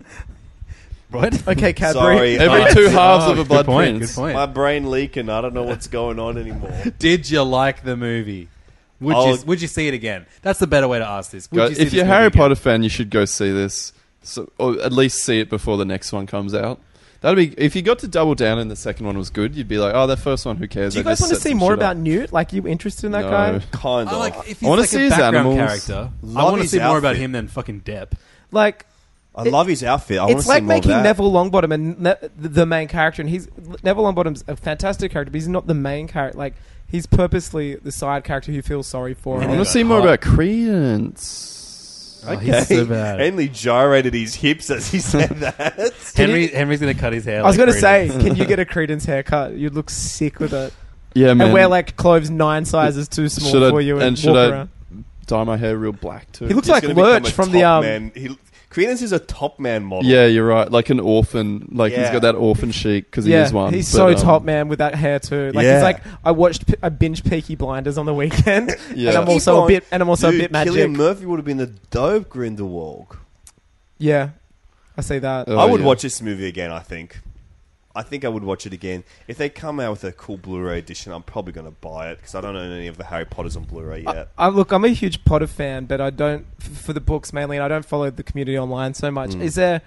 Speaker 3: What?
Speaker 4: Okay, Cadbury.
Speaker 6: sorry,
Speaker 5: Every
Speaker 6: uh,
Speaker 5: two halves of a
Speaker 3: Oh, good
Speaker 5: blood
Speaker 3: point,
Speaker 5: prince.
Speaker 3: Good point.
Speaker 6: my brain leaking. I don't know what's going on anymore.
Speaker 3: Did you like the movie? Would
Speaker 6: I'll-
Speaker 3: you would you see it again? That's the better way to ask this. Would
Speaker 5: Guys,
Speaker 3: you see
Speaker 5: if
Speaker 3: this
Speaker 5: you're a
Speaker 3: movie
Speaker 5: Harry
Speaker 3: again?
Speaker 5: Potter fan, you should go see this, so, or at least see it before the next one comes out. That'd be if you got to double down and the second one was good, you'd be like, oh, that first one, who cares?
Speaker 4: Do you
Speaker 5: They
Speaker 4: guys want
Speaker 5: just
Speaker 4: to
Speaker 5: set
Speaker 4: see
Speaker 5: some
Speaker 4: more
Speaker 5: shit up."
Speaker 4: about Newt? Like, you interested in that
Speaker 5: No.
Speaker 4: guy?
Speaker 6: Kind
Speaker 3: I
Speaker 6: of.
Speaker 3: like if he's
Speaker 5: I wanna
Speaker 3: like
Speaker 5: see
Speaker 3: a
Speaker 5: his
Speaker 3: background
Speaker 5: animals.
Speaker 3: character. I
Speaker 6: Love
Speaker 3: want to
Speaker 6: his
Speaker 3: see more about
Speaker 6: outfit.
Speaker 3: him than fucking Depp.
Speaker 4: Like,
Speaker 6: I
Speaker 4: It-
Speaker 6: love his outfit. I want
Speaker 4: it's
Speaker 6: to
Speaker 4: like
Speaker 6: see more
Speaker 4: making
Speaker 6: of that.
Speaker 4: Neville Longbottom and ne- the main character, and he's Neville Longbottom's a fantastic character, but he's not the main character. Like, he's purposely the side character who feels sorry for.
Speaker 3: And
Speaker 5: I
Speaker 4: him.
Speaker 5: want to
Speaker 3: got
Speaker 5: see more
Speaker 3: hot.
Speaker 5: about Credence.
Speaker 3: Oh, he's so bad.
Speaker 6: Henley gyrated his hips as he said that.
Speaker 3: Henry, Henry's gonna cut his
Speaker 4: I
Speaker 3: hair.
Speaker 4: was
Speaker 3: like
Speaker 4: gonna say,
Speaker 3: Credence.
Speaker 4: can you get a Credence haircut? You'd look sick with it,
Speaker 5: Yeah, man.
Speaker 4: and wear like clothes nine sizes too small
Speaker 5: Should I-
Speaker 4: for you, and,
Speaker 5: and should
Speaker 4: walk
Speaker 5: I-
Speaker 4: around.
Speaker 5: dye my hair real black too.
Speaker 4: He looks
Speaker 6: He's
Speaker 4: like
Speaker 6: gonna become
Speaker 4: Lurch
Speaker 6: a
Speaker 4: from the
Speaker 6: top
Speaker 4: um.
Speaker 6: man. He, Credence is a top man model.
Speaker 5: Yeah, you're right. Like an orphan. Like he's
Speaker 6: Yeah.
Speaker 5: got that orphan chic because he
Speaker 4: yeah,
Speaker 5: is one.
Speaker 4: he's
Speaker 5: but,
Speaker 4: so
Speaker 5: um,
Speaker 4: top man with that hair too. Like
Speaker 6: Yeah.
Speaker 4: he's like I watched P- I binge Peaky Blinders on the weekend,
Speaker 5: Yeah.
Speaker 4: and I'm
Speaker 5: Keep
Speaker 4: also a
Speaker 6: on.
Speaker 4: bit and I'm also
Speaker 6: Dude,
Speaker 4: a bit magic.
Speaker 6: Cillian Murphy would have been the dope Grindelwald.
Speaker 4: yeah, I see that.
Speaker 5: Oh,
Speaker 6: I would
Speaker 5: yeah.
Speaker 6: watch this movie again. I think. I think I would watch it again if they come out with a cool Blu-ray edition. I'm probably going to buy it because I don't own any of the Harry Potters on Blu-ray yet.
Speaker 4: I, look, I'm a huge Potter fan, but I don't f- for the books mainly, and I don't follow the community online so
Speaker 5: Mm.
Speaker 4: much. Is there?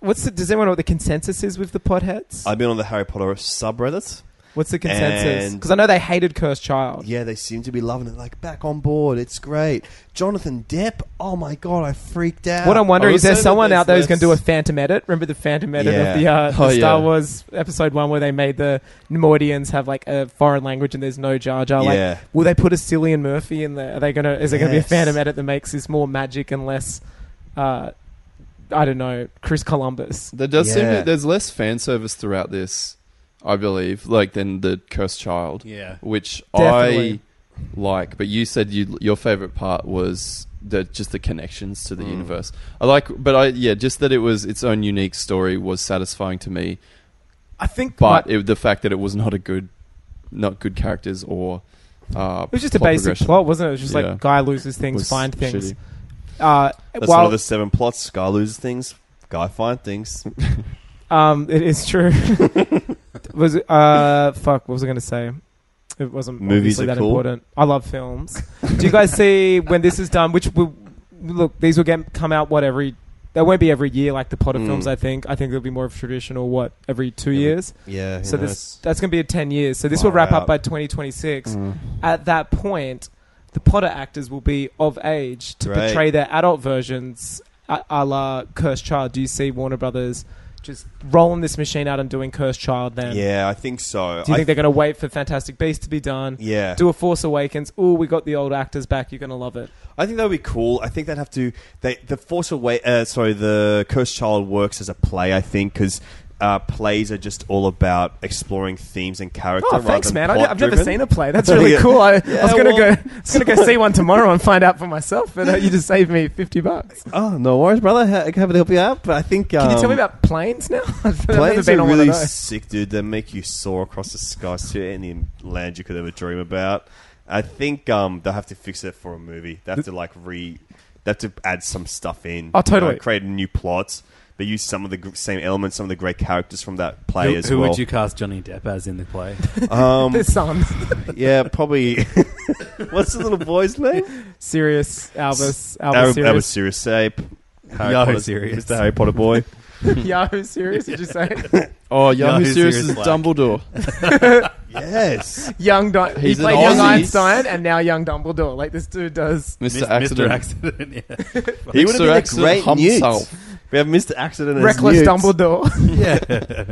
Speaker 4: What's the, does anyone know what the consensus is with the potheads?
Speaker 6: I've been on the Harry Potter subreddit.
Speaker 4: What's the consensus?
Speaker 6: And-
Speaker 4: Because I know they hated Cursed Child.
Speaker 6: Yeah, they seem to be loving it. Like back on board, it's great. Jonathan Depp. Oh my god, I freaked out.
Speaker 4: What I'm wondering
Speaker 5: I
Speaker 4: is
Speaker 5: would
Speaker 4: there
Speaker 5: say that
Speaker 4: someone out there who's going
Speaker 5: there's
Speaker 4: to do a phantom edit? Remember the phantom edit
Speaker 6: Yeah.
Speaker 4: of the, uh, the
Speaker 5: Oh,
Speaker 4: Star
Speaker 5: yeah.
Speaker 4: Wars episode one where they made the Nemoidians have like a foreign language and there's no Jar Jar. Like,
Speaker 6: Yeah.
Speaker 4: will they put a Cillian Murphy in there? Are they going to? Is there going to be a
Speaker 6: Yes.
Speaker 4: phantom edit that makes this more magic and less? Uh, I don't know, Chris Columbus.
Speaker 5: There does seem
Speaker 6: Yeah.
Speaker 5: to, there's less fan service throughout this, I believe, like than the Cursed Child.
Speaker 3: Yeah.
Speaker 5: which
Speaker 4: Definitely.
Speaker 5: I like. But you said you your favorite part was the just the connections
Speaker 6: Mm.
Speaker 5: to the universe. I like, but I yeah, just that it was its own unique story was satisfying to me.
Speaker 4: I think,
Speaker 5: But
Speaker 4: my-
Speaker 5: it, the fact that it was not a good, not good characters or. Uh,
Speaker 4: it was just a basic plot, wasn't it? It was just
Speaker 5: Yeah.
Speaker 4: like guy loses things, find things. Uh,
Speaker 6: That's
Speaker 4: while-
Speaker 6: one of the seven plots. Guy loses things. Guy find things.
Speaker 4: Um, it is true. was it- uh, fuck. What was I going to say? It wasn't
Speaker 6: Movies
Speaker 4: obviously
Speaker 6: are
Speaker 4: that
Speaker 6: cool.
Speaker 4: important. I love films. Do you guys see when this is done? Which will look these will get come out what every. They won't be every year like the Potter
Speaker 6: Mm.
Speaker 4: films. I think. I think they'll be more of traditional what every two
Speaker 6: Every-
Speaker 4: years.
Speaker 6: Yeah. who
Speaker 4: So this
Speaker 6: knows?
Speaker 4: that's going to be a ten years. So this will
Speaker 6: Far
Speaker 4: wrap up
Speaker 6: out.
Speaker 4: by twenty twenty
Speaker 6: Mm.
Speaker 4: six. At that point, the Potter actors will be of age to
Speaker 6: Right.
Speaker 4: portray their adult versions, a, a la Cursed Child. Do you see Warner Brothers just rolling this machine out and doing Cursed Child? Then,
Speaker 6: Yeah, I think so.
Speaker 4: do you
Speaker 6: I
Speaker 4: think they're going to wait for Fantastic Beasts to be done?
Speaker 6: Yeah.
Speaker 4: Do a Force Awakens. Oh, we got the old actors back. You're going to love it.
Speaker 6: I think that would be cool. I think they'd have to. They the Force Away. Uh, sorry, the Cursed Child works as a play. I think because uh, plays are just all about exploring themes and character.
Speaker 4: Oh,
Speaker 6: rather
Speaker 4: thanks,
Speaker 6: than
Speaker 4: man. I,
Speaker 6: plot
Speaker 4: have never
Speaker 6: driven.
Speaker 4: seen a play. That's really cool. I, I was
Speaker 6: Yeah,
Speaker 4: going to
Speaker 6: well-
Speaker 4: go. I was going to go see one tomorrow and find out for myself. But uh, you just saved me fifty bucks.
Speaker 6: Oh no worries, brother. Ha- Happy to help you out. But I think
Speaker 4: Can you tell
Speaker 6: um,
Speaker 4: me about planes now? I've never
Speaker 6: Planes
Speaker 4: been
Speaker 6: are
Speaker 4: on one of
Speaker 6: really
Speaker 4: those.
Speaker 6: sick, dude. They make you soar across the skies to any land you could ever dream about. I think um, they'll have to fix it for a movie. They have to like re, they have to add some stuff
Speaker 4: Oh,
Speaker 6: in. you know,
Speaker 4: totally.
Speaker 6: create new plots, but use some of the gr- same elements, some of the great characters from that play
Speaker 3: Who,
Speaker 6: as
Speaker 3: who
Speaker 6: well.
Speaker 3: would you cast Johnny Depp as in the play?
Speaker 6: Um,
Speaker 4: The son.
Speaker 6: yeah, probably. What's the little boy's name?
Speaker 4: Sirius, Albus, Albus,
Speaker 6: Albus
Speaker 4: Sirius.
Speaker 6: Albus Sirius Snape. Harry
Speaker 3: Yahoo
Speaker 6: Potter-
Speaker 3: Sirius.
Speaker 6: Mr. Harry Potter boy.
Speaker 4: Yahoo, Sirius, did you say?
Speaker 5: Oh, Yahoo,
Speaker 3: Yahoo
Speaker 5: Serious
Speaker 3: Serious
Speaker 5: is
Speaker 3: Black.
Speaker 5: Dumbledore.
Speaker 6: yes.
Speaker 4: young Di- He
Speaker 5: He's an
Speaker 4: played Young
Speaker 5: Aussie.
Speaker 4: Einstein and now Young Dumbledore. Like, this dude does.
Speaker 5: Mr.
Speaker 3: Mis- Mr.
Speaker 5: Accident.
Speaker 3: Accident, yeah.
Speaker 6: He would have
Speaker 5: Sir
Speaker 6: been a
Speaker 5: Accident
Speaker 6: great Newt.
Speaker 5: himself.
Speaker 6: We have Mr. Accident as
Speaker 4: Reckless
Speaker 6: Newt.
Speaker 4: Dumbledore.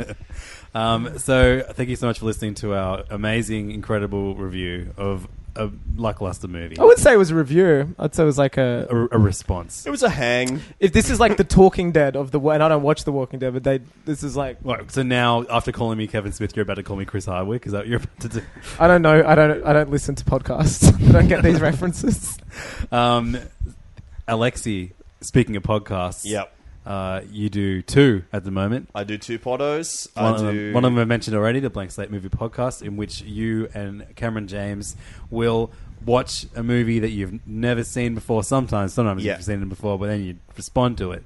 Speaker 3: Um, so thank you so much for listening to our amazing, incredible review of a lackluster movie.
Speaker 4: I would say it was a review. I'd say it was like a.
Speaker 3: a, a response.
Speaker 6: It was a hang.
Speaker 4: If this is like the Talking Dead of the. wa- And I don't watch The Walking Dead, but they. This is like.
Speaker 3: Right, so now, after calling me Kevin Smith, you're about to call me Chris Hardwick. Is that what you're about to do?
Speaker 4: I don't know. I don't. I don't listen to podcasts. I don't get these references.
Speaker 3: Um, Alexi, speaking of podcasts,
Speaker 6: Yep.
Speaker 3: uh, you do two at the moment.
Speaker 6: I do two pottos.
Speaker 3: One
Speaker 6: I
Speaker 3: of,
Speaker 6: do
Speaker 3: them, one of them I mentioned already, the Blank Slate Movie Podcast, in which you and Cameron James will watch a movie that you've never seen before. Sometimes, sometimes
Speaker 6: Yeah.
Speaker 3: you've seen it before, but then you respond to it.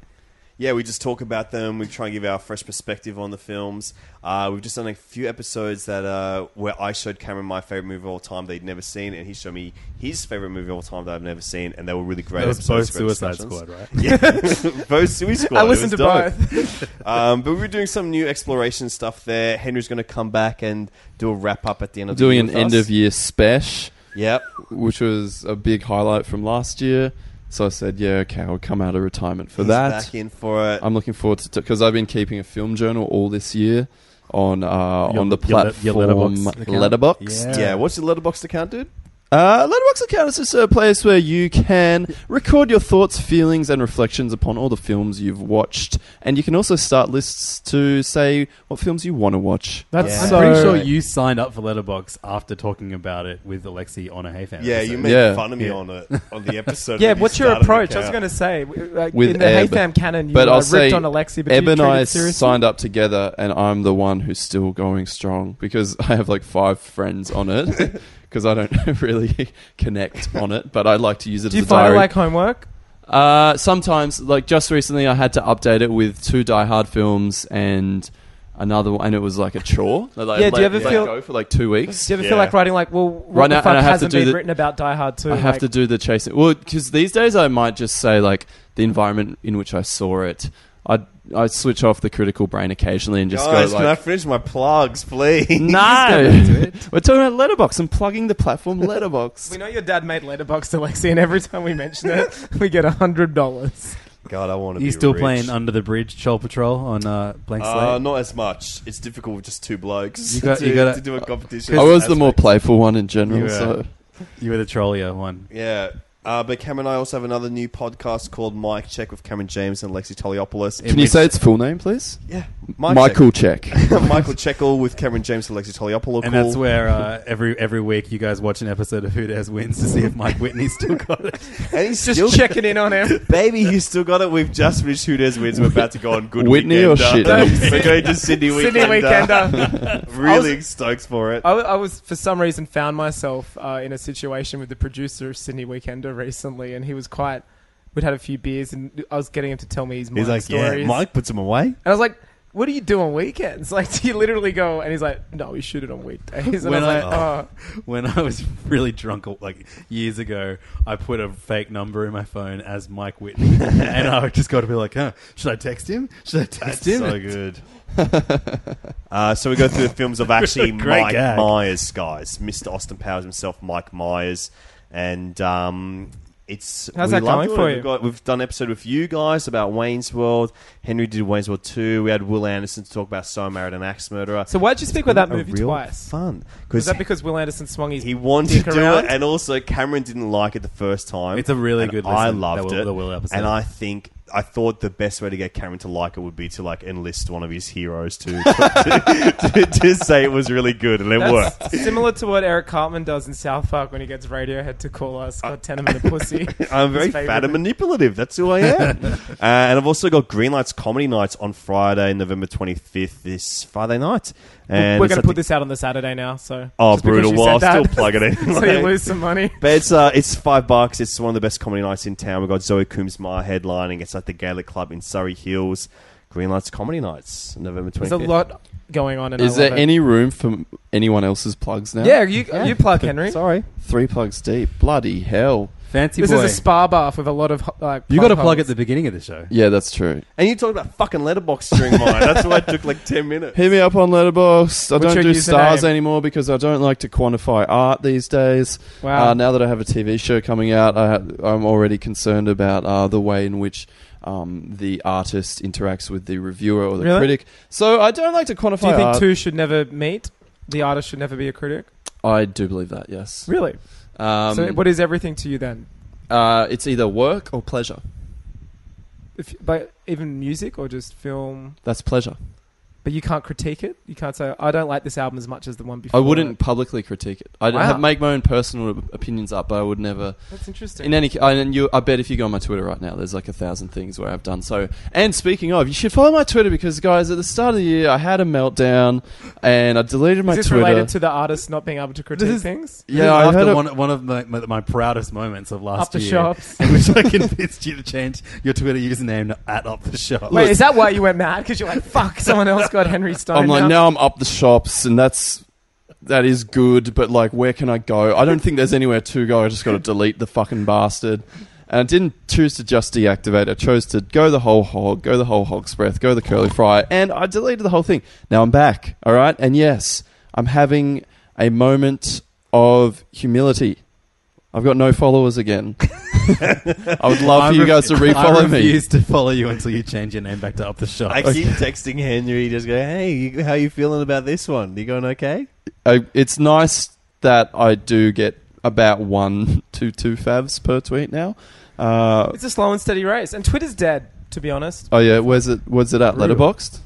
Speaker 6: Yeah, we just talk about them. We try and give our fresh perspective on the films. Uh, we've just done a few episodes that uh, where I showed Cameron my favorite movie of all time they'd never seen, and he showed me his favorite movie of all time that I've never seen, and they were really great.
Speaker 3: That was both
Speaker 6: episodes, great
Speaker 3: Suicide
Speaker 6: discussions.
Speaker 3: Squad, right?
Speaker 6: Yeah, both Suicide Squad.
Speaker 4: I
Speaker 6: It
Speaker 4: listened
Speaker 6: was
Speaker 4: to
Speaker 6: dope.
Speaker 4: both.
Speaker 6: Um, but we were doing some new exploration stuff there. Henry's going to come back and do a wrap up at the end of
Speaker 5: Doing
Speaker 6: the
Speaker 5: an
Speaker 6: year with
Speaker 5: end
Speaker 6: us.
Speaker 5: of year special.
Speaker 6: Yep.
Speaker 5: which was a big highlight from last year. So I said, yeah, okay, I'll come out of retirement for
Speaker 6: He's
Speaker 5: that.
Speaker 6: back in for it.
Speaker 5: I'm looking forward to because I've been keeping a film journal all this year on uh,
Speaker 3: Your-
Speaker 5: on the
Speaker 3: your le- your
Speaker 5: platform
Speaker 3: Letterboxd account?
Speaker 5: Letterboxd.
Speaker 3: Yeah.
Speaker 6: yeah. what's your letterbox account, dude?
Speaker 5: Uh, Letterboxd Encounters is a place where you can record your thoughts, feelings, and reflections upon all the films you've watched, and you can also start lists to say what films you want to watch.
Speaker 4: That's
Speaker 3: I'm
Speaker 4: so.
Speaker 3: pretty sure you signed up for Letterbox after talking about it with Alexi on a Hayfan.
Speaker 6: Yeah, you made
Speaker 5: Yeah.
Speaker 6: fun of me on it on the episode.
Speaker 4: Yeah,
Speaker 6: when you
Speaker 4: what's your
Speaker 6: started the
Speaker 4: approach? I was
Speaker 6: count.
Speaker 4: going to say, w- like,
Speaker 5: With
Speaker 4: in the
Speaker 5: Eb.
Speaker 4: Hayfam canon, you
Speaker 5: but
Speaker 4: uh,
Speaker 5: I'll
Speaker 4: ripped
Speaker 5: say
Speaker 4: on Alexi, but
Speaker 5: Eb
Speaker 4: you
Speaker 5: and
Speaker 4: treated
Speaker 5: I
Speaker 4: it seriously.
Speaker 5: signed up together, and I'm the one who's still going strong because I have like five friends on it because I don't really connect on it, but I like to use it
Speaker 4: Do
Speaker 5: as
Speaker 4: you
Speaker 5: a
Speaker 4: find it
Speaker 5: diary.
Speaker 4: like homework?
Speaker 5: Uh, sometimes, like just recently, I had to update it with two Die Hard films and another one, and it was like a chore. They, like,
Speaker 4: Yeah, do you
Speaker 5: let-
Speaker 4: ever
Speaker 5: let
Speaker 4: feel-
Speaker 5: go for like two weeks?
Speaker 4: Do you ever
Speaker 6: Yeah.
Speaker 4: feel like writing like, well, what
Speaker 5: Right now-
Speaker 4: the
Speaker 5: and
Speaker 4: fuck
Speaker 5: I have to
Speaker 4: hasn't
Speaker 5: do
Speaker 4: been
Speaker 5: the-
Speaker 4: written about Die Hard 2?
Speaker 5: I have
Speaker 4: Like,
Speaker 5: to do the chasing. Well, because these days I might just say like the environment in which I saw it. I I switch off the critical brain occasionally and just
Speaker 6: Guys,
Speaker 5: go
Speaker 6: can I
Speaker 5: like.
Speaker 6: finish my plugs, please?
Speaker 5: No, we're talking about Letterbox and plugging the platform
Speaker 4: We
Speaker 5: Letterbox.
Speaker 4: know your dad made letterbox to Lexi, and every time we mention it, we get hundred dollars.
Speaker 6: God, I want to.
Speaker 3: You
Speaker 6: be
Speaker 3: still
Speaker 6: rich.
Speaker 3: playing Under the Bridge, Troll Patrol on uh, Blank Slate?
Speaker 6: Uh, not as much. It's difficult with just two blokes
Speaker 3: You got-
Speaker 6: to,
Speaker 3: you gotta-
Speaker 6: to do a competition.
Speaker 5: I was the
Speaker 6: aspect.
Speaker 5: more playful one in general,
Speaker 3: You, uh,
Speaker 5: so
Speaker 3: you were the trollier one.
Speaker 6: Yeah. Uh, but Cam and I also have another new podcast called Mike Check with Cameron James and Lexi Toliopoulos.
Speaker 3: In
Speaker 5: can you
Speaker 3: which-
Speaker 5: say its full name, please?
Speaker 6: yeah,
Speaker 5: Michael Check.
Speaker 6: Check. Michael Checkle with Cameron James and Lexi Toliopoulos.
Speaker 3: And that's where uh, every every week you guys watch an episode of Who Dares Wins to see if Mike Whitney still got it.
Speaker 6: and he's
Speaker 4: Just
Speaker 6: still
Speaker 4: checking in on him.
Speaker 6: Baby, you still got it. We've just finished Who Dares Wins. We're about to go on Good
Speaker 5: Whitney or
Speaker 6: Weekender.
Speaker 5: shit?
Speaker 6: We're going to Sydney Weekender.
Speaker 4: Sydney Weekender.
Speaker 6: Really stokes for it.
Speaker 4: I, wa- I was, for some reason, found myself uh, in a situation with the producer of Sydney Weekender recently, and he was quite. We'd had a few beers, and I was getting him to tell me his Mike stories.
Speaker 6: puts him away.
Speaker 4: And I was like, "What do you do on weekends? Like, do you literally go?" And he's like, "No, we shoot it on weekdays." And
Speaker 3: When
Speaker 4: I was
Speaker 3: I-
Speaker 4: like, "Oh."
Speaker 3: When I was really drunk, like years ago, I put a fake number in my phone as Mike Whitney, and I just got to be like, huh, should I text him? Should I text him?
Speaker 6: so good. uh, so we go through the films of actually
Speaker 3: Great
Speaker 6: Mike
Speaker 3: gag.
Speaker 6: Myers, guys. Mr. Austin Powers himself, Mike Myers, and um, it's
Speaker 4: How's
Speaker 6: we
Speaker 4: that going
Speaker 6: love doing
Speaker 4: for
Speaker 6: it.
Speaker 4: you?
Speaker 6: We've, got, we've done an episode with you guys about Wayne's World. Henry did Wayne's World two. We had Will Anderson to talk about So Married an Axe Murderer.
Speaker 4: So why'd you speak about that
Speaker 6: a
Speaker 4: movie
Speaker 6: real
Speaker 4: twice?
Speaker 6: Fun
Speaker 4: Was
Speaker 6: because
Speaker 4: that because Will Anderson swung his
Speaker 6: he wanted
Speaker 4: dick
Speaker 6: to do
Speaker 4: around?
Speaker 6: it, and also Cameron didn't like it the first time.
Speaker 3: It's a really
Speaker 6: and
Speaker 3: good
Speaker 6: I
Speaker 3: listen,
Speaker 6: loved
Speaker 3: that Will-
Speaker 6: it.
Speaker 3: the Will episode.
Speaker 6: and I think I thought the best way to get Cameron to like it would be to like enlist one of his heroes to to, to, to say it was really good, and it
Speaker 4: That's
Speaker 6: worked.
Speaker 4: similar to what Eric Cartman does in South Park when he gets Radiohead to call us Scott Tenement a pussy.
Speaker 6: I'm very
Speaker 4: His favourite
Speaker 6: fat and
Speaker 4: movie.
Speaker 6: manipulative. That's who I am. uh, and I've also got Greenlight's Comedy Nights on Friday, November 25th, this Friday night. And
Speaker 4: We're
Speaker 6: it's
Speaker 4: going
Speaker 6: at
Speaker 4: to put
Speaker 6: the-
Speaker 4: this out on the Saturday now, so
Speaker 6: Oh,
Speaker 4: just because
Speaker 6: brutal.
Speaker 4: you
Speaker 6: Well, I'll
Speaker 4: said
Speaker 6: still
Speaker 4: that,
Speaker 6: plug it in.
Speaker 4: so you lose some money.
Speaker 6: But it's uh, it's five bucks. It's one of the best comedy nights in town. We've got Zoe Coombs Meyer headlining. It's at the Gaelic Club in Surrey Hills. Greenlights Comedy Nights, November
Speaker 4: There's a
Speaker 6: 25th.
Speaker 4: lot going on. And I
Speaker 5: Is there
Speaker 4: love it.
Speaker 5: any room for anyone else's plugs now?
Speaker 4: Yeah, you you plug Henry.
Speaker 5: Sorry, three plugs deep. Bloody hell!
Speaker 3: Fancy
Speaker 4: This
Speaker 3: boy.
Speaker 4: is a spa bath with a lot of ho- like.
Speaker 3: you got to plug
Speaker 4: holes.
Speaker 3: at the beginning of the show.
Speaker 5: Yeah, that's true.
Speaker 6: And you talked about fucking letterbox during mine. That's why it took like 10 minutes.
Speaker 5: Hit me up on Letterboxd. I
Speaker 4: What's
Speaker 5: don't
Speaker 4: your
Speaker 5: do
Speaker 4: username?
Speaker 5: stars anymore because I don't like to quantify art these days.
Speaker 4: Wow.
Speaker 5: Uh, now that I have a TV show coming out, I ha- I'm already concerned about uh, the way in which um, the artist interacts with the reviewer or the
Speaker 4: Really?
Speaker 5: critic. So I don't like to quantify
Speaker 4: Do you think
Speaker 5: art.
Speaker 4: two should never meet? The artist should never be a critic.
Speaker 5: I do believe that, yes.
Speaker 4: Really?
Speaker 5: Um,
Speaker 4: so what is everything to you then?
Speaker 5: uh, it's either work or pleasure.
Speaker 4: If, but even music or just film,
Speaker 5: That's pleasure.
Speaker 4: but you can't critique it. You can't say I don't like this album as much as the one before.
Speaker 5: I wouldn't publicly critique it. I'd
Speaker 4: Wow.
Speaker 5: have, make my own personal op- opinions up, but I would never
Speaker 4: That's interesting.
Speaker 5: In any, ca- and you, I bet if you go on my Twitter right now, there's like a thousand things where I've done so. And speaking of, you should follow my Twitter because, guys, at the start of the year, I had a meltdown and I deleted my
Speaker 4: Is this
Speaker 5: Twitter.
Speaker 4: related to the artist not being able to critique
Speaker 3: This is-
Speaker 4: things?
Speaker 5: yeah, I
Speaker 3: after
Speaker 5: heard it-
Speaker 3: one, one of my, my, my proudest moments of last
Speaker 4: Up the
Speaker 3: year,
Speaker 4: shops.
Speaker 3: in which I convinced you to change your Twitter username to at up the shop.
Speaker 4: Wait, is that why you went mad? Because you're like, fuck, someone else got Henry Stone.
Speaker 5: I'm like,
Speaker 4: now.
Speaker 5: now I'm up the shops, and that's that is good, but like, where can I go? I don't think there's anywhere to go. I just got to delete the fucking bastard. And I didn't choose to just deactivate. I chose to go the whole hog, go the whole hog's breath, go the curly fry, and I deleted the whole thing. Now I'm back, all right? And yes, I'm having a moment of humility. I've got no followers again. I would love for you guys to
Speaker 3: I
Speaker 5: refollow me.
Speaker 3: refuse to follow you until you change your name back to up the shop.
Speaker 6: I keep texting Henry, just go, hey, you- how you feeling about this one? You going okay?
Speaker 5: I, it's nice that I do get about one to two favs per tweet now. Uh,
Speaker 4: It's a slow and steady race, and Twitter's dead. To be honest,
Speaker 5: oh yeah, where's it? Where's it at? Letterboxed.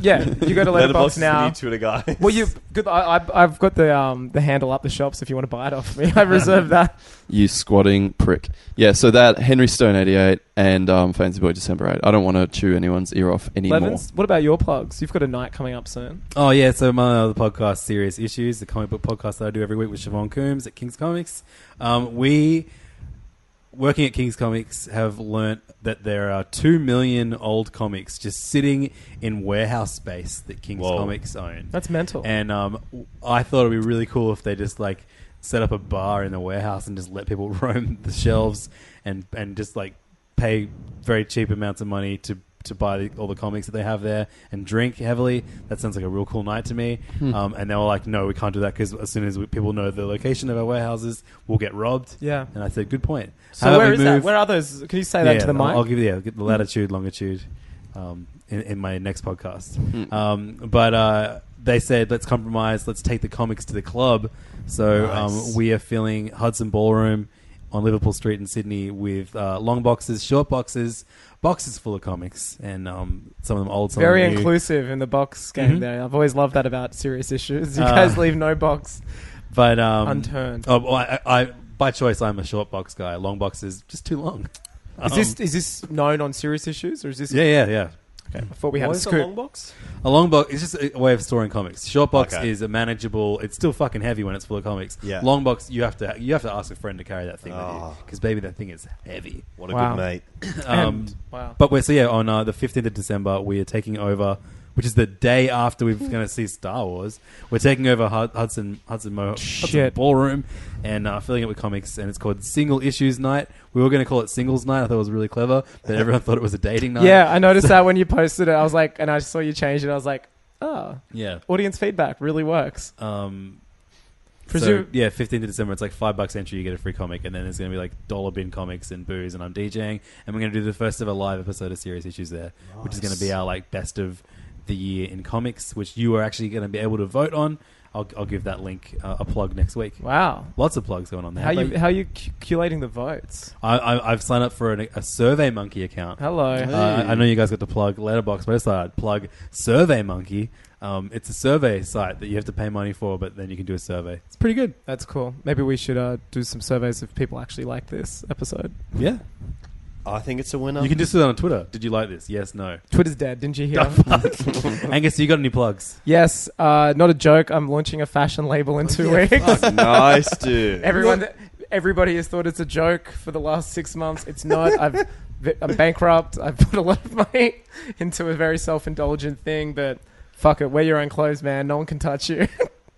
Speaker 4: yeah, you go to Letterboxd
Speaker 6: is
Speaker 4: now.
Speaker 6: the new Twitter guy.
Speaker 4: Well, you good. I, I, I've got the um the handle up the shops if you want to buy it off me. I reserve that.
Speaker 5: You squatting prick. Yeah. So that Henry Stone eighty eight and um, Fancy Boy December eight. I don't want to chew anyone's ear off anymore.
Speaker 4: Levins, what about your plugs? You've got a night coming up soon.
Speaker 3: Oh yeah, so my other podcast, Serious Issues, the comic book podcast that I do every week with Siobhan Coombs at King's Comics. Um, we, working at King's Comics, have learnt that there are two million old comics just sitting in warehouse space that King's
Speaker 9: Whoa.
Speaker 3: Comics own.
Speaker 4: That's mental.
Speaker 3: And um, w- I thought it'd be really cool if they just like set up a bar in the warehouse and just let people roam the shelves and and just like pay very cheap amounts of money to to buy the, all the comics that they have there and drink heavily. That sounds like a real cool night to me.
Speaker 4: Hmm.
Speaker 3: Um, and they were like, "No, we can't do that because as soon as we, people know the location of our warehouses, we'll get robbed."
Speaker 4: Yeah.
Speaker 3: And I said, "Good point." How
Speaker 4: so
Speaker 3: about
Speaker 4: where
Speaker 3: we
Speaker 4: is that?
Speaker 3: move-
Speaker 4: Where are those? Can you say that
Speaker 3: yeah,
Speaker 4: to the mic? Hmm.
Speaker 3: I'll, I'll give you yeah, get the latitude, longitude um, in, in my next podcast.
Speaker 4: Hmm.
Speaker 3: Um, but uh, they said, let's compromise, let's take the comics to the club. So um, we are filling Hudson Ballroom on Liverpool Street in Sydney with uh, long boxes, short boxes, boxes full of comics, and um, some of them old, some
Speaker 4: Very
Speaker 3: of them new.
Speaker 4: inclusive in the box game
Speaker 3: Mhm.
Speaker 4: there. I've always loved that about serious issues. You
Speaker 3: Uh,
Speaker 4: guys leave no box.
Speaker 3: But um,
Speaker 4: Unturned.
Speaker 3: Oh, well, I, I, by choice, I'm a short box guy. Long box is just too long.
Speaker 4: Is this is this known on serious issues or is this?
Speaker 3: um, Yeah, yeah, yeah.
Speaker 4: I thought we had
Speaker 6: What
Speaker 4: a
Speaker 6: is a
Speaker 4: scoop.
Speaker 6: long box?
Speaker 3: A long box is just a way of storing comics. Short box
Speaker 6: Okay.
Speaker 3: is a manageable. It's still fucking heavy when it's full of comics.
Speaker 6: Yeah.
Speaker 3: Long box, you have to you have to ask a friend to carry that thing with
Speaker 6: Oh.
Speaker 3: you because baby, that thing is heavy.
Speaker 6: What a
Speaker 4: Wow.
Speaker 6: good mate.
Speaker 3: Um,
Speaker 4: wow.
Speaker 3: But we're so yeah on uh, the fifteenth of December we are taking over, which is the day after we're going to see Star Wars. We're taking over Hud- Hudson Hudson, Mo- Hudson
Speaker 4: Shit.
Speaker 3: Ballroom and uh, filling it with comics, and it's called Single Issues Night. We were going to call it Singles Night. I thought it was really clever, but everyone thought it was a dating night.
Speaker 4: yeah, I noticed that when you posted it, I was like, and I saw you change it. I was like, oh,
Speaker 3: yeah.
Speaker 4: audience feedback really works.
Speaker 3: Um,
Speaker 4: Presume-
Speaker 3: so, yeah, 15th of December. It's like five bucks entry. You get a free comic, and then there's going to be like dollar bin comics and booze. And I'm DJing, and we're going to do the first ever live episode of Serious Issues there, which is going to be our like best of the year in comics, which you are actually going to be able to vote on. I'll, I'll give that link uh, a plug next week.
Speaker 4: Wow.
Speaker 3: Lots of plugs going on there.
Speaker 4: How you
Speaker 3: But
Speaker 4: how you cu- collating the votes?
Speaker 3: I, I, I've signed up for an, a Survey Monkey account.
Speaker 4: Hello.
Speaker 3: Uh, I know you guys got to plug Letterbox, but I just thought I'd plug SurveyMonkey. Um, it's a survey site that you have to pay money for, but then you can do a survey. It's pretty good.
Speaker 4: That's cool. Maybe we should uh, do some surveys if people actually like this episode.
Speaker 3: Yeah.
Speaker 6: I think it's a winner.
Speaker 3: You can just do that on Twitter. Did you like this? Yes, no.
Speaker 4: Twitter's dead, didn't you hear?
Speaker 3: Angus, you got any plugs?
Speaker 4: yes, uh, not a joke. I'm launching a fashion label in two weeks.
Speaker 6: nice, dude.
Speaker 4: Everyone, everybody has thought it's a joke for the last six months. It's not. I've, I'm bankrupt. I've put a lot of money into a very self-indulgent thing, but fuck it. Wear your own clothes, man. No one can touch you.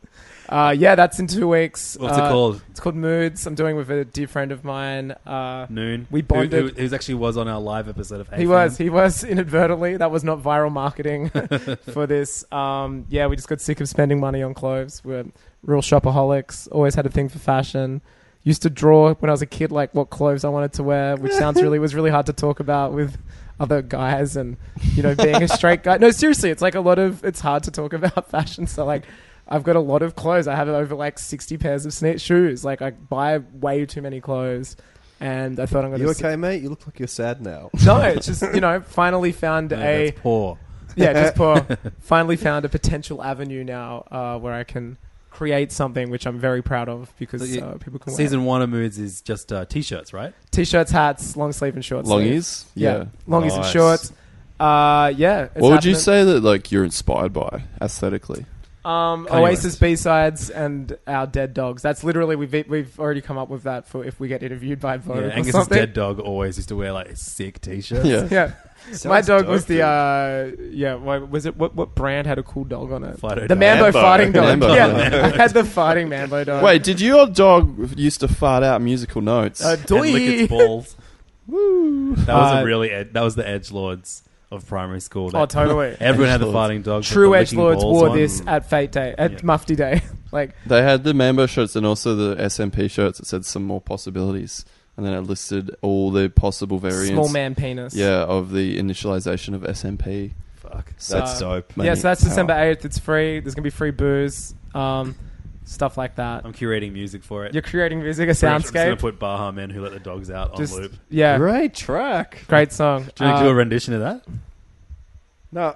Speaker 4: uh, yeah, that's in two weeks.
Speaker 3: What's it
Speaker 4: Uh,
Speaker 3: called?
Speaker 4: It's called Moods. I'm doing with a dear friend of mine. Uh,
Speaker 3: Noon.
Speaker 4: we bonded.
Speaker 3: Who, who, who actually was on our live episode of Hey
Speaker 4: He
Speaker 3: Fam.
Speaker 4: was. He was inadvertently. That was not viral marketing for this. Um, yeah, we just got sick of spending money on clothes. We're real shopaholics. Always had a thing for fashion. Used to draw when I was a kid, like what clothes I wanted to wear, which sounds really was really hard to talk about with other guys and you know being a straight guy. No, seriously, it's like a lot of. It's hard to talk about fashion. So like. I've got a lot of clothes. I have over like 60 pairs of sne- shoes. Like, I buy way too many clothes. And I thought I'm going to.
Speaker 6: You okay, mate? You look like you're sad now.
Speaker 4: No, it's just you know, finally found
Speaker 3: No,
Speaker 4: a
Speaker 3: that's poor.
Speaker 4: yeah, just poor. finally found a potential avenue now uh, where I can create something which I'm very proud of because
Speaker 3: So you-
Speaker 4: uh, people can
Speaker 3: Season one of Moods is just uh, t-shirts, right?
Speaker 4: wear t-shirts, hats, long sleeve and shorts.
Speaker 5: Longies.
Speaker 4: yeah,
Speaker 5: Yeah.
Speaker 4: longies and
Speaker 6: Nice.
Speaker 4: shorts. Uh, yeah. it's
Speaker 5: What would you
Speaker 4: happening.
Speaker 5: say that like you're inspired by aesthetically?
Speaker 4: Um,
Speaker 3: Kanye
Speaker 4: Oasis
Speaker 3: West.
Speaker 4: B sides and our dead dogs. That's literally we've we've already come up with that for if we get interviewed by
Speaker 3: Yeah,
Speaker 4: Vogue or
Speaker 3: Angus's
Speaker 4: something.
Speaker 3: dead dog always used to wear like sick t-shirts.
Speaker 5: Yeah.
Speaker 4: Yeah. My
Speaker 6: Sounds
Speaker 4: dog
Speaker 6: dope,
Speaker 4: was the
Speaker 6: dude.
Speaker 4: uh, yeah. What, was it what what brand had a cool dog on it?
Speaker 3: Fido
Speaker 4: the
Speaker 3: dog.
Speaker 4: Mambo,
Speaker 6: Mambo.
Speaker 4: farting dog.
Speaker 5: Mambo.
Speaker 4: Yeah,
Speaker 5: Mambo.
Speaker 4: I had the farting Mambo dog.
Speaker 5: Wait, did your dog used to fart out musical notes?
Speaker 4: uh,
Speaker 3: And lick
Speaker 4: Doi.
Speaker 3: its balls. That was
Speaker 4: Uh,
Speaker 3: a really ed- that was the edge lords of primary school.
Speaker 4: Oh,
Speaker 3: That-
Speaker 4: totally.
Speaker 3: Everyone had the
Speaker 5: Edgelords.
Speaker 3: fighting dog.
Speaker 4: True
Speaker 3: the
Speaker 4: edge
Speaker 3: licking
Speaker 4: lords
Speaker 3: balls
Speaker 4: wore
Speaker 3: one.
Speaker 4: this at Fate Day, at
Speaker 3: Yeah.
Speaker 4: Mufti Day. like
Speaker 5: They had the Mambo shirts and also the SMP shirts that said some more possibilities, and then it listed all the possible variants.
Speaker 4: small man penis.
Speaker 5: Yeah, of the initialization of SMP.
Speaker 3: Fuck.
Speaker 5: So
Speaker 6: That's
Speaker 4: Uh,
Speaker 6: dope.
Speaker 4: Yeah,
Speaker 5: Money
Speaker 4: so that's
Speaker 5: power.
Speaker 4: December eighth. It's free. There's gonna be free booze. Um, stuff like that.
Speaker 3: I'm curating music for it.
Speaker 4: You're creating music, a
Speaker 3: Pretty much I'm just gonna
Speaker 4: soundscape.
Speaker 3: put Baha Men Who Let the Dogs Out on
Speaker 4: Just- uh,
Speaker 3: loop.
Speaker 4: yeah,
Speaker 5: Great track.
Speaker 4: great song.
Speaker 3: Do you want
Speaker 4: Uh,
Speaker 3: to do a rendition of that?
Speaker 5: No,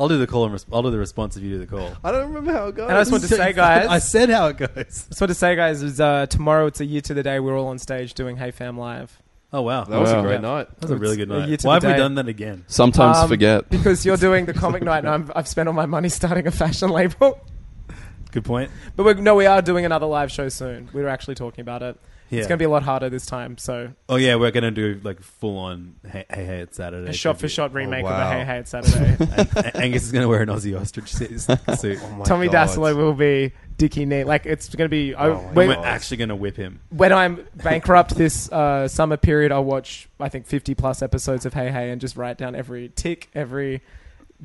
Speaker 3: I'll do the call. And res- I'll do the response if you do the call.
Speaker 5: I don't remember how it goes.
Speaker 4: and I just want to say, guys,
Speaker 3: I said how it goes.
Speaker 4: just want to say, guys, is uh, tomorrow it's a year to the day we're all on stage doing Hey Fam Live.
Speaker 3: Oh wow,
Speaker 5: that was
Speaker 3: Wow.
Speaker 5: a great
Speaker 3: That
Speaker 5: night.
Speaker 3: was a really good
Speaker 4: A year
Speaker 3: night.
Speaker 4: to
Speaker 3: Why have
Speaker 4: the
Speaker 3: we
Speaker 4: day.
Speaker 3: done that again?
Speaker 5: Sometimes
Speaker 4: Um,
Speaker 5: forget.
Speaker 4: because you're doing the comic night, and I'm, I've spent all my money starting a fashion label.
Speaker 3: Good point.
Speaker 4: But we're, no, we are doing another live show soon. We were actually talking about it.
Speaker 3: Yeah.
Speaker 4: It's going to be a lot harder this time. So
Speaker 3: Oh yeah, we're gonna do like full on. Hey, hey, hey it's Saturday.
Speaker 4: a shot for
Speaker 3: tribute.
Speaker 4: shot remake
Speaker 6: wow.
Speaker 4: of the Hey Hey It's Saturday.
Speaker 3: And- and Angus is gonna wear an Aussie ostrich suit. suit.
Speaker 4: Tommy
Speaker 6: God.
Speaker 4: Dassler will be Dickie Neat. Like it's going to be. I,
Speaker 6: my
Speaker 4: when,
Speaker 3: We're actually gonna whip him.
Speaker 4: when I'm bankrupt this uh, summer period, I'll watch I think 50 plus episodes of Hey Hey and just write down every tick, every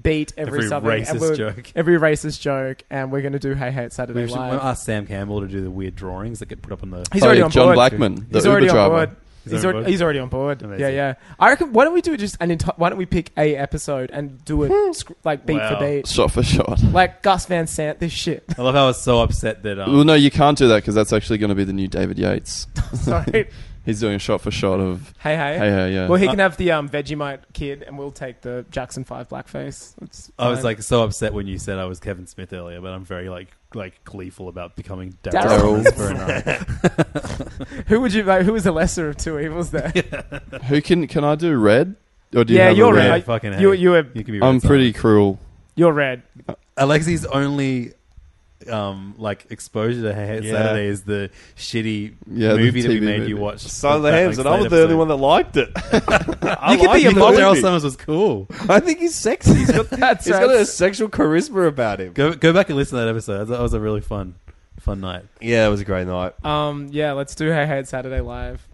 Speaker 4: beat, every,
Speaker 3: Every
Speaker 4: something, and
Speaker 3: racist
Speaker 4: we'll-
Speaker 3: joke.
Speaker 4: every racist joke, and we're going to do Hey Hey It's Saturday
Speaker 3: We should
Speaker 4: Live.
Speaker 3: ask Sam Campbell to do the weird drawings that get put up on the.
Speaker 4: He's
Speaker 5: Oh,
Speaker 4: already
Speaker 5: yeah,
Speaker 4: on
Speaker 5: John
Speaker 4: board.
Speaker 5: Blackman, the
Speaker 4: he's
Speaker 5: Uber
Speaker 4: already on
Speaker 5: driver.
Speaker 4: board.
Speaker 3: He's
Speaker 4: He's,
Speaker 3: on
Speaker 4: already,
Speaker 3: board?
Speaker 4: he's already on board. Yeah,
Speaker 3: Amazing.
Speaker 4: yeah. I reckon. Why don't we do just an entire? Why don't we pick a episode and do
Speaker 5: Hmm.
Speaker 4: it sc- like beat
Speaker 3: Wow.
Speaker 4: for beat,
Speaker 5: Shot for shot.
Speaker 4: like Gus Van Sant. This shit.
Speaker 3: I love how I was so upset that um,
Speaker 5: Well, no, you can't do that because that's actually going to be the new David Yates.
Speaker 4: Sorry.
Speaker 5: He's doing a shot for shot of
Speaker 4: hey, hey.
Speaker 5: Hey Hey, yeah.
Speaker 3: Uh,
Speaker 4: Well, he can have the um, Vegemite kid, and we'll take the Jackson Five blackface. It's
Speaker 3: I was
Speaker 4: fine.
Speaker 3: like so upset when you said I was Kevin Smith earlier, but I'm very like like gleeful about becoming
Speaker 4: Daryl.
Speaker 3: Daryl Smith for a night.
Speaker 4: who would you? Like, who is the lesser of two evils there?
Speaker 5: Who can can I do red? Or do you
Speaker 4: Yeah,
Speaker 5: have a
Speaker 4: you're
Speaker 5: red?
Speaker 3: Yeah,
Speaker 4: red.
Speaker 3: fucking
Speaker 4: You-
Speaker 3: hey.
Speaker 4: you were-
Speaker 3: can be
Speaker 5: I'm
Speaker 3: red
Speaker 5: pretty
Speaker 3: side.
Speaker 5: cruel.
Speaker 4: You're red.
Speaker 3: Alexi's only um like exposure to Hey Hey It's
Speaker 6: Yeah.
Speaker 3: Saturday is the shitty
Speaker 5: Yeah, the
Speaker 3: movie that we
Speaker 5: TV
Speaker 3: made you
Speaker 5: movie.
Speaker 3: watch.
Speaker 6: Silent
Speaker 3: that
Speaker 6: Hands,
Speaker 3: next
Speaker 6: and I was
Speaker 3: late
Speaker 6: the
Speaker 3: episode.
Speaker 6: only one that liked it. I
Speaker 3: You could
Speaker 6: liked
Speaker 3: be a
Speaker 6: the
Speaker 3: mom. Daryl
Speaker 6: movie.
Speaker 3: Summers was cool.
Speaker 6: I think he's sexy. He's got,
Speaker 4: That's
Speaker 6: he's
Speaker 4: right.
Speaker 6: got a sexual charisma about him.
Speaker 3: Go go back and listen to that episode. That was a really fun fun night.
Speaker 6: Yeah, it was a great night.
Speaker 4: Um, yeah, let's do Hey Hey It's Saturday live.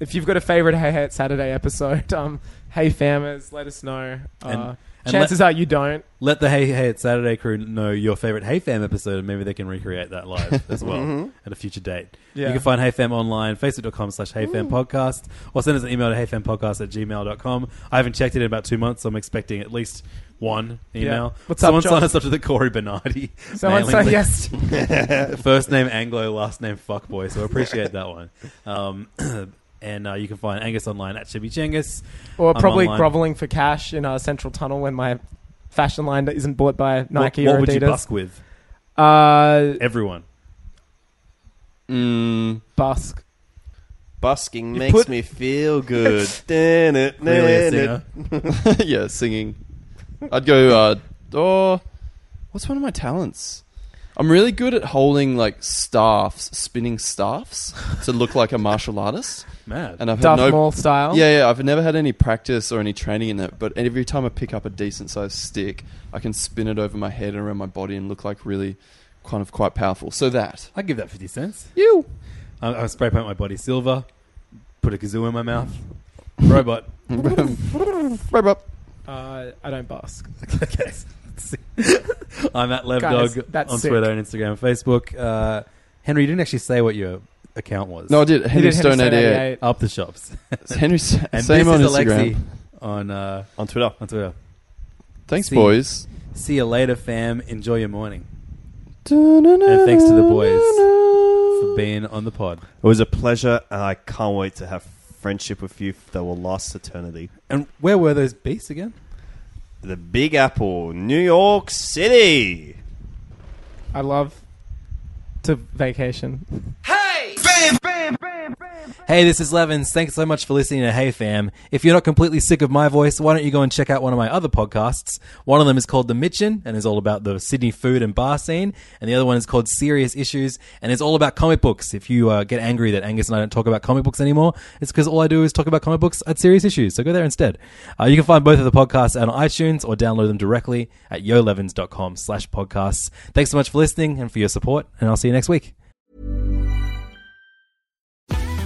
Speaker 4: If you've got a favorite Hey Hey It's Saturday episode, um, hey famers, let us know. Uh,
Speaker 3: And- and
Speaker 4: chances are you don't.
Speaker 3: Let the Hey Hey It's Saturday crew know your favorite Hey Fam episode, and maybe they can recreate that live as well at a future date.
Speaker 4: Mm-hmm. Yeah.
Speaker 3: You can find Hey Fam online, facebook.com slash Hey Fam Podcast, or send us an email to heyfampodcast at gmail.com. I haven't checked it in about two months, so I'm expecting at least one email.
Speaker 4: Yeah. What's up,
Speaker 3: Someone
Speaker 4: Josh?
Speaker 3: signed us up to the Corey Bernardi.
Speaker 4: Someone
Speaker 3: mailing
Speaker 4: say
Speaker 3: list.
Speaker 4: yes.
Speaker 3: First name Anglo, last name Fuckboy. So I appreciate that one. Um, and uh, you can find Angus online at Chibi Chengus.
Speaker 4: Or
Speaker 3: I'm
Speaker 4: probably
Speaker 3: online.
Speaker 4: groveling for cash in our central tunnel when my fashion line that isn't bought by Nike
Speaker 3: what
Speaker 4: or
Speaker 3: what would you
Speaker 4: Adidas.
Speaker 3: busk with?
Speaker 4: uh,
Speaker 3: Everyone.
Speaker 5: Mm,
Speaker 4: busk.
Speaker 6: Busking
Speaker 4: You
Speaker 6: makes
Speaker 4: put-
Speaker 6: me feel good. Dan it,
Speaker 3: Really a
Speaker 6: dan
Speaker 3: singer.
Speaker 6: it.
Speaker 5: yeah, singing. I'd go. Uh, oh, what's one of my talents? I'm really good at holding like staffs, spinning staffs to look like a martial artist.
Speaker 3: Mad.
Speaker 5: And I've had
Speaker 4: Darth
Speaker 5: no
Speaker 4: Maul style.
Speaker 5: Yeah, yeah. I've never had any practice or any training in it, but every time I pick up a decent sized stick, I can spin it over my head and around my body and look like really kind of quite powerful. So that.
Speaker 3: I'd give that 50 cents.
Speaker 5: You.
Speaker 3: I, I spray paint my body silver, put a kazoo in my mouth. Robot.
Speaker 5: Right, bro.
Speaker 4: Uh, I don't busk.
Speaker 3: okay. I'm at
Speaker 4: Guys,
Speaker 3: LevDog
Speaker 4: that's
Speaker 3: on
Speaker 4: sick.
Speaker 3: Twitter and Instagram and Facebook. Uh, Henry, you didn't actually say what your account was.
Speaker 5: No, I did. Henry
Speaker 4: He did
Speaker 5: Stone
Speaker 4: Henry
Speaker 5: 88.
Speaker 3: Up the shops.
Speaker 5: Henry, same
Speaker 3: And
Speaker 5: on
Speaker 3: this is
Speaker 5: Instagram.
Speaker 3: Alexi on, uh,
Speaker 6: On Twitter.
Speaker 3: on Twitter.
Speaker 5: Thanks,
Speaker 3: See.
Speaker 5: boys.
Speaker 3: See you later, fam. Enjoy your morning.
Speaker 5: And
Speaker 3: thanks to the boys for being on the pod.
Speaker 6: It was a pleasure, and I can't wait to have friendship with you that will last eternity.
Speaker 3: And where were those beasts again?
Speaker 6: The Big Apple, New York City.
Speaker 4: I love to vacation.
Speaker 3: Hey, this is Levins. Thanks so much for listening to Hey Fam. If you're not completely sick of my voice, why don't you go and check out one of my other podcasts? One of them is called The Mitchin and is all about the Sydney food and bar scene, and the other one is called Serious Issues and it's all about comic books. If you uh, get angry that Angus and I don't talk about comic books anymore, it's because all I do is talk about comic books at Serious Issues. So go there instead. Uh, you can find both of the podcasts on iTunes or download them directly at yolevins.com slash podcasts. Thanks so much for listening and for your support, and I'll see you next week.